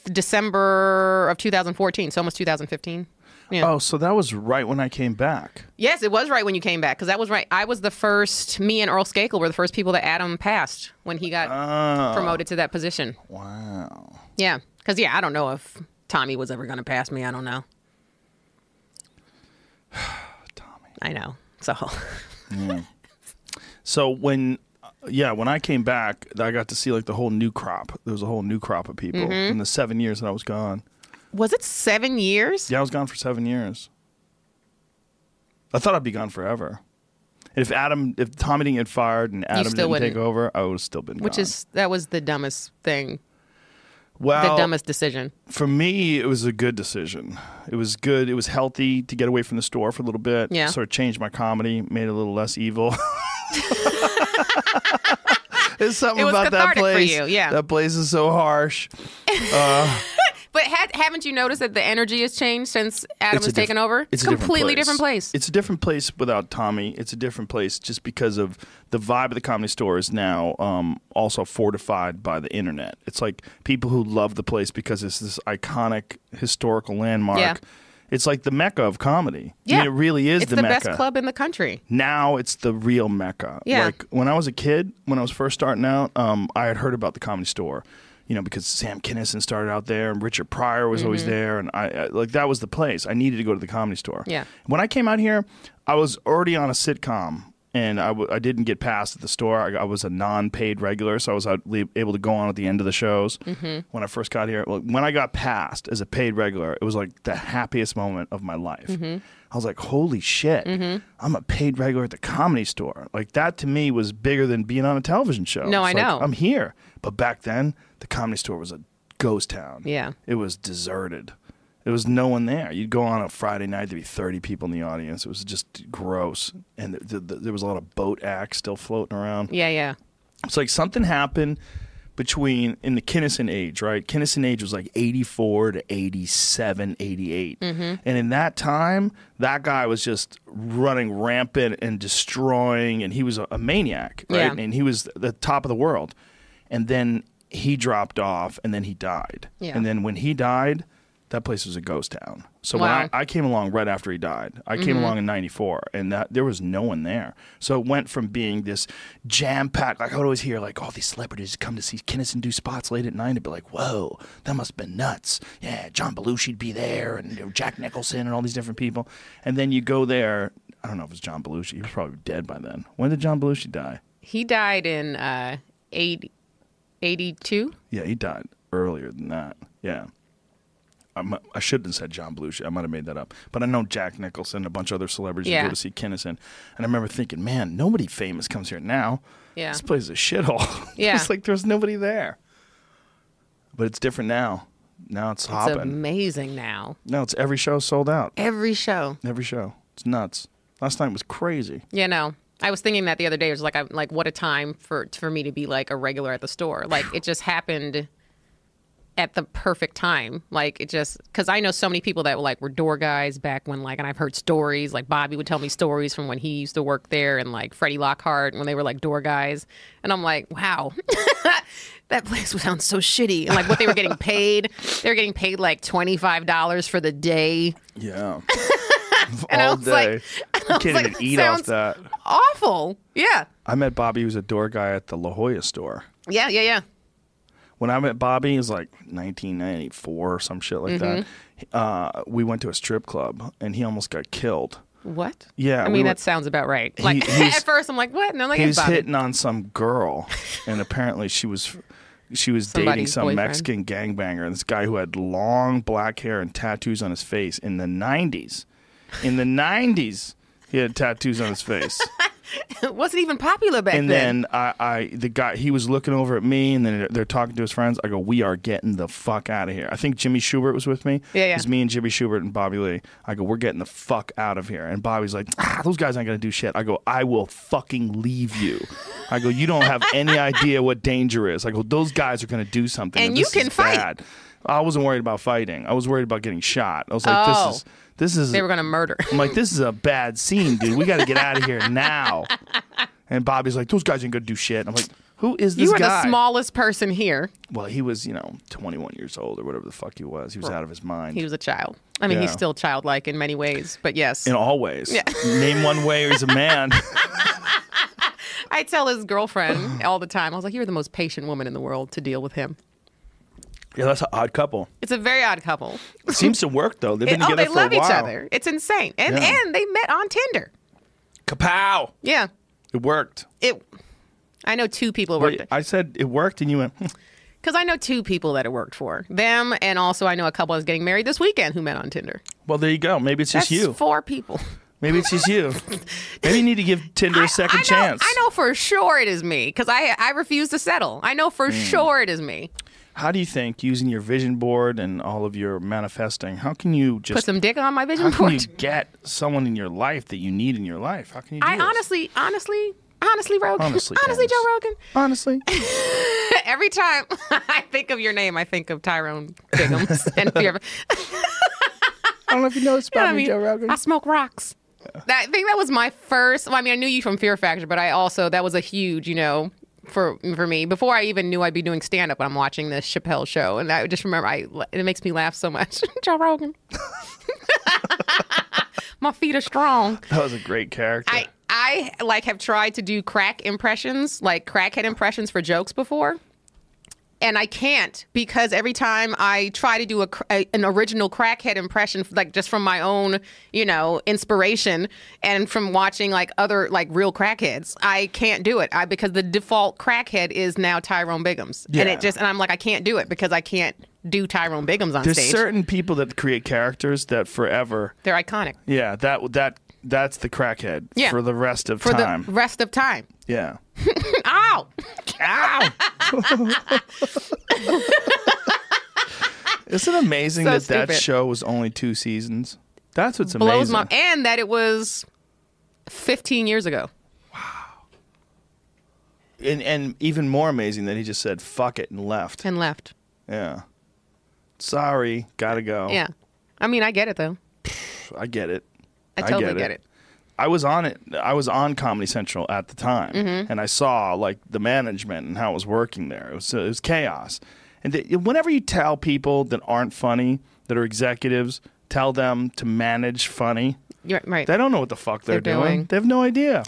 [SPEAKER 2] December of 2014, so almost 2015. Yeah.
[SPEAKER 1] Oh, so that was right when I came back.
[SPEAKER 2] Yes, it was right when you came back because that was right. I was the first. Me and Earl Skakel were the first people that Adam passed when he got promoted to that position.
[SPEAKER 1] Wow.
[SPEAKER 2] Yeah, because yeah, I don't know if Tommy was ever going to pass me. I don't know. Tommy, I know. So
[SPEAKER 1] So when, uh, yeah, when I came back, I got to see like the whole new crop. There was a whole new crop of people
[SPEAKER 2] Mm-hmm.
[SPEAKER 1] in the seven years that I was gone.
[SPEAKER 2] was it seven years?
[SPEAKER 1] Yeah, I was gone for seven years. I thought I'd be gone forever. If Adam, if Tommy didn't get fired and Adam
[SPEAKER 2] still
[SPEAKER 1] didn't take
[SPEAKER 2] wouldn't.
[SPEAKER 1] over, I would have still been.
[SPEAKER 2] Which
[SPEAKER 1] gone.
[SPEAKER 2] is that was the dumbest thing,
[SPEAKER 1] well,
[SPEAKER 2] the dumbest decision.
[SPEAKER 1] for me, it was a good decision. It was good. It was healthy to get away from the store for a little bit.
[SPEAKER 2] Yeah.
[SPEAKER 1] Sort of changed my comedy, made it a little less evil. There's something
[SPEAKER 2] It was
[SPEAKER 1] about that
[SPEAKER 2] cathartic for
[SPEAKER 1] place.
[SPEAKER 2] you, yeah.
[SPEAKER 1] That place is so harsh.
[SPEAKER 2] But had, haven't you noticed that the energy has changed since Adam
[SPEAKER 1] a
[SPEAKER 2] was
[SPEAKER 1] diff-
[SPEAKER 2] taken over?
[SPEAKER 1] It's a
[SPEAKER 2] completely different place.
[SPEAKER 1] It's a different place without Tommy. It's a different place just because of the vibe of the comedy store is now um, also fortified by the internet. It's like people who love the place because it's this iconic historical landmark.
[SPEAKER 2] Yeah.
[SPEAKER 1] It's like the mecca of comedy. I mean, it really is
[SPEAKER 2] It's
[SPEAKER 1] the,
[SPEAKER 2] the
[SPEAKER 1] mecca.
[SPEAKER 2] best club in the country.
[SPEAKER 1] Now it's the real mecca.
[SPEAKER 2] Yeah.
[SPEAKER 1] Like when I was a kid, when I was first starting out, um, I had heard about the comedy store, you know, because Sam Kinison started out there and Richard Pryor was
[SPEAKER 2] Mm-hmm.
[SPEAKER 1] always there, and I, I like that was the place. I needed to go to the comedy store.
[SPEAKER 2] Yeah.
[SPEAKER 1] When I came out here, I was already on a sitcom. And I, w- I didn't get past at the store. I, I was a non-paid regular, so I was out- le- able to go on at the end of the shows.
[SPEAKER 2] Mm-hmm.
[SPEAKER 1] When I first got here, Well, when I got passed as a paid regular, it was like the happiest moment of my life.
[SPEAKER 2] Mm-hmm.
[SPEAKER 1] I was like, "Holy shit! I'm a paid regular at the comedy store." Like that to me was bigger than being on a television show.
[SPEAKER 2] No,
[SPEAKER 1] It's
[SPEAKER 2] I
[SPEAKER 1] like,
[SPEAKER 2] know.
[SPEAKER 1] I'm here. But back then, the comedy store was a ghost town.
[SPEAKER 2] Yeah.
[SPEAKER 1] It was deserted. There was no one there. You'd go on a Friday night, there'd be 30 people in the audience. It was just gross. And th- th- th- there was a lot of boat acts still floating around.
[SPEAKER 2] Yeah, yeah.
[SPEAKER 1] It's like something happened between in the Kinnison age, right? Kinnison age was like 84 to 87, 88. And in that time, that guy was just running rampant and destroying, and he was a, a maniac, right?
[SPEAKER 2] Yeah.
[SPEAKER 1] And he was the top of the world. And then he dropped off, and then he died.
[SPEAKER 2] Yeah.
[SPEAKER 1] And then when he died, that place was a ghost town. So
[SPEAKER 2] Wow. Mm-hmm.
[SPEAKER 1] when I, I came along right after he died, I came along in '94, and that there was no one there. So it went from being this jam packed, like I would always hear, like all these celebrities come to see Kinnison do spots late at night, and be like, "Whoa, that must have been nuts." Yeah, John Belushi'd be there, and you know, Jack Nicholson, and all these different people. And then you go there. I don't know if it was John Belushi. He was probably dead by then. When did John Belushi die?
[SPEAKER 2] He died in uh, 80, 82.
[SPEAKER 1] Yeah, he died earlier than that. Yeah. I'm, I should have said John Belushi. I might have made that up. But I know Jack Nicholson, a bunch of other celebrities who
[SPEAKER 2] Yeah.
[SPEAKER 1] go to see Kinnison. And I remember thinking, man, nobody famous comes here now.
[SPEAKER 2] Yeah.
[SPEAKER 1] This place is a shithole.
[SPEAKER 2] Yeah.
[SPEAKER 1] it's like there's nobody there. But it's different now. Now it's,
[SPEAKER 2] It's
[SPEAKER 1] hopping.
[SPEAKER 2] amazing now.
[SPEAKER 1] now it's every show sold out.
[SPEAKER 2] Every show.
[SPEAKER 1] Every show. It's nuts. Last night was crazy.
[SPEAKER 2] You know, I was thinking that the other day. It was like, I, like what a time for for me to be like a regular at the store. Like it just happened at the perfect time. Like it just because I know so many people that were like were door guys back when like, and I've heard stories. Like Bobby would tell me stories from when he used to work there, and like Freddie Lockhart when they were like door guys, and I'm like, wow. That place would sound so shitty. And like what they were getting paid. They were getting paid like $25 for the day.
[SPEAKER 1] Yeah.
[SPEAKER 2] And I
[SPEAKER 1] All
[SPEAKER 2] was
[SPEAKER 1] day.
[SPEAKER 2] like-
[SPEAKER 1] you can't
[SPEAKER 2] like,
[SPEAKER 1] even
[SPEAKER 2] that
[SPEAKER 1] eat off
[SPEAKER 2] sounds-
[SPEAKER 1] that.
[SPEAKER 2] Awful. Yeah.
[SPEAKER 1] I met Bobby, who was a door guy at the La Jolla store.
[SPEAKER 2] Yeah, yeah, yeah.
[SPEAKER 1] when I met Bobby, it was like 1994 or some shit like
[SPEAKER 2] Mm-hmm.
[SPEAKER 1] that. Uh, we went to a strip club and he almost got killed.
[SPEAKER 2] What?
[SPEAKER 1] Yeah,
[SPEAKER 2] I
[SPEAKER 1] we
[SPEAKER 2] mean,
[SPEAKER 1] went-
[SPEAKER 2] that sounds about right. Like
[SPEAKER 1] he's-
[SPEAKER 2] at first, I'm like, what? No, like
[SPEAKER 1] He was
[SPEAKER 2] it's Bobby.
[SPEAKER 1] hitting on some girl, and apparently she was she was dating
[SPEAKER 2] Somebody's
[SPEAKER 1] some
[SPEAKER 2] boyfriend.
[SPEAKER 1] Mexican gangbanger. And this guy who had long black hair and tattoos on his face in the 90s. In the 90s, he had tattoos on his face.
[SPEAKER 2] It wasn't even popular back
[SPEAKER 1] and
[SPEAKER 2] then.
[SPEAKER 1] then I, I the guy he was looking over at me and then they're talking to his friends i go we are getting the fuck out of here i think jimmy schubert was with me
[SPEAKER 2] Yeah, yeah.
[SPEAKER 1] it was me and jimmy schubert and bobby lee i go we're getting the fuck out of here and bobby's like ah, those guys ain't gonna do shit i go i will fucking leave you i go you don't have any idea what danger is i go those guys are gonna do something
[SPEAKER 2] And
[SPEAKER 1] and
[SPEAKER 2] you
[SPEAKER 1] this
[SPEAKER 2] can
[SPEAKER 1] is
[SPEAKER 2] fight.
[SPEAKER 1] bad." i wasn't worried about fighting i was worried about getting shot i was like
[SPEAKER 2] Oh.
[SPEAKER 1] this is this is
[SPEAKER 2] they were going to murder.
[SPEAKER 1] I'm like, this is a bad scene, dude. We got to get out of here now. And Bobby's like, those guys ain't gonna do shit. I'm like, who is this
[SPEAKER 2] You are
[SPEAKER 1] guy?
[SPEAKER 2] the smallest person here.
[SPEAKER 1] well, he was, you know, 21 years old or whatever the fuck he was. He was out of his mind
[SPEAKER 2] He was a child. I mean, he's
[SPEAKER 1] Yeah.
[SPEAKER 2] still childlike in many ways, but yes.
[SPEAKER 1] in all ways. Name one way or he's a man.
[SPEAKER 2] I tell his girlfriend all the time, I was like, you're the most patient woman in the world to deal with him.
[SPEAKER 1] yeah, that's an odd couple.
[SPEAKER 2] It's a very odd couple.
[SPEAKER 1] It seems to work though. They've
[SPEAKER 2] It-
[SPEAKER 1] been
[SPEAKER 2] oh,
[SPEAKER 1] together
[SPEAKER 2] they
[SPEAKER 1] for
[SPEAKER 2] love
[SPEAKER 1] a
[SPEAKER 2] each
[SPEAKER 1] while.
[SPEAKER 2] other. It's insane. And
[SPEAKER 1] Yeah.
[SPEAKER 2] and they met on Tinder.
[SPEAKER 1] Kapow!
[SPEAKER 2] Yeah.
[SPEAKER 1] It worked.
[SPEAKER 2] It I know two people worked
[SPEAKER 1] Wait,
[SPEAKER 2] it.
[SPEAKER 1] I said it worked, and you went. "Hmm."
[SPEAKER 2] Because I know two people that it worked for. Them and also I know a couple that's getting married this weekend who met on Tinder.
[SPEAKER 1] Well, there you go. Maybe it's just
[SPEAKER 2] That's
[SPEAKER 1] you.
[SPEAKER 2] four people.
[SPEAKER 1] Maybe it's just you. Maybe you need to give Tinder a second
[SPEAKER 2] I know,
[SPEAKER 1] chance.
[SPEAKER 2] I know for sure it is me because I I refuse to settle. I know
[SPEAKER 1] Hmm.
[SPEAKER 2] for sure it is me.
[SPEAKER 1] How do you think using your vision board and all of your manifesting? How can you just
[SPEAKER 2] Put some dick on my vision
[SPEAKER 1] How can you
[SPEAKER 2] board.
[SPEAKER 1] get someone in your life that you need in your life? How can you? Do
[SPEAKER 2] I
[SPEAKER 1] this?
[SPEAKER 2] honestly, honestly, honestly, Rogan.
[SPEAKER 1] Honestly,
[SPEAKER 2] Joe
[SPEAKER 1] Candace.
[SPEAKER 2] Rogan.
[SPEAKER 1] honestly,
[SPEAKER 2] Every time I think of your name, I think of Tyrone Biggums and Fear.
[SPEAKER 1] I don't know if you know this about
[SPEAKER 2] I
[SPEAKER 1] me,
[SPEAKER 2] mean,
[SPEAKER 1] Joe Rogan.
[SPEAKER 2] I smoke rocks. That, I think that was my first. Well, I mean, I knew you from Fear Factor, but I also that was a huge, you know, for for me. Before I even knew I'd be doing stand up, I'm watching this Chappelle show, and I just remember I it makes me laugh so much. Joe Rogan, my feet are strong.
[SPEAKER 1] That was a great character.
[SPEAKER 2] I I like have tried to do crack impressions, like crackhead impressions for jokes before. And I can't because every time I try to do a, cr- a- an original crackhead impression, like just from my own, you know, inspiration and from watching like other like real crackheads, I can't do it. I because the default crackhead is now Tyrone Biggums, and
[SPEAKER 1] Yeah.
[SPEAKER 2] it just and I'm like I can't do it because I can't do Tyrone Biggums on
[SPEAKER 1] There's
[SPEAKER 2] stage.
[SPEAKER 1] certain people that create characters that forever.
[SPEAKER 2] They're iconic
[SPEAKER 1] Yeah, that that that's the crackhead
[SPEAKER 2] Yeah.
[SPEAKER 1] for the rest of
[SPEAKER 2] for
[SPEAKER 1] time.
[SPEAKER 2] the rest of time.
[SPEAKER 1] yeah.
[SPEAKER 2] Ow!
[SPEAKER 1] Ow! Isn't it amazing
[SPEAKER 2] So
[SPEAKER 1] that that
[SPEAKER 2] stupid.
[SPEAKER 1] show was only two seasons? That's what's
[SPEAKER 2] blows
[SPEAKER 1] amazing.
[SPEAKER 2] my and that it was 15 years ago.
[SPEAKER 1] and and even more amazing that he just said fuck it and left.
[SPEAKER 2] and left.
[SPEAKER 1] yeah. Sorry, gotta go.
[SPEAKER 2] Yeah. I mean, I get it though.
[SPEAKER 1] I get it.
[SPEAKER 2] I totally get it.
[SPEAKER 1] I was on it. I was on Comedy Central at the time,
[SPEAKER 2] Mm-hmm.
[SPEAKER 1] and I saw like the management and how it was working there. It was it was chaos. And th- whenever you tell people that aren't funny, that are executives, tell them to manage funny.
[SPEAKER 2] You're right.
[SPEAKER 1] They don't know what the fuck they're,
[SPEAKER 2] They're
[SPEAKER 1] doing.
[SPEAKER 2] doing.
[SPEAKER 1] They have no idea.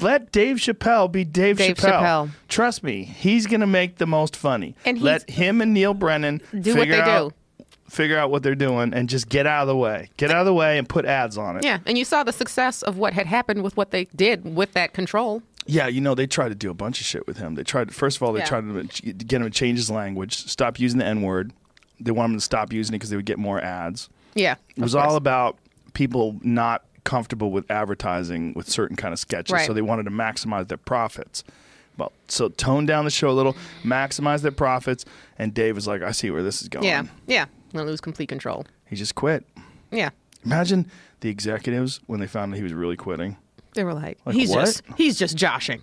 [SPEAKER 1] Let Dave Chappelle be Dave,
[SPEAKER 2] Dave
[SPEAKER 1] Chappelle.
[SPEAKER 2] Chappelle.
[SPEAKER 1] Trust me, he's gonna make the most funny.
[SPEAKER 2] And
[SPEAKER 1] let him and Neil Brennan
[SPEAKER 2] Do what
[SPEAKER 1] figure
[SPEAKER 2] they
[SPEAKER 1] out,
[SPEAKER 2] do.
[SPEAKER 1] Figure out what they're doing and just get out of the way. Get out of the way and put ads on it.
[SPEAKER 2] Yeah, and you saw the success of what had happened with what they did with that control.
[SPEAKER 1] Yeah, you know they tried to do a bunch of shit with him. They tried first of all they
[SPEAKER 2] Yeah.
[SPEAKER 1] tried to ch- get him to change his language, stop using the N word. They want him to stop using it because they would get more ads.
[SPEAKER 2] Yeah.
[SPEAKER 1] It was all about people not comfortable with advertising with certain kind of sketches,
[SPEAKER 2] Right.
[SPEAKER 1] so they wanted to maximize their profits. Well, so tone down the show a little, maximize their profits, and Dave was like, "I see where this is going."
[SPEAKER 2] Yeah. Yeah. When lose complete control.
[SPEAKER 1] he just quit.
[SPEAKER 2] Yeah.
[SPEAKER 1] Imagine the executives when they found out he was really quitting.
[SPEAKER 2] They were like,
[SPEAKER 1] Like,
[SPEAKER 2] he's
[SPEAKER 1] what?
[SPEAKER 2] just he's just joshing.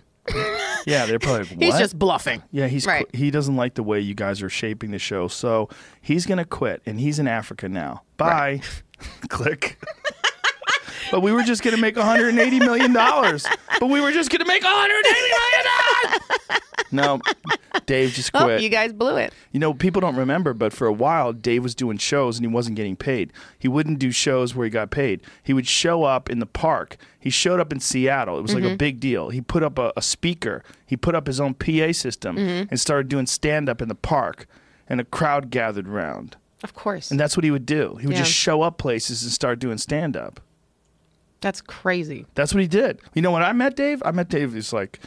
[SPEAKER 1] Yeah, they're probably like, what?
[SPEAKER 2] He's just bluffing.
[SPEAKER 1] Yeah, he's
[SPEAKER 2] Right.
[SPEAKER 1] qu- he doesn't like the way you guys are shaping the show, so he's gonna quit, and he's in Africa now. Bye. Click. but we were just gonna make 180 million dollars. But we were just gonna make 180 million dollars. no, Dave just
[SPEAKER 2] Oh,
[SPEAKER 1] quit.
[SPEAKER 2] you guys blew it.
[SPEAKER 1] You know, people don't remember, but for a while, Dave was doing shows and he wasn't getting paid. He wouldn't do shows where he got paid. He would show up in the park. He showed up in Seattle. It was like a big deal. He put up a, a speaker, he put up his own PA system and started doing stand up in the park, and a crowd gathered round.
[SPEAKER 2] Of course.
[SPEAKER 1] And that's what he would do. He would
[SPEAKER 2] Yeah.
[SPEAKER 1] just show up places and start doing stand up.
[SPEAKER 2] That's crazy.
[SPEAKER 1] That's what he did. You know, when I met Dave, I met Dave. He's like,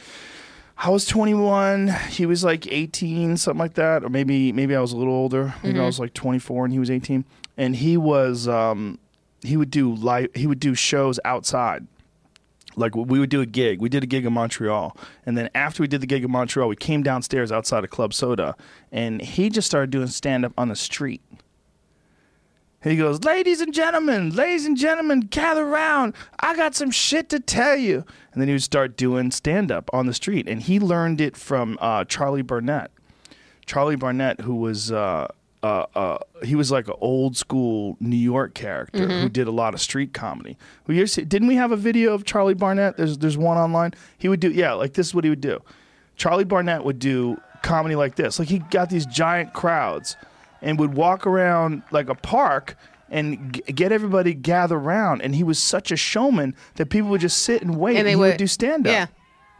[SPEAKER 1] I was 21. He was like 18, something like that, or maybe maybe I was a little older. Maybe I was like 24 and he was 18. And he was um, he would do live he would do shows outside Like we would do a gig. We did a gig in Montreal, and then after we did the gig in Montreal, we came downstairs outside of Club Soda, and he just started doing stand up on the street. He goes, Ladies and gentlemen, ladies and gentlemen, gather round. I got some shit to tell you. And then he would start doing stand up on the street. And he learned it from uh, Charlie Barnett. Charlie Barnett, who was. Uh, uh, uh, he was like an old school New York character
[SPEAKER 2] Mm-hmm.
[SPEAKER 1] who did a lot of street comedy. Who you see, didn't we have a video of Charlie Barnett? There's there's one online. He would do yeah, like this is what he would do. Charlie Barnett would do comedy like this. Like he got these giant crowds and would walk around like a park and g- get everybody gather around. And he was such a showman that people would just sit and wait and,
[SPEAKER 2] And they
[SPEAKER 1] he
[SPEAKER 2] would-
[SPEAKER 1] do stand up.
[SPEAKER 2] yeah.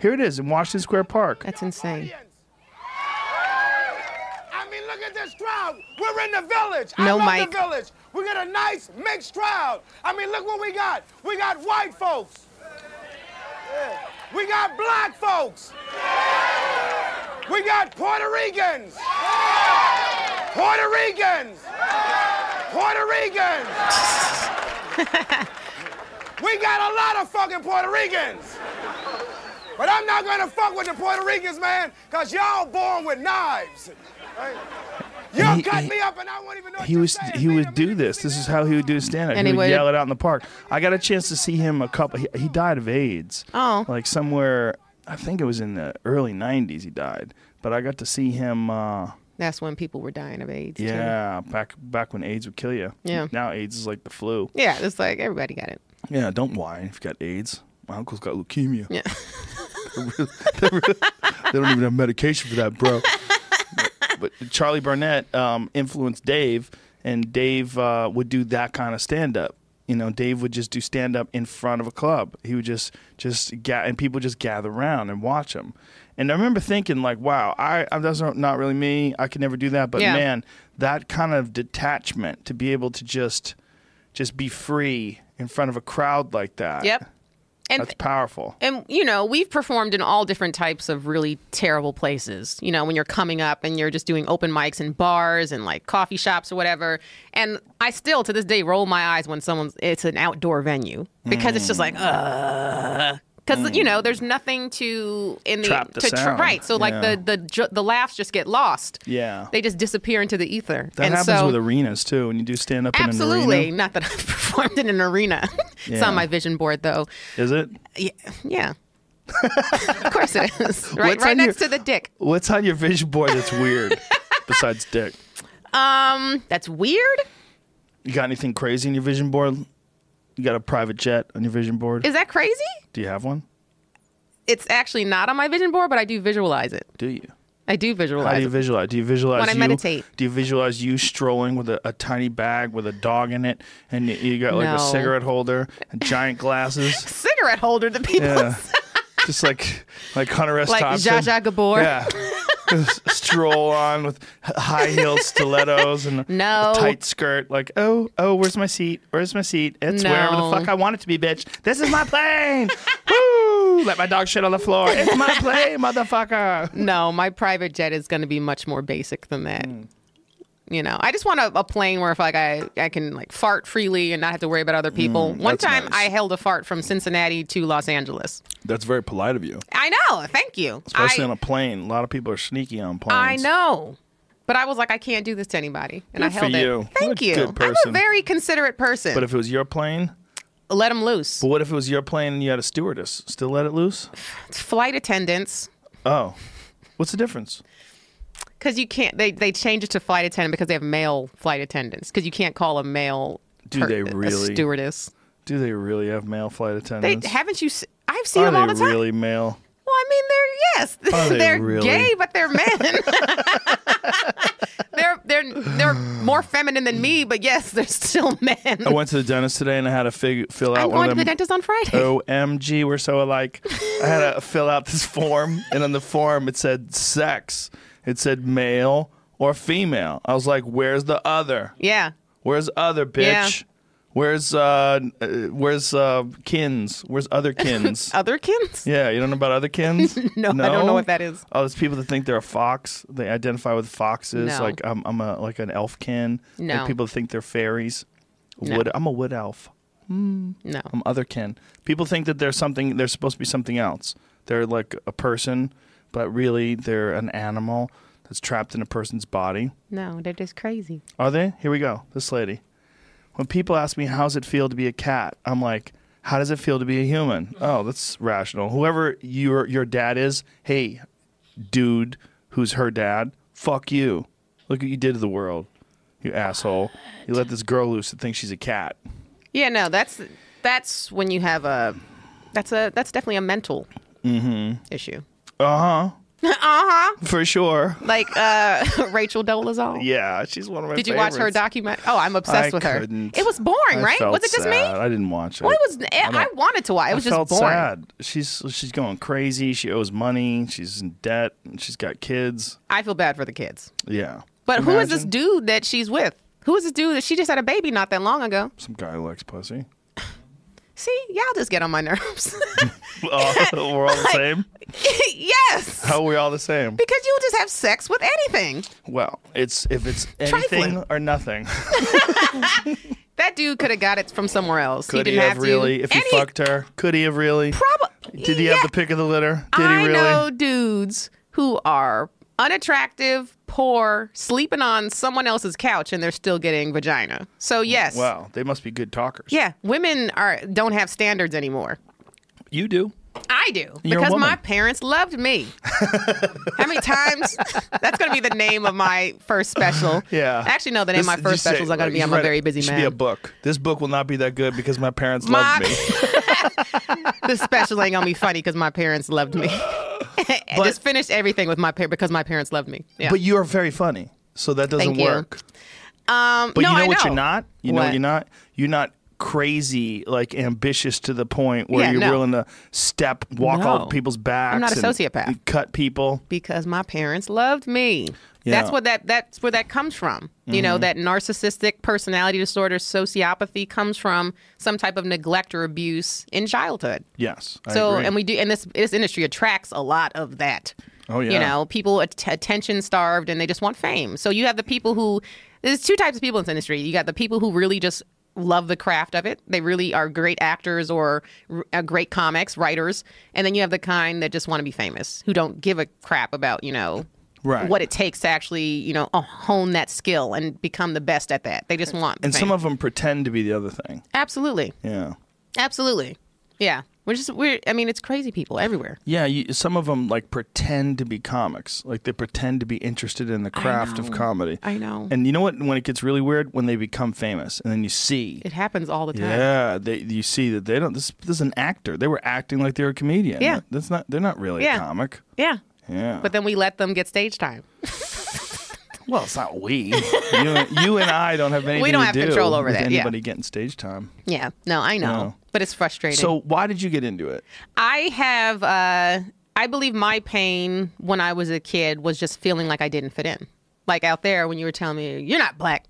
[SPEAKER 1] Here it is in Washington Square Park.
[SPEAKER 2] That's insane.
[SPEAKER 9] I mean, look at this crowd. We're in the village.
[SPEAKER 2] No
[SPEAKER 9] I love
[SPEAKER 2] mic.
[SPEAKER 9] the village. We got a nice mixed crowd. I mean, look what we got. We got white folks. Yeah. We got black folks. We got Puerto Ricans. Puerto Ricans. Puerto Ricans. we got a lot of fucking Puerto Ricans. But I'm not gonna fuck with the Puerto Ricans, man, cause y'all born with knives. Right? Y'all
[SPEAKER 1] he-
[SPEAKER 9] cut
[SPEAKER 1] he-
[SPEAKER 9] me up and I won't even know what
[SPEAKER 1] he
[SPEAKER 9] you're
[SPEAKER 1] was
[SPEAKER 9] saying.
[SPEAKER 1] he
[SPEAKER 9] Leave
[SPEAKER 1] would
[SPEAKER 9] me
[SPEAKER 1] do
[SPEAKER 9] alone.
[SPEAKER 1] this. This is how he would do stand up. He
[SPEAKER 2] And he
[SPEAKER 1] would
[SPEAKER 2] would-
[SPEAKER 1] yell it out in the park. I got a chance to see him a couple. He, he died of AIDS.
[SPEAKER 2] Oh.
[SPEAKER 1] like somewhere I think it was in the early '90s. He died, but I got to see him. Uh,
[SPEAKER 2] That's when people were dying of AIDS. too.
[SPEAKER 1] yeah, back back when AIDS would kill you.
[SPEAKER 2] Yeah.
[SPEAKER 1] Now AIDS is like the flu.
[SPEAKER 2] Yeah, it's like everybody got it.
[SPEAKER 1] Yeah. Don't whine if you got AIDS. My uncle's got leukemia.
[SPEAKER 2] Yeah.
[SPEAKER 1] they don't even have medication for that, bro. but Charlie Barnett um, influenced Dave, and Dave uh, would do that kind of stand up. You know, Dave would just do stand up in front of a club. He would just just ga- and people just gather around and watch him. And I remember thinking like, wow, I, I that's not not really me. I could never do that. But
[SPEAKER 2] Yeah.
[SPEAKER 1] man, that kind of detachment to be able to just just be free in front of a crowd like that.
[SPEAKER 2] Yep. And
[SPEAKER 1] That's powerful.
[SPEAKER 2] and you know we've performed in all different types of really terrible places you know when you're coming up and you're just doing open mics in bars and like coffee shops or whatever and i still to this day roll my eyes when someone's it's an outdoor venue because it's just like
[SPEAKER 1] Mm.
[SPEAKER 2] uh because you know there's nothing to in the
[SPEAKER 1] Trap the
[SPEAKER 2] to tra-
[SPEAKER 1] sound.
[SPEAKER 2] right so like
[SPEAKER 1] Yeah.
[SPEAKER 2] the the ju- the laughs just get lost
[SPEAKER 1] Yeah.
[SPEAKER 2] they just disappear into the ether
[SPEAKER 1] That
[SPEAKER 2] and
[SPEAKER 1] happens
[SPEAKER 2] so,
[SPEAKER 1] with arenas too. When you do stand up in an arena.
[SPEAKER 2] absolutely not that i've performed in an arena it's
[SPEAKER 1] Yeah.
[SPEAKER 2] on my vision board though
[SPEAKER 1] Is it?
[SPEAKER 2] yeah. yeah. of course it is. Right,
[SPEAKER 1] What's
[SPEAKER 2] right
[SPEAKER 1] on
[SPEAKER 2] next
[SPEAKER 1] your-
[SPEAKER 2] to the dick.
[SPEAKER 1] What's on your vision board that's weird besides dick?
[SPEAKER 2] That's weird.
[SPEAKER 1] You got anything crazy in your vision board? You got a private jet on your vision board?
[SPEAKER 2] Is that crazy?
[SPEAKER 1] do you have one?
[SPEAKER 2] It's actually not on my vision board, but I do visualize it.
[SPEAKER 1] Do you?
[SPEAKER 2] I do
[SPEAKER 1] How do
[SPEAKER 2] visualize
[SPEAKER 1] you
[SPEAKER 2] it.
[SPEAKER 1] visualize? Do you visualize
[SPEAKER 2] When I
[SPEAKER 1] you-
[SPEAKER 2] meditate.
[SPEAKER 1] Do you visualize you strolling with a, a tiny bag with a dog in it, and you- you got like a
[SPEAKER 2] No.
[SPEAKER 1] cigarette holder, and giant glasses?
[SPEAKER 2] Cigarette holder to people.
[SPEAKER 1] Yeah, just like like Hunter S.
[SPEAKER 2] Like
[SPEAKER 1] Thompson.
[SPEAKER 2] Zsa Zsa Gabor.
[SPEAKER 1] Yeah. Just stroll on with high heel stilettos and a
[SPEAKER 2] No.
[SPEAKER 1] tight skirt. Like, oh, oh, where's my seat? Where's my seat? It's wherever the
[SPEAKER 2] No.
[SPEAKER 1] fuck I want it to be, bitch. This is my plane. Woo! Let my dog shit on the floor. It's my plane, motherfucker.
[SPEAKER 2] No, my private jet is going to be much more basic than that.
[SPEAKER 1] Hmm.
[SPEAKER 2] You know, I just want a, a plane where if like I, I can like fart freely and not have to worry about other people. One
[SPEAKER 1] Hmm, that's
[SPEAKER 2] time
[SPEAKER 1] nice.
[SPEAKER 2] I held a fart from Cincinnati to Los Angeles.
[SPEAKER 1] That's very polite of you,
[SPEAKER 2] I know. Thank you.
[SPEAKER 1] especially
[SPEAKER 2] I,
[SPEAKER 1] on a plane. A lot of people are sneaky on planes.
[SPEAKER 2] I know. But I was like, I can't do this to anybody. And I
[SPEAKER 1] Good for
[SPEAKER 2] held
[SPEAKER 1] you.
[SPEAKER 2] it. Thank
[SPEAKER 1] What a
[SPEAKER 2] you.
[SPEAKER 1] good
[SPEAKER 2] I'm
[SPEAKER 1] person.
[SPEAKER 2] a very considerate person.
[SPEAKER 1] But if it was your plane,
[SPEAKER 2] let them loose.
[SPEAKER 1] but what if it was your plane and you had a stewardess? Still let it loose?
[SPEAKER 2] Flight attendants,
[SPEAKER 1] Oh, what's the difference?
[SPEAKER 2] because you can't, they, they change it to flight attendant because they have male flight attendants, because you can't call a male
[SPEAKER 1] Do they
[SPEAKER 2] a
[SPEAKER 1] really?
[SPEAKER 2] stewardess.
[SPEAKER 1] Do they really have male flight
[SPEAKER 2] They
[SPEAKER 1] attendants?
[SPEAKER 2] haven't you, se- I've seen
[SPEAKER 1] Are
[SPEAKER 2] them all the
[SPEAKER 1] they
[SPEAKER 2] time.
[SPEAKER 1] really male?
[SPEAKER 2] Well, I mean, they're, yes,
[SPEAKER 1] Are they
[SPEAKER 2] they're
[SPEAKER 1] really?
[SPEAKER 2] gay, but they're men. they're, they're, they're more feminine than me, but yes, they're still men.
[SPEAKER 1] I went to the dentist today and I had to fig- fill out
[SPEAKER 2] I'm
[SPEAKER 1] Oh, one of
[SPEAKER 2] going to
[SPEAKER 1] them. Oh.
[SPEAKER 2] the dentist on Friday.
[SPEAKER 1] OMG, we're so alike. I had to fill out this form, and on the form it said sex. It said male or female. I was like, "Where's the other?
[SPEAKER 2] Yeah.
[SPEAKER 1] Where's other bitch? Where's uh, uh, where's uh, kins? Where's other kins?
[SPEAKER 2] Other kids?
[SPEAKER 1] yeah, you don't know about other kins?
[SPEAKER 2] No, I don't know what that is.
[SPEAKER 1] Oh, there's people that think they're a fox. They identify with foxes.
[SPEAKER 2] No.
[SPEAKER 1] Like I'm, I'm a like an elf kin.
[SPEAKER 2] No.
[SPEAKER 1] people that think they're fairies.
[SPEAKER 2] No.
[SPEAKER 1] Wood. I'm a wood elf.
[SPEAKER 2] No.
[SPEAKER 1] I'm other kin. People think that they're something. They're supposed to be something else. They're like a person, but really they're an animal that's trapped in a person's body.
[SPEAKER 2] No, they're just crazy.
[SPEAKER 1] Are they? Here we go. This lady. When people ask me how's it feel to be a cat, I'm like, how does it feel to be a human? Oh, that's rational. Whoever your your dad is, hey, dude, who's her dad? Fuck you. Look what you did to the world. You asshole. You let this girl loose that thinks she's a cat.
[SPEAKER 2] Yeah, no, that's that's when you have a that's a that's definitely a mental
[SPEAKER 1] Mm-hmm.
[SPEAKER 2] issue.
[SPEAKER 1] For sure.
[SPEAKER 2] Like uh Rachel Dolezal.
[SPEAKER 1] Yeah, she's one of my
[SPEAKER 2] Did you watch her
[SPEAKER 1] favorites.
[SPEAKER 2] document? Oh, I'm obsessed
[SPEAKER 1] I
[SPEAKER 2] with her.
[SPEAKER 1] couldn't.
[SPEAKER 2] It was boring,
[SPEAKER 1] I
[SPEAKER 2] right?
[SPEAKER 1] felt
[SPEAKER 2] Was it just me?
[SPEAKER 1] sad. I didn't watch it.
[SPEAKER 2] Well, it was. eh,
[SPEAKER 1] I don't-
[SPEAKER 2] I, wanted to watch. It was
[SPEAKER 1] I
[SPEAKER 2] just
[SPEAKER 1] felt
[SPEAKER 2] boring.
[SPEAKER 1] sad. She's she's going crazy. She owes money. She's in debt. and She's got kids.
[SPEAKER 2] I feel bad for the kids.
[SPEAKER 1] Yeah.
[SPEAKER 2] But who is this
[SPEAKER 1] Imagine.
[SPEAKER 2] dude that she's with? Who is this dude that she just had a baby not that long ago?
[SPEAKER 1] Some guy who likes pussy.
[SPEAKER 2] See, y'all just get on my nerves.
[SPEAKER 1] Uh, we're all the same.
[SPEAKER 2] yes,
[SPEAKER 1] How are we all the same?
[SPEAKER 2] because you just have sex with anything.
[SPEAKER 1] Well, it's if it's anything
[SPEAKER 2] Trifling.
[SPEAKER 1] or nothing.
[SPEAKER 2] That dude could have got it from somewhere else.
[SPEAKER 1] Could
[SPEAKER 2] he
[SPEAKER 1] he
[SPEAKER 2] didn't
[SPEAKER 1] have
[SPEAKER 2] have
[SPEAKER 1] really?
[SPEAKER 2] to.
[SPEAKER 1] If he
[SPEAKER 2] And
[SPEAKER 1] fucked her, could he have really?
[SPEAKER 2] prob-
[SPEAKER 1] Did he have the
[SPEAKER 2] Yeah.
[SPEAKER 1] pick of the litter? Did
[SPEAKER 2] I
[SPEAKER 1] he really?
[SPEAKER 2] know dudes who are unattractive, poor, sleeping on someone else's couch, and they're still getting vagina. So yes,
[SPEAKER 1] Wow, they must be good talkers.
[SPEAKER 2] yeah, women are don't have standards anymore.
[SPEAKER 1] you do.
[SPEAKER 2] I do
[SPEAKER 1] You're a
[SPEAKER 2] because my
[SPEAKER 1] woman.
[SPEAKER 2] parents loved me. How many times? That's going to be the name of my first special.
[SPEAKER 1] Yeah.
[SPEAKER 2] Actually, no, the name of my
[SPEAKER 1] This-
[SPEAKER 2] first
[SPEAKER 1] just say-
[SPEAKER 2] special is going to
[SPEAKER 1] like,
[SPEAKER 2] be
[SPEAKER 1] you
[SPEAKER 2] I'm a
[SPEAKER 1] write-
[SPEAKER 2] very busy
[SPEAKER 1] should
[SPEAKER 2] man.
[SPEAKER 1] Be a book. This book will not be that good because my parents
[SPEAKER 2] My-
[SPEAKER 1] loved me.
[SPEAKER 2] the special ain't going to be funny because my parents loved me. I just finished everything with my parents because my parents loved me. Yeah.
[SPEAKER 1] But you are very funny, so that doesn't
[SPEAKER 2] Thank you.
[SPEAKER 1] work.
[SPEAKER 2] um,
[SPEAKER 1] But
[SPEAKER 2] no,
[SPEAKER 1] you know
[SPEAKER 2] I
[SPEAKER 1] what you're not? You know
[SPEAKER 2] What?
[SPEAKER 1] what you're not? You're not crazy, like ambitious to the point where
[SPEAKER 2] Yeah,
[SPEAKER 1] you're
[SPEAKER 2] no.
[SPEAKER 1] willing to step, walk
[SPEAKER 2] No.
[SPEAKER 1] all people's backs.
[SPEAKER 2] I'm not a
[SPEAKER 1] and-
[SPEAKER 2] sociopath.
[SPEAKER 1] and cut people.
[SPEAKER 2] because my parents loved me.
[SPEAKER 1] Yeah. Mm-hmm.
[SPEAKER 2] That's what that that's where that comes from. You know, that narcissistic personality disorder, sociopathy comes from some type of neglect or abuse in childhood.
[SPEAKER 1] Yes. I
[SPEAKER 2] so
[SPEAKER 1] agree.
[SPEAKER 2] and we do and this this industry attracts a lot of that.
[SPEAKER 1] Oh,
[SPEAKER 2] You
[SPEAKER 1] yeah.
[SPEAKER 2] know, people at- attention starved and they just want fame. So you have the people who there's two types of people in this industry. You got the people who really just love the craft of it. They really are great actors or r- uh, great comics, writers. And then you have the kind that just want to be famous, who don't give a crap about, you know,
[SPEAKER 1] Right.
[SPEAKER 2] what it takes to actually, you know, uh, hone that skill and become the best at that. They just want
[SPEAKER 1] and
[SPEAKER 2] fame.
[SPEAKER 1] some of them pretend to be the other thing.
[SPEAKER 2] Absolutely.
[SPEAKER 1] Yeah.
[SPEAKER 2] Absolutely. Yeah. We're just we're I mean, it's crazy people everywhere.
[SPEAKER 1] Yeah, you, some of them like pretend to be comics. Like they pretend to be interested in the craft of
[SPEAKER 2] know.
[SPEAKER 1] comedy.
[SPEAKER 2] I know.
[SPEAKER 1] And you know what? When it gets really weird, when they become famous, and then you see
[SPEAKER 2] It happens all the time.
[SPEAKER 1] Yeah, they, you see that they don't. This, this is an actor. They were acting like they were a comedian.
[SPEAKER 2] Yeah.
[SPEAKER 1] that's not. They're not really
[SPEAKER 2] Yeah.
[SPEAKER 1] a comic.
[SPEAKER 2] Yeah.
[SPEAKER 1] Yeah.
[SPEAKER 2] But then we let them get stage time.
[SPEAKER 1] well, it's not we. you, and- you and I don't have anything.
[SPEAKER 2] don't
[SPEAKER 1] to
[SPEAKER 2] have
[SPEAKER 1] do
[SPEAKER 2] control over
[SPEAKER 1] with
[SPEAKER 2] that, yeah.
[SPEAKER 1] Anybody getting stage time.
[SPEAKER 2] Yeah. No, I know.
[SPEAKER 1] No.
[SPEAKER 2] But it's frustrating.
[SPEAKER 1] So why did you get into it?
[SPEAKER 2] I have uh I believe my pain when I was a kid was just feeling like I didn't fit in. Like out there when you were telling me you're not black.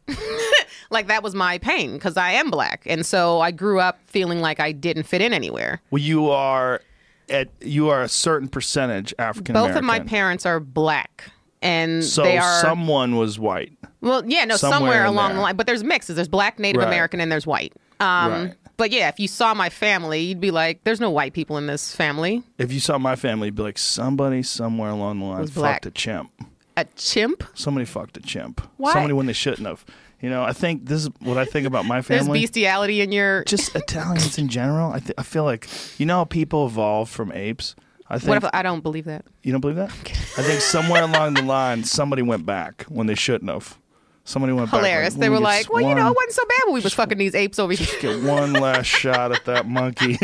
[SPEAKER 2] like that was my pain because I am black. And so I grew up feeling like I didn't fit in anywhere.
[SPEAKER 1] Well, you are at you are a certain percentage African
[SPEAKER 2] Both
[SPEAKER 1] American.
[SPEAKER 2] of my parents are black. And
[SPEAKER 1] So
[SPEAKER 2] they are
[SPEAKER 1] someone was white.
[SPEAKER 2] Well, yeah, no, somewhere,
[SPEAKER 1] Somewhere in
[SPEAKER 2] along the
[SPEAKER 1] there.
[SPEAKER 2] line. But there's mixes. There's black, Native
[SPEAKER 1] Right.
[SPEAKER 2] American, and there's white. Um,
[SPEAKER 1] Right.
[SPEAKER 2] But yeah, if you saw my family, you'd be like, "There's no white people in this family."
[SPEAKER 1] If you saw my family, you'd be like somebody somewhere along the line
[SPEAKER 2] Was
[SPEAKER 1] fucked
[SPEAKER 2] black.
[SPEAKER 1] a chimp.
[SPEAKER 2] A chimp?
[SPEAKER 1] Somebody fucked a chimp.
[SPEAKER 2] Why?
[SPEAKER 1] Somebody when they shouldn't have. You know, I think this is what I think about my
[SPEAKER 2] There's
[SPEAKER 1] family.
[SPEAKER 2] bestiality in your.
[SPEAKER 1] just Italians in general. I, th- I feel like you know how people evolve from apes. I think
[SPEAKER 2] what if I don't believe that?
[SPEAKER 1] you don't believe that. I think somewhere along the line, somebody went back when they shouldn't have. Somebody went
[SPEAKER 2] Hilarious.
[SPEAKER 1] back.
[SPEAKER 2] they were
[SPEAKER 1] "Let me
[SPEAKER 2] like,
[SPEAKER 1] just
[SPEAKER 2] "Well, you know,
[SPEAKER 1] one-
[SPEAKER 2] it wasn't so bad when we was fucking these apes over here."
[SPEAKER 1] get one last shot at that monkey.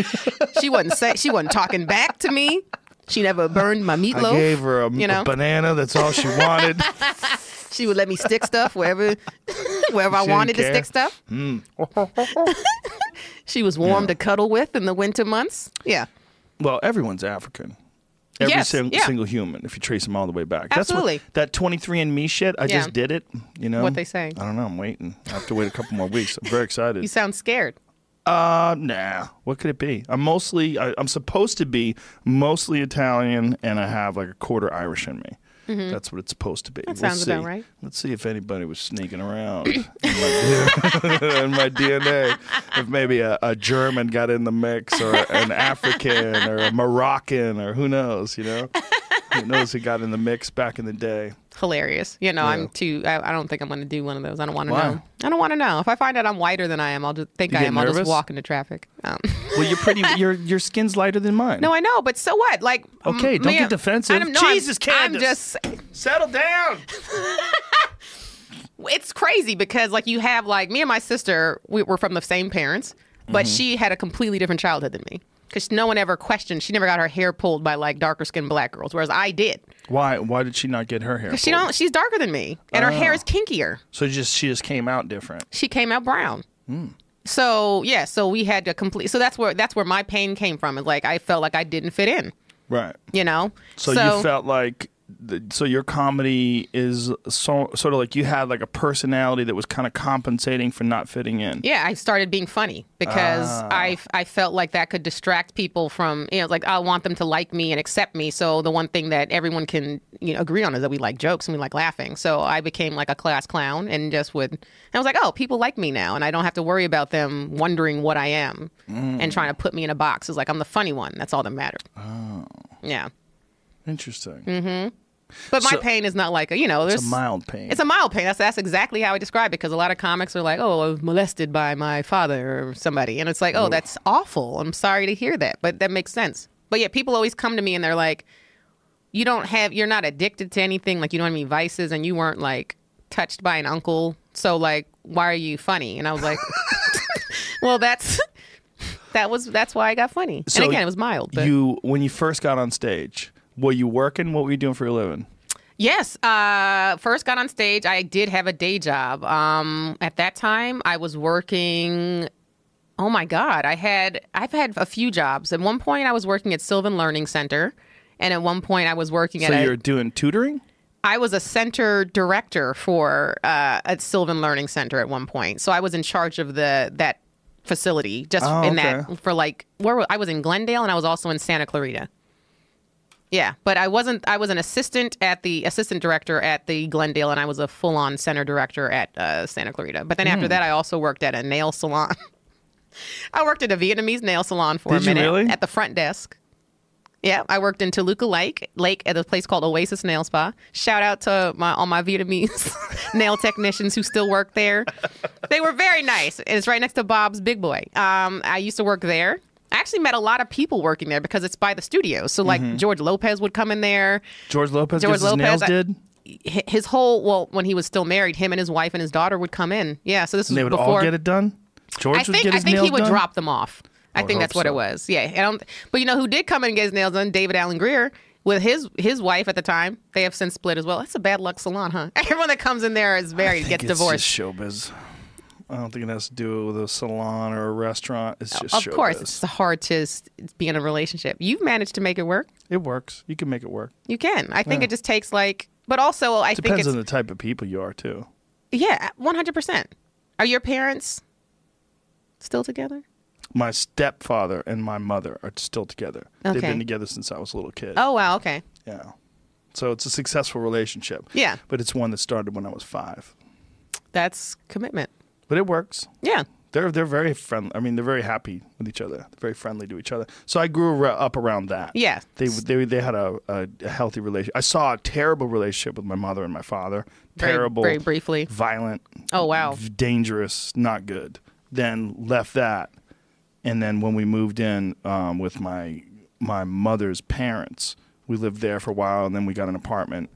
[SPEAKER 2] she wasn't say she wasn't talking back to me. She never burned my
[SPEAKER 1] I
[SPEAKER 2] meatloaf.
[SPEAKER 1] gave her a,
[SPEAKER 2] you know,
[SPEAKER 1] a banana. That's all she wanted.
[SPEAKER 2] she would let me stick stuff wherever wherever I
[SPEAKER 1] She didn't
[SPEAKER 2] wanted to
[SPEAKER 1] care. Hmm.
[SPEAKER 2] stick stuff. she was warm to cuddle with in the winter months. Yeah.
[SPEAKER 1] well, everyone's African. Every
[SPEAKER 2] Yes,
[SPEAKER 1] sing-
[SPEAKER 2] yeah.
[SPEAKER 1] single human, if you trace them all the way back.
[SPEAKER 2] Absolutely.
[SPEAKER 1] That's what, that 23andMe shit, I
[SPEAKER 2] Yeah.
[SPEAKER 1] just did it. You know
[SPEAKER 2] What they say.
[SPEAKER 1] I don't know. I'm waiting. I have to wait a couple more weeks. I'm very excited.
[SPEAKER 2] You sound scared.
[SPEAKER 1] Uh, nah. What could it be? I'm mostly, I, I'm supposed to be mostly Italian, and I have like a quarter Irish in me. That's what it's supposed to be. That
[SPEAKER 2] Mm-hmm. sounds about right.
[SPEAKER 1] Let's see if anybody was sneaking around in, my, in my DNA. If maybe a, a German got in the mix, or an African, or a Moroccan, or who knows, you know? Who knows who got in the mix back in the day?
[SPEAKER 2] Hilarious. You know,
[SPEAKER 1] Yeah.
[SPEAKER 2] I'm too. I, I don't think I'm going to do one of those. I don't want to
[SPEAKER 1] Why?
[SPEAKER 2] know. I don't want to know. If I find out I'm whiter than I am, I'll just think
[SPEAKER 1] You
[SPEAKER 2] I
[SPEAKER 1] get
[SPEAKER 2] am. I'll
[SPEAKER 1] nervous?
[SPEAKER 2] just walk into traffic. Um,
[SPEAKER 1] Well, you're pretty. Your your skin's lighter than mine.
[SPEAKER 2] no, I know, but so what? Like,
[SPEAKER 1] Okay,
[SPEAKER 2] m-
[SPEAKER 1] don't
[SPEAKER 2] man,
[SPEAKER 1] get defensive.
[SPEAKER 2] I don't- no, I'm-
[SPEAKER 1] Jesus,
[SPEAKER 2] I'm
[SPEAKER 1] Candace.
[SPEAKER 2] just
[SPEAKER 1] settle down.
[SPEAKER 2] it's crazy because like you have like me and my sister we were from the same parents but
[SPEAKER 1] Mm-hmm.
[SPEAKER 2] she had a completely different childhood than me because no one ever questioned she never got her hair pulled by like darker skinned black girls whereas i did
[SPEAKER 1] Why? Why did she not get her hair?
[SPEAKER 2] she
[SPEAKER 1] pulled?
[SPEAKER 2] don't she's darker than me and her hair
[SPEAKER 1] Ah.
[SPEAKER 2] is kinkier
[SPEAKER 1] So just she just came out different.
[SPEAKER 2] she came out brown
[SPEAKER 1] Hmm.
[SPEAKER 2] so yeah so we had to complete so that's where that's where my pain came from is like i felt like i didn't fit in
[SPEAKER 1] Right.
[SPEAKER 2] you know
[SPEAKER 1] So, you felt like, th- so your comedy is so, sort of like you had like a personality that was kind of compensating for not fitting in.
[SPEAKER 2] Yeah, I started being funny because
[SPEAKER 1] Ah.
[SPEAKER 2] I I felt like that could distract people from you know like I want them to like me and accept me. So the one thing that everyone can you know agree on is that we like jokes and we like laughing. So I became like a class clown and just would. And I was like, oh, people like me now, and I don't have to worry about them wondering what I am and trying
[SPEAKER 1] Mm.
[SPEAKER 2] to put me in a box. It's like I'm the funny one. That's all that mattered. Oh. Yeah,
[SPEAKER 1] Interesting.
[SPEAKER 2] but my
[SPEAKER 1] So-
[SPEAKER 2] pain is not like a, you know there's
[SPEAKER 1] It's a mild pain.
[SPEAKER 2] Mm-hmm. it's a mild pain. That's that's exactly how I describe it because a lot of comics are like, "Oh, I was molested by my father or somebody," and it's like, "Oh, that's awful. I'm sorry to hear that, but that makes sense." But yeah, people always come to me and they're like, "You don't have, you're not addicted to anything, like you don't have any vices, and you weren't like touched by an uncle, so like, why are you funny?" And I was like, "Well, that's that was that's why I got funny."
[SPEAKER 1] So
[SPEAKER 2] and again, it was mild. But.
[SPEAKER 1] You when you first got on stage, were you working? What were you doing for a living?
[SPEAKER 2] Yes. Uh, first got on stage. I did have a day job. Um, at that time, I was working. Oh my God! I had I've had a few jobs. At one point, I was working at Sylvan Learning Center, and at one point, I was working
[SPEAKER 1] so
[SPEAKER 2] at.
[SPEAKER 1] you're
[SPEAKER 2] a,
[SPEAKER 1] doing tutoring.
[SPEAKER 2] I was a center director for uh, at Sylvan Learning Center at one point. So I was in charge of the that facility just
[SPEAKER 1] Oh,
[SPEAKER 2] in
[SPEAKER 1] okay.
[SPEAKER 2] that for like where wa- I was in Glendale and I was also in Santa Clarita. Yeah, but I wasn't. I was an assistant at the assistant director at the Glendale, and I was a full on center director at uh, Santa Clarita. But then
[SPEAKER 1] Hmm.
[SPEAKER 2] after that, I also worked at a nail salon. I worked at a Vietnamese nail salon for
[SPEAKER 1] Did
[SPEAKER 2] a
[SPEAKER 1] you
[SPEAKER 2] minute
[SPEAKER 1] really?
[SPEAKER 2] at the front desk. Yeah, I worked in Toluca Lake, Lake at a place called Oasis Nail Spa. Shout out to my all my Vietnamese nail technicians who still work there. They were very nice. And It's right next to Bob's Big Boy. Um, I used to work there. I actually met a lot of people working there because it's by the studio. So like
[SPEAKER 1] Mm-hmm.
[SPEAKER 2] George Lopez would come in there.
[SPEAKER 1] George Lopez.
[SPEAKER 2] George
[SPEAKER 1] gets his
[SPEAKER 2] Lopez,
[SPEAKER 1] nails
[SPEAKER 2] I-
[SPEAKER 1] did.
[SPEAKER 2] Hi- His whole well, when he was still married, him and his wife and his daughter would come in. Yeah, so this was
[SPEAKER 1] And they would
[SPEAKER 2] before
[SPEAKER 1] all get it done. George
[SPEAKER 2] I
[SPEAKER 1] would
[SPEAKER 2] think
[SPEAKER 1] get
[SPEAKER 2] I
[SPEAKER 1] his
[SPEAKER 2] think
[SPEAKER 1] nails
[SPEAKER 2] he would
[SPEAKER 1] done?
[SPEAKER 2] drop them off. I,
[SPEAKER 1] would
[SPEAKER 2] think that's
[SPEAKER 1] hope
[SPEAKER 2] what
[SPEAKER 1] so.
[SPEAKER 2] it was. Yeah, I don't, but you know who did come in and get his nails done? David Allen Greer with his his wife at the time. They have since split as well. That's a bad luck salon, huh? Everyone that comes in there is
[SPEAKER 1] I
[SPEAKER 2] married,
[SPEAKER 1] think
[SPEAKER 2] gets
[SPEAKER 1] it's
[SPEAKER 2] divorced.
[SPEAKER 1] Just showbiz. I don't think it has to do with a salon or a restaurant. It's just
[SPEAKER 2] of
[SPEAKER 1] showbiz.
[SPEAKER 2] course, it's hard to s- be in a relationship. You've managed to make it work.
[SPEAKER 1] it works. You can make it work.
[SPEAKER 2] You can. I think it just takes like, but also I think
[SPEAKER 1] Depends
[SPEAKER 2] it's
[SPEAKER 1] on the type of people you are too.
[SPEAKER 2] yeah, one hundred percent. Are your parents still together?
[SPEAKER 1] My stepfather and my mother are still together. They've
[SPEAKER 2] Okay.
[SPEAKER 1] been together since I was a little kid.
[SPEAKER 2] Oh wow, okay.
[SPEAKER 1] Yeah. So it's a successful relationship.
[SPEAKER 2] Yeah.
[SPEAKER 1] But it's one that started when I was five.
[SPEAKER 2] That's commitment.
[SPEAKER 1] But it works.
[SPEAKER 2] Yeah.
[SPEAKER 1] They're they're very friendly. I mean, they're very happy with each other. They're very friendly to each other. So I grew ar- up around that.
[SPEAKER 2] Yeah.
[SPEAKER 1] They they they had a, a, a healthy relationship. I saw a terrible relationship with my mother and my father.
[SPEAKER 2] Very-
[SPEAKER 1] terrible.
[SPEAKER 2] very briefly.
[SPEAKER 1] Violent.
[SPEAKER 2] Oh, wow.
[SPEAKER 1] v- Dangerous. Not good. Then left that, and then when we moved in um, with my my mother's parents, we lived there for a while, and then we got an apartment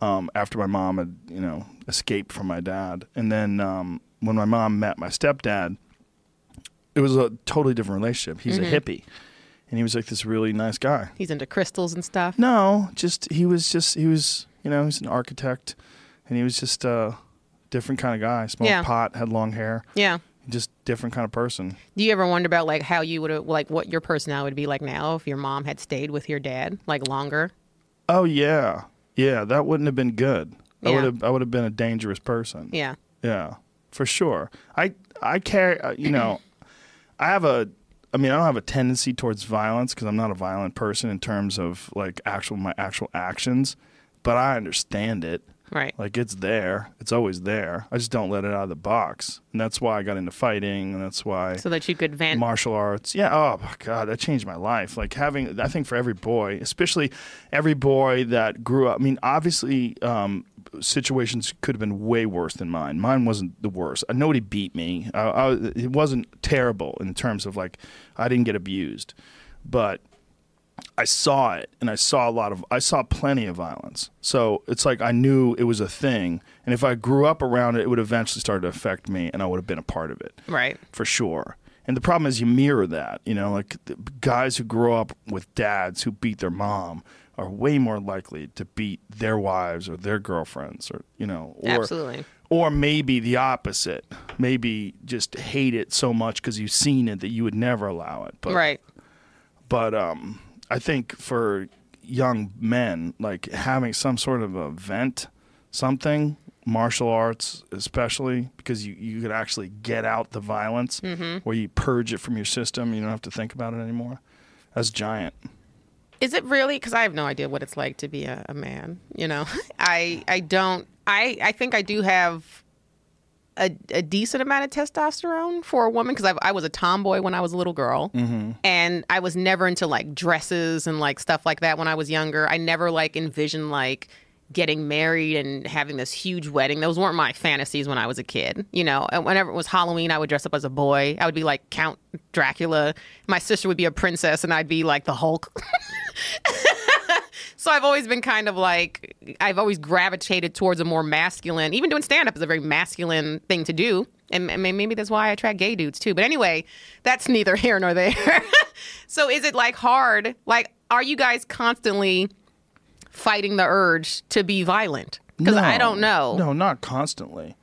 [SPEAKER 1] um, after my mom had you know escaped from my dad, and then um, when my mom met my stepdad it was a totally different relationship. He's a hippie, and he was like this really nice guy.
[SPEAKER 2] He's into crystals and stuff.
[SPEAKER 1] No, just he was just he was you know he's an architect, and he was just a different kind of guy. Smoked
[SPEAKER 2] Yeah.
[SPEAKER 1] pot, had long hair,
[SPEAKER 2] Yeah.
[SPEAKER 1] just different kind of person.
[SPEAKER 2] Do you ever wonder about like how you would have like what your personality would be like now if your mom had stayed with your dad like longer?
[SPEAKER 1] Oh yeah, yeah, that wouldn't have been good. I
[SPEAKER 2] Yeah.
[SPEAKER 1] would have I would have been a dangerous person.
[SPEAKER 2] Yeah.
[SPEAKER 1] Yeah, for sure. I I care. Uh, you know, I have a. I mean, I don't have a tendency towards violence because I'm not a violent person in terms of like actual my actual actions. but I understand it.
[SPEAKER 2] Right.
[SPEAKER 1] Like it's there. It's always there. I just don't let it out of the box. And that's why I got into fighting and that's why
[SPEAKER 2] so that you could vent.
[SPEAKER 1] martial arts. Yeah. Oh my God, that changed my life. Like having, I think for every boy, especially every boy that grew up. I mean, obviously, um, situations could have been way worse than mine. Mine wasn't the worst. Uh, Nobody beat me. Uh, I, it wasn't terrible in terms of like I didn't get abused, but I saw it and I saw a lot of I saw plenty of violence. So it's like I knew it was a thing and if I grew up around it it would eventually start to affect me and I would have been a part of it
[SPEAKER 2] right.
[SPEAKER 1] for sure. And the problem is you mirror that, you know, like the guys who grow up with dads who beat their mom are way more likely to beat their wives or their girlfriends or you know or
[SPEAKER 2] Absolutely.
[SPEAKER 1] or maybe the opposite. Maybe just hate it so much cuz you've seen it that you would never allow it. But
[SPEAKER 2] right.
[SPEAKER 1] but um, I think for young men, like having some sort of event, something, martial arts especially, because you, you could actually get out the violence where you purge it from your system. You don't have to think about it anymore. That's giant.
[SPEAKER 2] Is it really? Because I have no idea what it's like to be a, a man. You know, I I don't. I I think I do have a, a decent amount of testosterone for a woman because I was a tomboy when I was a little girl, and I was never into like dresses and like stuff like that when I was younger. I never like envisioned like getting married and having this huge wedding. Those weren't my fantasies when I was a kid. You know, and whenever it was Halloween, I would dress up as a boy. I would be like Count Dracula. My sister would be a princess, and I'd be like the Hulk. So I've always been kind of like I've always gravitated towards a more masculine. Even doing stand up is a very masculine thing to do, and, and maybe that's why I attract gay dudes too. But anyway, that's neither here nor there. so is it like hard? Like, are you guys constantly fighting the urge to be violent? Because I don't know.
[SPEAKER 1] No, not constantly.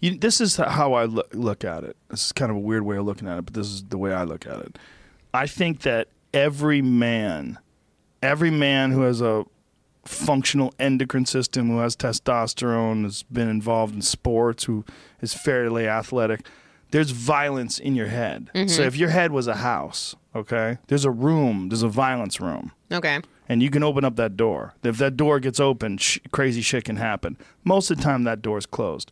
[SPEAKER 1] You, this is how I look, look at it. This is kind of a weird way of looking at it, but this is the way I look at it. I think that every man, every man who has a functional endocrine system, who has testosterone, has been involved in sports, who is fairly athletic, there's violence in your head.
[SPEAKER 2] Mm-hmm.
[SPEAKER 1] So if your head was a house, okay, there's a room, there's a violence room
[SPEAKER 2] Okay.
[SPEAKER 1] and you can open up that door. If that door gets open, sh- crazy shit can happen. Most of the time, that door is closed.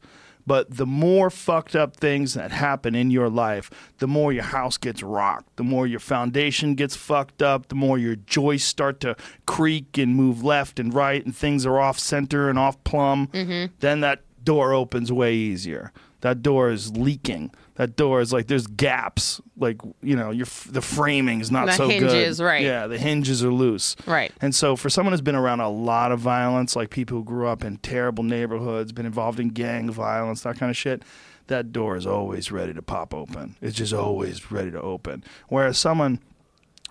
[SPEAKER 1] But the more fucked up things that happen in your life, the more your house gets rocked, the more your foundation gets fucked up, the more your joists start to creak and move left and right, and things are off center and off plumb.
[SPEAKER 2] Mm-hmm.
[SPEAKER 1] Then that door opens way easier. That door is leaking. That door is like there's gaps. Like you know, your f- the framing is not
[SPEAKER 2] The
[SPEAKER 1] so
[SPEAKER 2] hinges,
[SPEAKER 1] good.
[SPEAKER 2] right.
[SPEAKER 1] Yeah, yeah, the hinges are loose.
[SPEAKER 2] Right.
[SPEAKER 1] And so for someone who's been around a lot of violence, like people who grew up in terrible neighborhoods, been involved in gang violence, that kind of shit, that door is always ready to pop open. It's just always ready to open. Whereas someone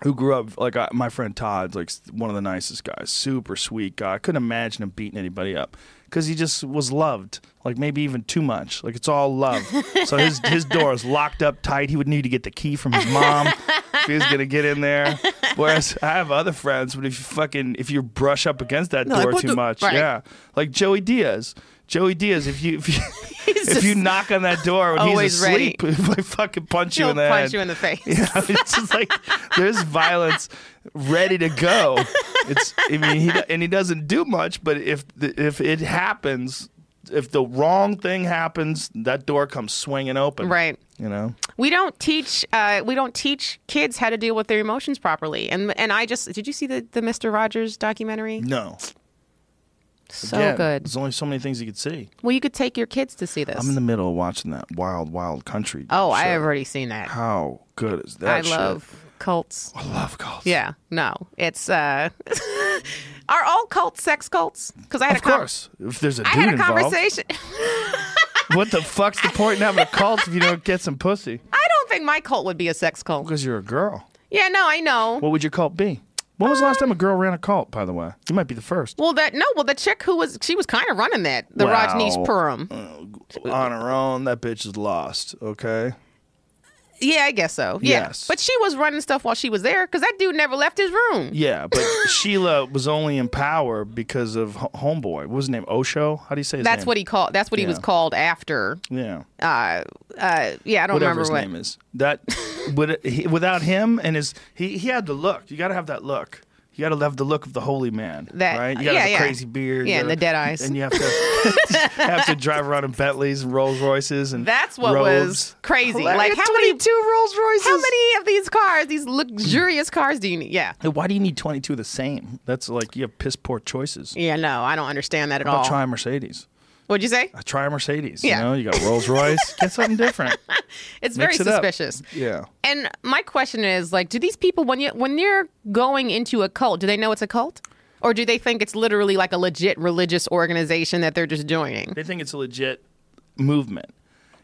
[SPEAKER 1] who grew up like I, my friend Todd's like s- one of the nicest guys, super sweet guy. I couldn't imagine him beating anybody up because he just was loved, like maybe even too much. Like it's all love. so his his door is locked up tight. He would need to get the key from his mom if he was gonna get in there. Whereas I have other friends, but if you fucking if you brush up against that
[SPEAKER 2] like,
[SPEAKER 1] door
[SPEAKER 2] what
[SPEAKER 1] too
[SPEAKER 2] the-
[SPEAKER 1] much,
[SPEAKER 2] Right.
[SPEAKER 1] yeah, like Joey Diaz. Joey Diaz, if you if you, if
[SPEAKER 2] just
[SPEAKER 1] you knock on that door when he's
[SPEAKER 2] always ready.
[SPEAKER 1] asleep, if I fucking punch you
[SPEAKER 2] He'll
[SPEAKER 1] in the
[SPEAKER 2] punch
[SPEAKER 1] head.
[SPEAKER 2] you in the face.
[SPEAKER 1] Yeah, it's just like there's violence ready to go. It's I mean, he, and he doesn't do much, but if the, if it happens, if the wrong thing happens, that door comes swinging open.
[SPEAKER 2] Right.
[SPEAKER 1] You know.
[SPEAKER 2] we don't teach uh, we don't teach kids how to deal with their emotions properly and and i just did you see the, the mr rogers documentary
[SPEAKER 1] No.
[SPEAKER 2] so
[SPEAKER 1] Again,
[SPEAKER 2] good
[SPEAKER 1] There's only so many things you could see.
[SPEAKER 2] well you could take your kids to see this
[SPEAKER 1] I'm in the middle of watching that Wild Wild Country.
[SPEAKER 2] oh i
[SPEAKER 1] show.
[SPEAKER 2] have already seen that
[SPEAKER 1] How good is that?
[SPEAKER 2] i
[SPEAKER 1] shit?
[SPEAKER 2] love cults
[SPEAKER 1] I love cults.
[SPEAKER 2] yeah no it's uh are all cults sex cults because i had
[SPEAKER 1] Of
[SPEAKER 2] a con-
[SPEAKER 1] course. If there's a dude
[SPEAKER 2] I had a
[SPEAKER 1] involved,
[SPEAKER 2] conversation.
[SPEAKER 1] what the fuck's the point in having a cult if you don't get some pussy?
[SPEAKER 2] I don't think my cult would be a sex cult.
[SPEAKER 1] Because you're a girl.
[SPEAKER 2] Yeah, no, I know.
[SPEAKER 1] What would your cult be? When was the last time a girl ran a cult, by the way? You might be the first.
[SPEAKER 2] Well, that no. Well, the chick who was she was kind of running that the
[SPEAKER 1] Wow.
[SPEAKER 2] Rajneesh Purim.
[SPEAKER 1] uh, On her own, that bitch is lost, okay?
[SPEAKER 2] Yeah, I guess so. Yeah.
[SPEAKER 1] Yes.
[SPEAKER 2] But she was running stuff while she was there because that dude never left his room.
[SPEAKER 1] Yeah, but Sheila was only in power because of Ho- Homeboy. What was his name? Osho? How do you say his
[SPEAKER 2] That's
[SPEAKER 1] name?
[SPEAKER 2] what he called. That's what he was
[SPEAKER 1] Yeah.
[SPEAKER 2] called after.
[SPEAKER 1] Yeah.
[SPEAKER 2] Uh, uh, yeah, I don't
[SPEAKER 1] Whatever
[SPEAKER 2] remember
[SPEAKER 1] his
[SPEAKER 2] what.
[SPEAKER 1] name is. That would, he, without him and his he, he had the look. You got to have that look. you got to have the look of the holy man,
[SPEAKER 2] That-
[SPEAKER 1] right? You got to
[SPEAKER 2] yeah,
[SPEAKER 1] have a
[SPEAKER 2] yeah.
[SPEAKER 1] crazy beard,
[SPEAKER 2] Yeah,
[SPEAKER 1] you
[SPEAKER 2] and
[SPEAKER 1] gotta-
[SPEAKER 2] the dead eyes.
[SPEAKER 1] and you have to have to drive around in Bentleys and Rolls Royces, and
[SPEAKER 2] That's what
[SPEAKER 1] robes.
[SPEAKER 2] was crazy.
[SPEAKER 1] Like,
[SPEAKER 2] Like, how many
[SPEAKER 1] two Rolls Royces?
[SPEAKER 2] How many of these cars, these luxurious cars, do you need? Yeah.
[SPEAKER 1] Hey, Why do you need twenty two of the same? That's like you have piss poor choices.
[SPEAKER 2] Yeah, no, I don't understand that at
[SPEAKER 1] I'll
[SPEAKER 2] all.
[SPEAKER 1] try a Mercedes.
[SPEAKER 2] What'd you say?
[SPEAKER 1] I try a Mercedes.
[SPEAKER 2] Yeah.
[SPEAKER 1] You know, you got Rolls Royce. Get something different.
[SPEAKER 2] It's very
[SPEAKER 1] Mix it up.
[SPEAKER 2] suspicious.
[SPEAKER 1] Yeah.
[SPEAKER 2] And my question is, like, do these people when you when they're going into a cult, do they know it's a cult, or do they think it's literally like a legit religious organization that they're just joining?
[SPEAKER 1] They think it's a legit movement.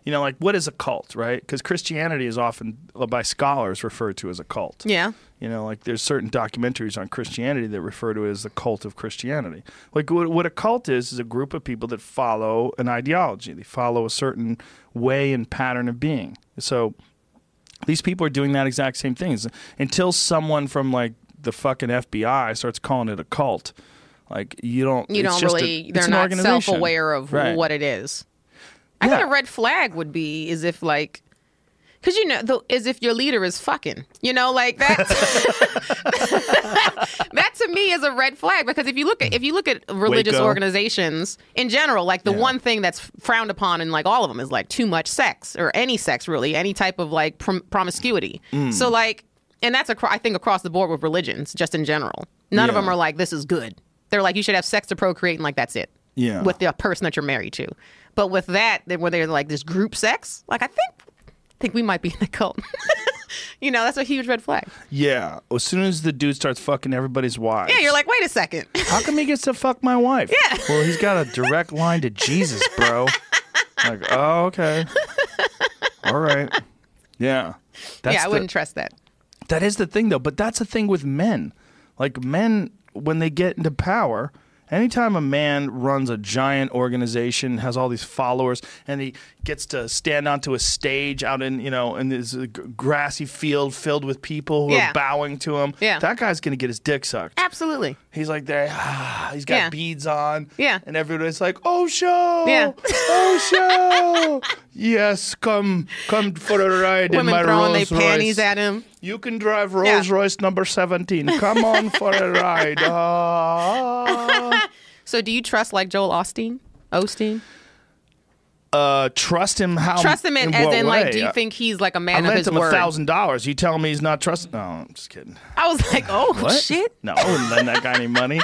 [SPEAKER 1] You know, like what is a cult, right? Because Christianity is often by scholars referred to as a cult.
[SPEAKER 2] Yeah.
[SPEAKER 1] You know, like there's certain documentaries on Christianity that refer to it as the cult of Christianity. Like what, what a cult is is a group of people that follow an ideology. They follow a certain way and pattern of being. So these people are doing that exact same things until someone from like the fucking FBI starts calling it a cult. Like you don't,
[SPEAKER 2] You
[SPEAKER 1] it's
[SPEAKER 2] don't
[SPEAKER 1] just a-
[SPEAKER 2] really.
[SPEAKER 1] it's
[SPEAKER 2] they're
[SPEAKER 1] an
[SPEAKER 2] not
[SPEAKER 1] organization.
[SPEAKER 2] self-aware of
[SPEAKER 1] Right.
[SPEAKER 2] what it is. I
[SPEAKER 1] Yeah.
[SPEAKER 2] think a red flag would be is if like. Cause you know, the, is if your leader is fucking, you know, like that. that to me is a red flag because if you look at if you look at religious
[SPEAKER 1] Waco.
[SPEAKER 2] organizations in general, like the
[SPEAKER 1] Yeah.
[SPEAKER 2] one thing that's frowned upon in like all of them is like too much sex or any sex really, any type of like prom- promiscuity.
[SPEAKER 1] Mm.
[SPEAKER 2] So like, and that's acro- I think across the board with religions, just in general. None of
[SPEAKER 1] Yeah.
[SPEAKER 2] them are like this is good. They're like you should have sex to procreate and like that's it.
[SPEAKER 1] Yeah.
[SPEAKER 2] With the person that you're married to, but with that, then when they're like this group sex, like I think, I think we might be in the cult. you know, that's a huge red flag.
[SPEAKER 1] Yeah. As soon as the dude starts fucking everybody's wife.
[SPEAKER 2] Yeah, you're like, wait a second.
[SPEAKER 1] how come he gets to fuck my wife? Yeah. Well, he's got a direct line to Jesus, bro. like, oh, okay. All right. Yeah. That's
[SPEAKER 2] yeah, I
[SPEAKER 1] the-
[SPEAKER 2] wouldn't trust that.
[SPEAKER 1] That is the thing, though. But that's the thing with men. Like, men, when they get into power, anytime a man runs a giant organization, has all these followers, and he gets to stand onto a stage out in, you know, in this uh, g- grassy field filled with people who
[SPEAKER 2] Yeah.
[SPEAKER 1] are bowing to him,
[SPEAKER 2] Yeah.
[SPEAKER 1] that guy's going to get his dick sucked.
[SPEAKER 2] Absolutely.
[SPEAKER 1] He's like there. ah, he's got
[SPEAKER 2] Yeah.
[SPEAKER 1] beads on.
[SPEAKER 2] Yeah.
[SPEAKER 1] And everybody's like, "Oh show,
[SPEAKER 2] Yeah.
[SPEAKER 1] oh show, yes, come, come for a ride in
[SPEAKER 2] Women
[SPEAKER 1] my
[SPEAKER 2] throwing
[SPEAKER 1] Rolls
[SPEAKER 2] their panties
[SPEAKER 1] Royce.
[SPEAKER 2] at him.
[SPEAKER 1] You can drive Rolls Royce number seventeen. Come on for a ride. Ah."
[SPEAKER 2] So do you trust like Joel Osteen? Osteen?
[SPEAKER 1] Uh, trust him how?
[SPEAKER 2] Trust him in, as
[SPEAKER 1] what
[SPEAKER 2] in like,
[SPEAKER 1] way?
[SPEAKER 2] do you think he's like a
[SPEAKER 1] I
[SPEAKER 2] man of
[SPEAKER 1] lent
[SPEAKER 2] his
[SPEAKER 1] him
[SPEAKER 2] word?
[SPEAKER 1] a thousand dollars. You tell me he's not trust? No, I'm just kidding.
[SPEAKER 2] I was like, oh
[SPEAKER 1] What?
[SPEAKER 2] shit.
[SPEAKER 1] No, I wouldn't lend that guy any money.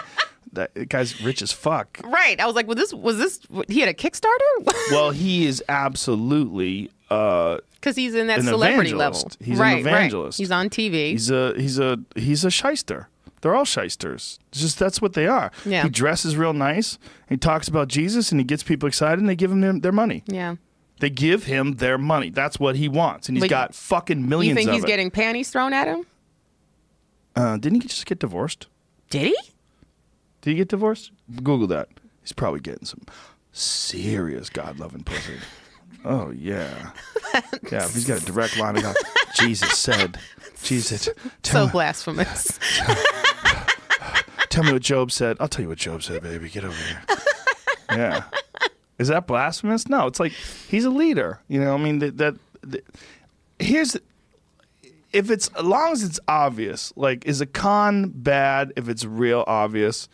[SPEAKER 1] That guy's rich as fuck.
[SPEAKER 2] Right. I was like, well, this was this. He had a Kickstarter
[SPEAKER 1] Well, he is absolutely uh,
[SPEAKER 2] because he's in that
[SPEAKER 1] An
[SPEAKER 2] celebrity level.
[SPEAKER 1] evangelist. He's an
[SPEAKER 2] right,
[SPEAKER 1] evangelist.
[SPEAKER 2] Right. He's on TV.
[SPEAKER 1] He's a he's a he's a shyster. They're all shysters. It's just that's what they are.
[SPEAKER 2] Yeah.
[SPEAKER 1] He dresses real nice. He talks about Jesus, and he gets people excited, and they give him their, their money.
[SPEAKER 2] yeah.
[SPEAKER 1] They give him their money. That's what he wants, and he's
[SPEAKER 2] But
[SPEAKER 1] got fucking millions.
[SPEAKER 2] You think
[SPEAKER 1] of
[SPEAKER 2] he's
[SPEAKER 1] it.
[SPEAKER 2] getting panties thrown at him?
[SPEAKER 1] Uh, didn't he just get divorced?
[SPEAKER 2] Did he?
[SPEAKER 1] Did he get divorced? Google that. He's probably getting some serious God loving pussy. Oh yeah, yeah. If he's got a direct line to God. Jesus said, Jesus, tell
[SPEAKER 2] So
[SPEAKER 1] me-
[SPEAKER 2] blasphemous.
[SPEAKER 1] Tell me what Job said. I'll tell you what Job said, baby. Get over here. yeah. Is that blasphemous? No, it's like he's a leader. You know, I mean that that, that here's if it's as long as it's obvious, like is a con bad if it's real obvious?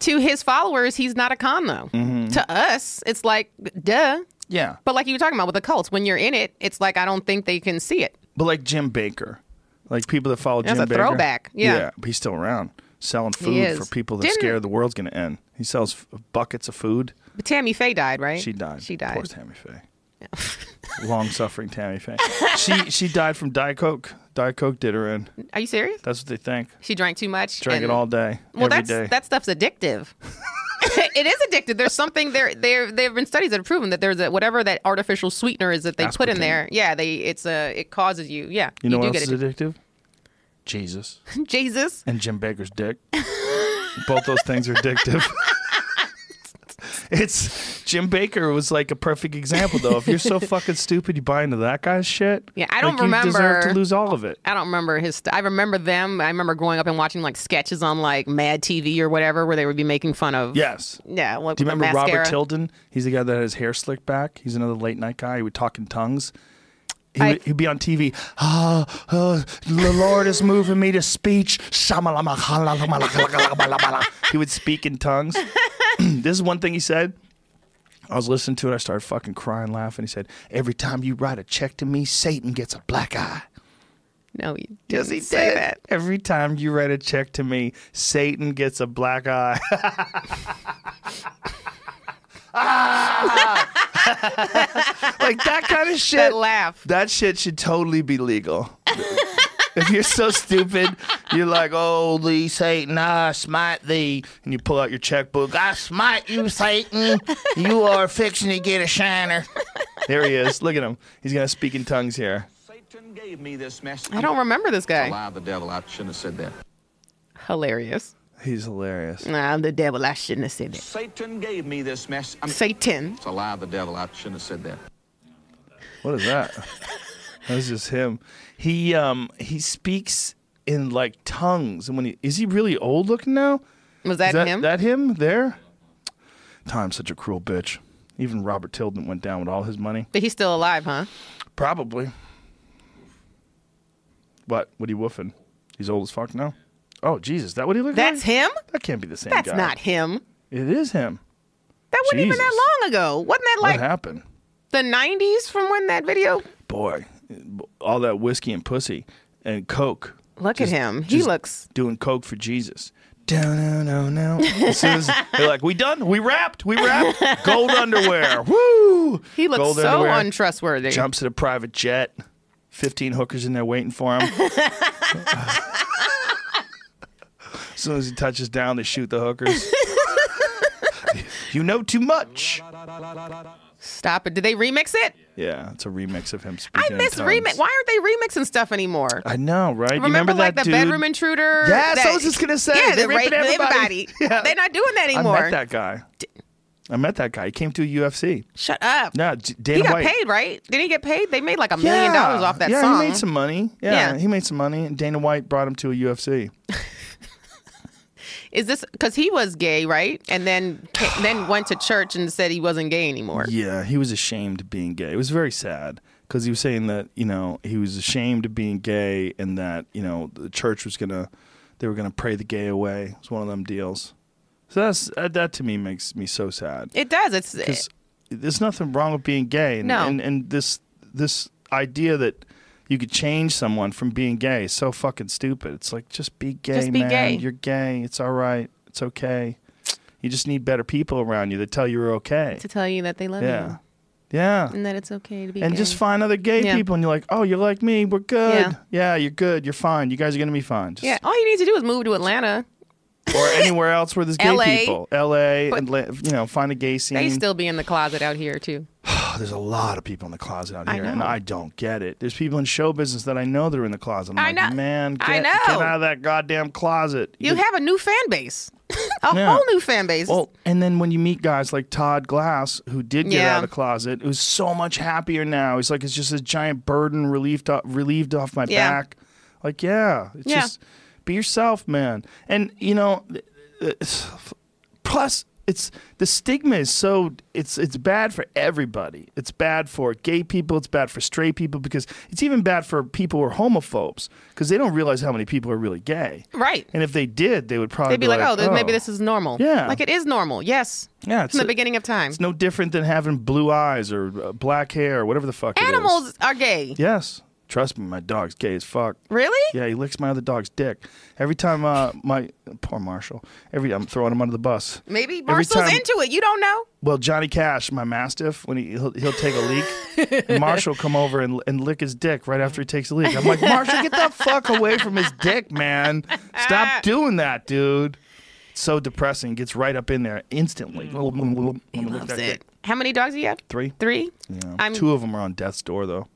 [SPEAKER 2] to his followers, he's not a con though.
[SPEAKER 1] Mm-hmm.
[SPEAKER 2] To us, it's like duh.
[SPEAKER 1] Yeah.
[SPEAKER 2] But like you were talking about with the cults, when you're in it, it's like I don't think they can see it.
[SPEAKER 1] But like Jim Baker. Like people that follow
[SPEAKER 2] That's
[SPEAKER 1] Jim
[SPEAKER 2] a
[SPEAKER 1] Baker.
[SPEAKER 2] throwback. Yeah.
[SPEAKER 1] but he's still around selling
[SPEAKER 2] He
[SPEAKER 1] food
[SPEAKER 2] is.
[SPEAKER 1] for people that
[SPEAKER 2] Didn't-
[SPEAKER 1] scare the world's going to end. He sells f- buckets of food.
[SPEAKER 2] But Tammy Faye died, right?
[SPEAKER 1] She died.
[SPEAKER 2] She died.
[SPEAKER 1] Poor Tammy Faye. Long suffering Tammy Faye. She she died from Diet Coke. Diet Coke did her in.
[SPEAKER 2] Are you serious?
[SPEAKER 1] That's what they think.
[SPEAKER 2] She drank too much.
[SPEAKER 1] Drank it
[SPEAKER 2] and-
[SPEAKER 1] all day.
[SPEAKER 2] Well,
[SPEAKER 1] every
[SPEAKER 2] that's
[SPEAKER 1] day.
[SPEAKER 2] that stuff's addictive. it is addictive. There's something there. There, there have been studies that have proven that there's a whatever that artificial sweetener is that they put in
[SPEAKER 1] Aspartame.
[SPEAKER 2] there. Yeah, they it's a it causes you. Yeah,
[SPEAKER 1] you know
[SPEAKER 2] do
[SPEAKER 1] what
[SPEAKER 2] get
[SPEAKER 1] else is addictive? Jesus
[SPEAKER 2] addicted. Jesus.
[SPEAKER 1] and Jim Baker's dick. Both those things are addictive. it's Jim Baker was like a perfect example though. If you're so fucking stupid, you buy into that guy's shit.
[SPEAKER 2] Yeah, I don't
[SPEAKER 1] like, You deserve to
[SPEAKER 2] remember-
[SPEAKER 1] lose all of it.
[SPEAKER 2] I don't remember his. St- I remember them. I remember growing up and watching like sketches on like Mad TV or whatever, where they would be making fun of.
[SPEAKER 1] Yes.
[SPEAKER 2] Yeah. Like,
[SPEAKER 1] Do you
[SPEAKER 2] with the
[SPEAKER 1] remember Robert
[SPEAKER 2] mascara.
[SPEAKER 1] Tilden? He's the guy that had his hair slicked back. He's another late night guy. He would talk in tongues. He
[SPEAKER 2] I-
[SPEAKER 1] would, he'd be on TV. Ah, ah, the Lord is moving me to speech. Shamalamahalalamalakalakalakala." he would speak in tongues. this is one thing he said. I was listening to it. I started fucking crying, laughing. He said, "Every time you write a check to me, Satan gets a black eye."
[SPEAKER 2] No, you
[SPEAKER 1] Yes,
[SPEAKER 2] didn't
[SPEAKER 1] he
[SPEAKER 2] say
[SPEAKER 1] did.
[SPEAKER 2] that.
[SPEAKER 1] Every time you write a check to me, Satan gets a black eye. Ah! like that kind of shit.
[SPEAKER 2] That laugh.
[SPEAKER 1] That shit should totally be legal. if you're so stupid, you're like, oh, thee, Satan, I smite thee. And you pull out your checkbook. I smite you, Satan. You are fixing to get a shiner. There he is. Look at him. He's going to speak in tongues here.
[SPEAKER 10] Satan gave me this message.
[SPEAKER 2] I don't remember this guy.
[SPEAKER 10] Lie, the devil. I shouldn't have said that.
[SPEAKER 2] Hilarious.
[SPEAKER 1] He's hilarious.
[SPEAKER 2] Nah, the devil. I shouldn't have said it.
[SPEAKER 10] Satan gave me this message. I'm
[SPEAKER 2] Satan.
[SPEAKER 10] it's a lie, the devil. I shouldn't have said that.
[SPEAKER 1] What is that? That's just him. He um he speaks in like tongues. And when he is he really old looking now?
[SPEAKER 2] Was that,
[SPEAKER 1] is that
[SPEAKER 2] him?
[SPEAKER 1] That him there? Time's such a cruel bitch. Even Robert Tilden went down with all his money.
[SPEAKER 2] but he's still alive, huh?
[SPEAKER 1] Probably. What? What are you woofing? He's old as fuck now. Oh Jesus, is that what he looked
[SPEAKER 2] That's
[SPEAKER 1] like?
[SPEAKER 2] him?
[SPEAKER 1] That can't be the same
[SPEAKER 2] That's
[SPEAKER 1] guy.
[SPEAKER 2] not him.
[SPEAKER 1] It is him.
[SPEAKER 2] That wasn't even
[SPEAKER 1] Jesus.
[SPEAKER 2] that long ago. Wasn't that
[SPEAKER 1] what
[SPEAKER 2] like
[SPEAKER 1] happened?
[SPEAKER 2] the 90s from when that video?
[SPEAKER 1] Boy, all that whiskey and pussy and coke.
[SPEAKER 2] Look
[SPEAKER 1] Just-
[SPEAKER 2] at him. He
[SPEAKER 1] just
[SPEAKER 2] looks.
[SPEAKER 1] doing coke for Jesus. Down, no, no, no. As soon as they're like, we done, we wrapped, we wrapped. Gold underwear, woo!
[SPEAKER 2] He looks
[SPEAKER 1] Gold
[SPEAKER 2] so
[SPEAKER 1] underwear.
[SPEAKER 2] untrustworthy.
[SPEAKER 1] Jumps in a private jet. Fifteen hookers in there waiting for him. as soon as he touches down, they shoot the hookers. you know too much.
[SPEAKER 2] Stop it. Did they remix it?
[SPEAKER 1] Yeah, it's a remix of him
[SPEAKER 2] I
[SPEAKER 1] speaking. in
[SPEAKER 2] miss
[SPEAKER 1] tongues.
[SPEAKER 2] remix. Why aren't they remixing stuff anymore?
[SPEAKER 1] I know, right? You
[SPEAKER 2] remember,
[SPEAKER 1] that
[SPEAKER 2] like the
[SPEAKER 1] dude?
[SPEAKER 2] bedroom intruder?
[SPEAKER 1] Yes, I
[SPEAKER 2] that-
[SPEAKER 1] was just gonna say,
[SPEAKER 2] Yeah,
[SPEAKER 1] they
[SPEAKER 2] the
[SPEAKER 1] ripping
[SPEAKER 2] rape everybody.
[SPEAKER 1] everybody. Yeah.
[SPEAKER 2] They're not doing that
[SPEAKER 1] I
[SPEAKER 2] anymore.
[SPEAKER 1] met that guy. I met that guy. He came to UFC.
[SPEAKER 2] Shut up.
[SPEAKER 1] No, J- Dan
[SPEAKER 2] he got
[SPEAKER 1] White.
[SPEAKER 2] paid, right? Did he get paid? They made like a million dollars off that
[SPEAKER 1] yeah,
[SPEAKER 2] song.
[SPEAKER 1] he made some money. Yeah,
[SPEAKER 2] Yeah.
[SPEAKER 1] he made some money, and Dana White brought him to a UFC.
[SPEAKER 2] Is this because he was gay, right? And then ca- then went to church and said he wasn't gay anymore.
[SPEAKER 1] Yeah, he was ashamed of being gay. It was very sad because he was saying that you know he was ashamed of being gay, and that you know the church was gonna they were gonna pray the gay away. It was one of them deals. So that's that, that to me makes me so sad.
[SPEAKER 2] It does. It's eh,
[SPEAKER 1] 'Cause there's nothing wrong with being gay, and,
[SPEAKER 2] No.
[SPEAKER 1] and and this this idea that you could change someone from being gay is so fucking stupid. It's like just be gay,
[SPEAKER 2] Just be
[SPEAKER 1] man.
[SPEAKER 2] gay.
[SPEAKER 1] You're gay. It's all right. It's okay. You just need better people around you that tell you you're okay.
[SPEAKER 2] to tell you that they love
[SPEAKER 1] Yeah,
[SPEAKER 2] you
[SPEAKER 1] yeah.
[SPEAKER 2] and that it's okay to be
[SPEAKER 1] And
[SPEAKER 2] gay.
[SPEAKER 1] just find other gay
[SPEAKER 2] Yeah.
[SPEAKER 1] people, and you're like, oh, you're like me. We're good.
[SPEAKER 2] Yeah.
[SPEAKER 1] Yeah. you're good. You're fine. You guys are gonna be fine. Just,
[SPEAKER 2] Yeah, all you need to do is move to Atlanta.
[SPEAKER 1] Or anywhere else where there's gay
[SPEAKER 2] LA.
[SPEAKER 1] people. L.A.
[SPEAKER 2] But-
[SPEAKER 1] and la- you know, find a gay scene.
[SPEAKER 2] They still be in the closet out here too.
[SPEAKER 1] there's a lot of people in the closet out
[SPEAKER 2] I
[SPEAKER 1] here, and
[SPEAKER 2] know.
[SPEAKER 1] I don't get it. There's people in show business that I know they're in the closet. I'm
[SPEAKER 2] I
[SPEAKER 1] like,
[SPEAKER 2] know.
[SPEAKER 1] man, get,
[SPEAKER 2] I
[SPEAKER 1] get
[SPEAKER 2] know.
[SPEAKER 1] out of that goddamn closet.
[SPEAKER 2] You have a new fan base, a
[SPEAKER 1] Yeah.
[SPEAKER 2] whole new fan base.
[SPEAKER 1] Well, and then when you meet guys like Todd Glass, who did get
[SPEAKER 2] Yeah.
[SPEAKER 1] out of the closet, who's so much happier now. He's like, it's just a giant burden relieved off, relieved off my
[SPEAKER 2] Yeah.
[SPEAKER 1] back. Like, yeah, it's
[SPEAKER 2] Yeah.
[SPEAKER 1] just be yourself, man. And you know, it's- plus it's the stigma is so it's it's bad for everybody. It's bad for gay people. It's bad for straight people because it's even bad for people who are homophobes because they don't realize how many people are really gay.
[SPEAKER 2] right?
[SPEAKER 1] And if they did, they would probably
[SPEAKER 2] They'd be like, oh, th- maybe this is normal.
[SPEAKER 1] Yeah.
[SPEAKER 2] like it is normal. Yes,
[SPEAKER 1] Yeah, it's
[SPEAKER 2] from the
[SPEAKER 1] a-
[SPEAKER 2] beginning of time.
[SPEAKER 1] It's no different than having blue eyes or uh, black hair or whatever the fuck. it is.
[SPEAKER 2] Animals are gay.
[SPEAKER 1] Yes, trust me, my dog's gay as fuck.
[SPEAKER 2] Really?
[SPEAKER 1] Yeah, he licks my other dog's dick every time. Uh, my poor Marshall. Every I'm throwing him under the bus.
[SPEAKER 2] Maybe
[SPEAKER 1] Every
[SPEAKER 2] Marcel's
[SPEAKER 1] time-
[SPEAKER 2] into it. You don't know.
[SPEAKER 1] Well, Johnny Cash, my mastiff, when he he'll, he'll take a leak, and Marshall will come over and, and lick his dick right after he takes a leak. I'm like, Marshall, get the fuck away from his dick, man! Stop doing that, dude. It's so depressing. Gets right up in there instantly. He
[SPEAKER 2] Mm. Loves it. How many dogs do you have?
[SPEAKER 1] Three.
[SPEAKER 2] Three.
[SPEAKER 1] Yeah.
[SPEAKER 2] I'm-
[SPEAKER 1] Two of them are on death's door, though.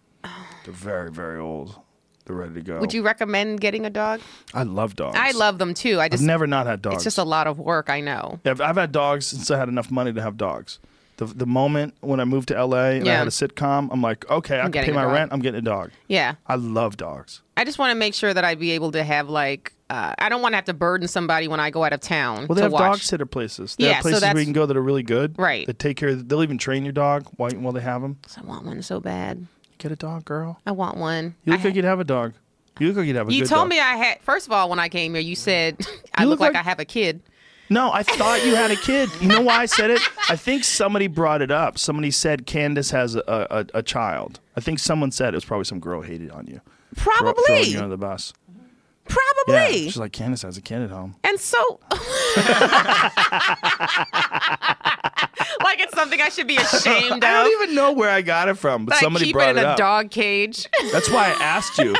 [SPEAKER 1] They're very, very old. They're ready to go.
[SPEAKER 2] Would you recommend getting a dog?
[SPEAKER 1] I love dogs.
[SPEAKER 2] I love them too. I
[SPEAKER 1] I've
[SPEAKER 2] just
[SPEAKER 1] never not had dogs.
[SPEAKER 2] it's just a lot of work. I know.
[SPEAKER 1] I've, I've had dogs since I had enough money to have dogs. The, the moment when I moved to LA and I
[SPEAKER 2] Yeah.
[SPEAKER 1] had a sitcom, I'm like, okay, I can
[SPEAKER 2] getting
[SPEAKER 1] pay
[SPEAKER 2] a
[SPEAKER 1] my
[SPEAKER 2] dog.
[SPEAKER 1] rent. I'm getting a dog.
[SPEAKER 2] Yeah.
[SPEAKER 1] I love dogs.
[SPEAKER 2] I just want to make sure that I'd be able to have like uh, I don't want to have to burden somebody when I go out of town
[SPEAKER 1] Well, they
[SPEAKER 2] to
[SPEAKER 1] have
[SPEAKER 2] watch.
[SPEAKER 1] dog sitter places. They
[SPEAKER 2] Yeah,
[SPEAKER 1] have
[SPEAKER 2] so
[SPEAKER 1] places where
[SPEAKER 2] that's-
[SPEAKER 1] you can go that are really good.
[SPEAKER 2] Right.
[SPEAKER 1] That take care. Of, they'll even train your dog while, while they have them.
[SPEAKER 2] I want one so bad.
[SPEAKER 1] Get a dog, girl.
[SPEAKER 2] I want one.
[SPEAKER 1] You look
[SPEAKER 2] I
[SPEAKER 1] like you'd have a dog. You look like you'd have a
[SPEAKER 2] You
[SPEAKER 1] good
[SPEAKER 2] told
[SPEAKER 1] dog.
[SPEAKER 2] me I had. First of all, when I came here, you said I
[SPEAKER 1] You
[SPEAKER 2] look,
[SPEAKER 1] look
[SPEAKER 2] like,
[SPEAKER 1] like-
[SPEAKER 2] I have a kid.
[SPEAKER 1] No, I thought you had a kid. You know why I said it? I think somebody brought it up. Somebody said Candace has a, a, a child. I think someone said it was probably some girl hated on you. Throw- throwing
[SPEAKER 2] Probably.
[SPEAKER 1] you under the bus. Yeah,
[SPEAKER 2] Probably.
[SPEAKER 1] she's like Candace has a kid at home.
[SPEAKER 2] and so, like it's something I should be ashamed
[SPEAKER 1] I
[SPEAKER 2] of.
[SPEAKER 1] don't even know where I got it from, but
[SPEAKER 2] that I
[SPEAKER 1] somebody
[SPEAKER 2] keep
[SPEAKER 1] brought
[SPEAKER 2] it in a
[SPEAKER 1] up.
[SPEAKER 2] dog cage.
[SPEAKER 1] That's why I asked you.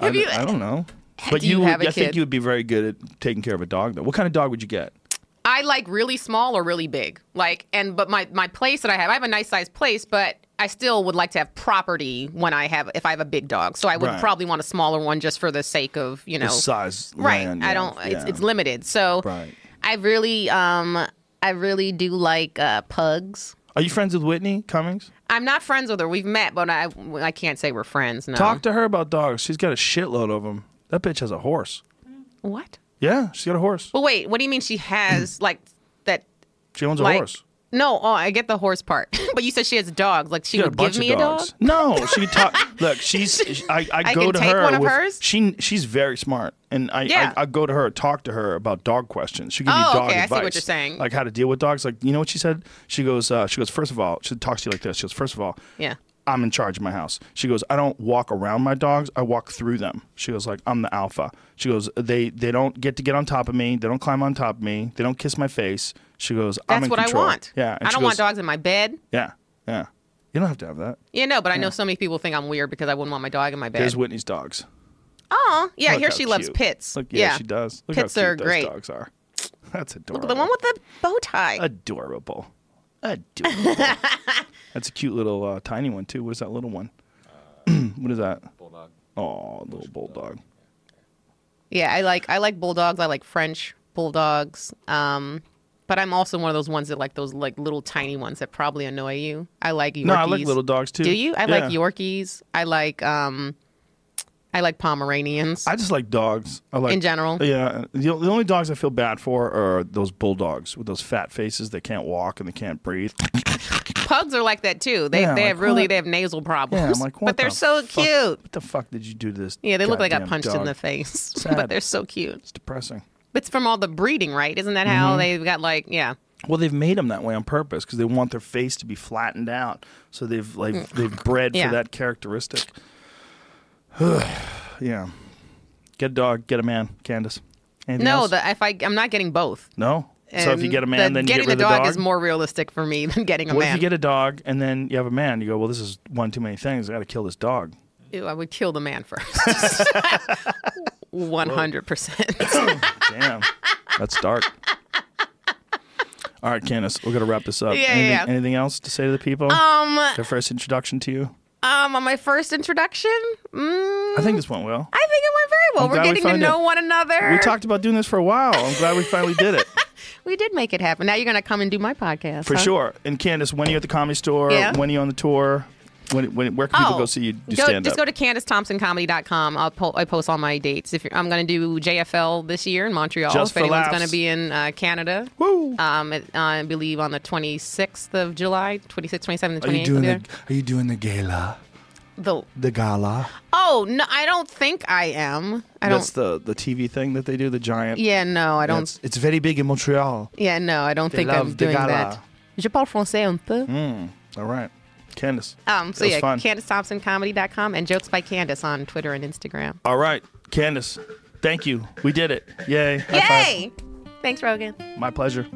[SPEAKER 1] I,
[SPEAKER 2] Have you-
[SPEAKER 1] I don't know. But
[SPEAKER 2] Do you
[SPEAKER 1] would-
[SPEAKER 2] have a
[SPEAKER 1] I think
[SPEAKER 2] kid?
[SPEAKER 1] you would be very good at taking care of a dog, though. What kind of dog would you get?
[SPEAKER 2] I like really small or really big. Like and but my my place that I have, I have a nice sized place, but I still would like to have property when I have if I have a big dog. So I would
[SPEAKER 1] Right.
[SPEAKER 2] probably want a smaller one just for the sake of, you know,
[SPEAKER 1] The size.
[SPEAKER 2] right.
[SPEAKER 1] land,
[SPEAKER 2] I
[SPEAKER 1] yeah,
[SPEAKER 2] don't it's
[SPEAKER 1] yeah.
[SPEAKER 2] it's limited. So
[SPEAKER 1] Right.
[SPEAKER 2] I really um I really do like uh pugs.
[SPEAKER 1] Are you friends with Whitney Cummings?
[SPEAKER 2] I'm not friends with her. We've met, but I I can't say we're friends. No.
[SPEAKER 1] Talk to her about dogs. She's got a shitload of them. That bitch has a horse.
[SPEAKER 2] what?
[SPEAKER 1] Yeah, she's got a horse.
[SPEAKER 2] Well, wait. What do you mean she has like that?
[SPEAKER 1] She owns a
[SPEAKER 2] like
[SPEAKER 1] horse.
[SPEAKER 2] no. Oh, I get the horse part. but you said she has dogs. Like she
[SPEAKER 1] She got
[SPEAKER 2] would give me a dog.
[SPEAKER 1] No, she talk. look, she's. I, I,
[SPEAKER 2] I
[SPEAKER 1] go
[SPEAKER 2] can
[SPEAKER 1] to
[SPEAKER 2] take
[SPEAKER 1] her.
[SPEAKER 2] one of
[SPEAKER 1] with-
[SPEAKER 2] hers?
[SPEAKER 1] She she's very smart, and I,
[SPEAKER 2] Yeah.
[SPEAKER 1] I I go to her, talk to her about dog questions. She gives me
[SPEAKER 2] Oh,
[SPEAKER 1] dog
[SPEAKER 2] okay, I see
[SPEAKER 1] advice.
[SPEAKER 2] what you're saying.
[SPEAKER 1] Like how to deal with dogs. Like you know what she said? She goes. Uh, she goes. First of all, she talks to you like this. She goes. First of all,
[SPEAKER 2] Yeah.
[SPEAKER 1] I'm in charge of my house. She goes, I don't walk around my dogs. I walk through them. She goes, like I'm the alpha. She goes, they they don't get to get on top of me. They don't climb on top of me. They don't kiss my face. She goes, I'm
[SPEAKER 2] That's
[SPEAKER 1] in
[SPEAKER 2] what
[SPEAKER 1] control.
[SPEAKER 2] I want.
[SPEAKER 1] Yeah, and
[SPEAKER 2] I
[SPEAKER 1] she
[SPEAKER 2] don't want
[SPEAKER 1] goes,
[SPEAKER 2] dogs in my bed.
[SPEAKER 1] Yeah, yeah. You don't have to have that.
[SPEAKER 2] Yeah, no, but I know so many people think I'm weird because I wouldn't want my dog in my bed.
[SPEAKER 1] There's Whitney's dogs.
[SPEAKER 2] Oh, yeah.
[SPEAKER 1] Look
[SPEAKER 2] here
[SPEAKER 1] how
[SPEAKER 2] she loves
[SPEAKER 1] cute.
[SPEAKER 2] pits.
[SPEAKER 1] Look, yeah, she does. Look
[SPEAKER 2] pits
[SPEAKER 1] how cute
[SPEAKER 2] are
[SPEAKER 1] those
[SPEAKER 2] great.
[SPEAKER 1] dogs are. That's adorable.
[SPEAKER 2] Look at the one with the bow tie.
[SPEAKER 1] adorable. Adorable. That's a cute little uh, tiny one too. What is that little one? what is that? Bulldog. Oh, little bulldog.
[SPEAKER 2] yeah, I like I like bulldogs. I like French bulldogs. Um, but I'm also one of those ones that like those like little tiny ones that probably annoy you. I like Yorkies.
[SPEAKER 1] No, I like little dogs too.
[SPEAKER 2] Do you? I like
[SPEAKER 1] Yeah.
[SPEAKER 2] Yorkies. I like um, I like Pomeranians.
[SPEAKER 1] I just like dogs. I like
[SPEAKER 2] In general?
[SPEAKER 1] Yeah, the, the only dogs I feel bad for are those bulldogs with those fat faces that can't walk and they can't breathe.
[SPEAKER 2] Pugs are like that too. They
[SPEAKER 1] Yeah,
[SPEAKER 2] they
[SPEAKER 1] like,
[SPEAKER 2] have really
[SPEAKER 1] what?
[SPEAKER 2] they have nasal problems.
[SPEAKER 1] Yeah, I'm like, what
[SPEAKER 2] but they're
[SPEAKER 1] the
[SPEAKER 2] so
[SPEAKER 1] fuck-
[SPEAKER 2] cute.
[SPEAKER 1] What the fuck did you do to this?
[SPEAKER 2] Yeah, they look like I got
[SPEAKER 1] goddamn
[SPEAKER 2] punched in
[SPEAKER 1] dog?
[SPEAKER 2] the face. but
[SPEAKER 1] Sad.
[SPEAKER 2] they're so cute.
[SPEAKER 1] It's depressing.
[SPEAKER 2] It's from all the breeding, right? Isn't that
[SPEAKER 1] Mm-hmm.
[SPEAKER 2] how they've got like yeah.
[SPEAKER 1] Well, they've made them that way on purpose because they want their face to be flattened out. So they've like they've bred
[SPEAKER 2] Mm. Yeah.
[SPEAKER 1] for that characteristic. yeah, get a dog, get a man, Candace. Anything
[SPEAKER 2] No,
[SPEAKER 1] else?
[SPEAKER 2] the, if I I'm not getting both.
[SPEAKER 1] no. So if you
[SPEAKER 2] And
[SPEAKER 1] get a man,
[SPEAKER 2] the,
[SPEAKER 1] then you
[SPEAKER 2] getting
[SPEAKER 1] get rid
[SPEAKER 2] the
[SPEAKER 1] of
[SPEAKER 2] dog,
[SPEAKER 1] the dog
[SPEAKER 2] is more realistic for me than getting a
[SPEAKER 1] What
[SPEAKER 2] man.
[SPEAKER 1] if you get a dog and then you have a man? You go, well, this is one too many things. I got to kill this dog.
[SPEAKER 2] Ew, I would kill the man first. One hundred percent.
[SPEAKER 1] Damn, that's dark. All right, Candace, we're gonna wrap this up.
[SPEAKER 2] Yeah, yeah,
[SPEAKER 1] anything,
[SPEAKER 2] yeah.
[SPEAKER 1] anything else to say to the people?
[SPEAKER 2] Um,
[SPEAKER 1] Their first introduction to you.
[SPEAKER 2] um, on my first introduction, mm,
[SPEAKER 1] I think this went well.
[SPEAKER 2] I think it went very well.
[SPEAKER 1] I'm
[SPEAKER 2] We're
[SPEAKER 1] glad we
[SPEAKER 2] getting to
[SPEAKER 1] found
[SPEAKER 2] know
[SPEAKER 1] it.
[SPEAKER 2] one another.
[SPEAKER 1] We talked about doing this for a while. I'm glad we finally did it.
[SPEAKER 2] We did make it happen. Now you're gonna come and do my podcast
[SPEAKER 1] For
[SPEAKER 2] huh?
[SPEAKER 1] sure. And Candace, when are you at the comedy store?
[SPEAKER 2] Yeah.
[SPEAKER 1] When are you on the tour? When, when, where can people go see you do
[SPEAKER 2] Oh, go-
[SPEAKER 1] stand
[SPEAKER 2] Just go
[SPEAKER 1] up?
[SPEAKER 2] to CandiceThompsonComedy.com. I'll po- I post all my dates. If you're, I'm going to do JFL this year in Montreal.
[SPEAKER 1] Just
[SPEAKER 2] if
[SPEAKER 1] for
[SPEAKER 2] anyone's
[SPEAKER 1] laughs.
[SPEAKER 2] going to be in uh, Canada,
[SPEAKER 1] Woo.
[SPEAKER 2] um, it- I believe on the 26th of July, 26th, 27th, and 28th.
[SPEAKER 1] are you doing
[SPEAKER 2] I'll
[SPEAKER 1] the
[SPEAKER 2] be
[SPEAKER 1] Are you doing the gala?
[SPEAKER 2] there. The-
[SPEAKER 1] The gala.
[SPEAKER 2] oh no, I don't think I am. I don't.
[SPEAKER 1] That's the the TV thing that they do. The giant.
[SPEAKER 2] yeah, no, I don't.
[SPEAKER 1] It's, it's very big in Montreal.
[SPEAKER 2] Yeah, no, I don't
[SPEAKER 1] They
[SPEAKER 2] think I'm
[SPEAKER 1] love the
[SPEAKER 2] doing
[SPEAKER 1] gala.
[SPEAKER 2] that. Je parle français un peu.
[SPEAKER 1] All right, Candace.
[SPEAKER 2] Um, so
[SPEAKER 1] That was
[SPEAKER 2] yeah,
[SPEAKER 1] fun.
[SPEAKER 2] CandiceThompsonComedy.com and jokes by Candice on Twitter and Instagram.
[SPEAKER 1] All right, Candace. Thank you. We did it. Yay. High
[SPEAKER 2] Yay! Thanks, Rogan.
[SPEAKER 1] five. My pleasure.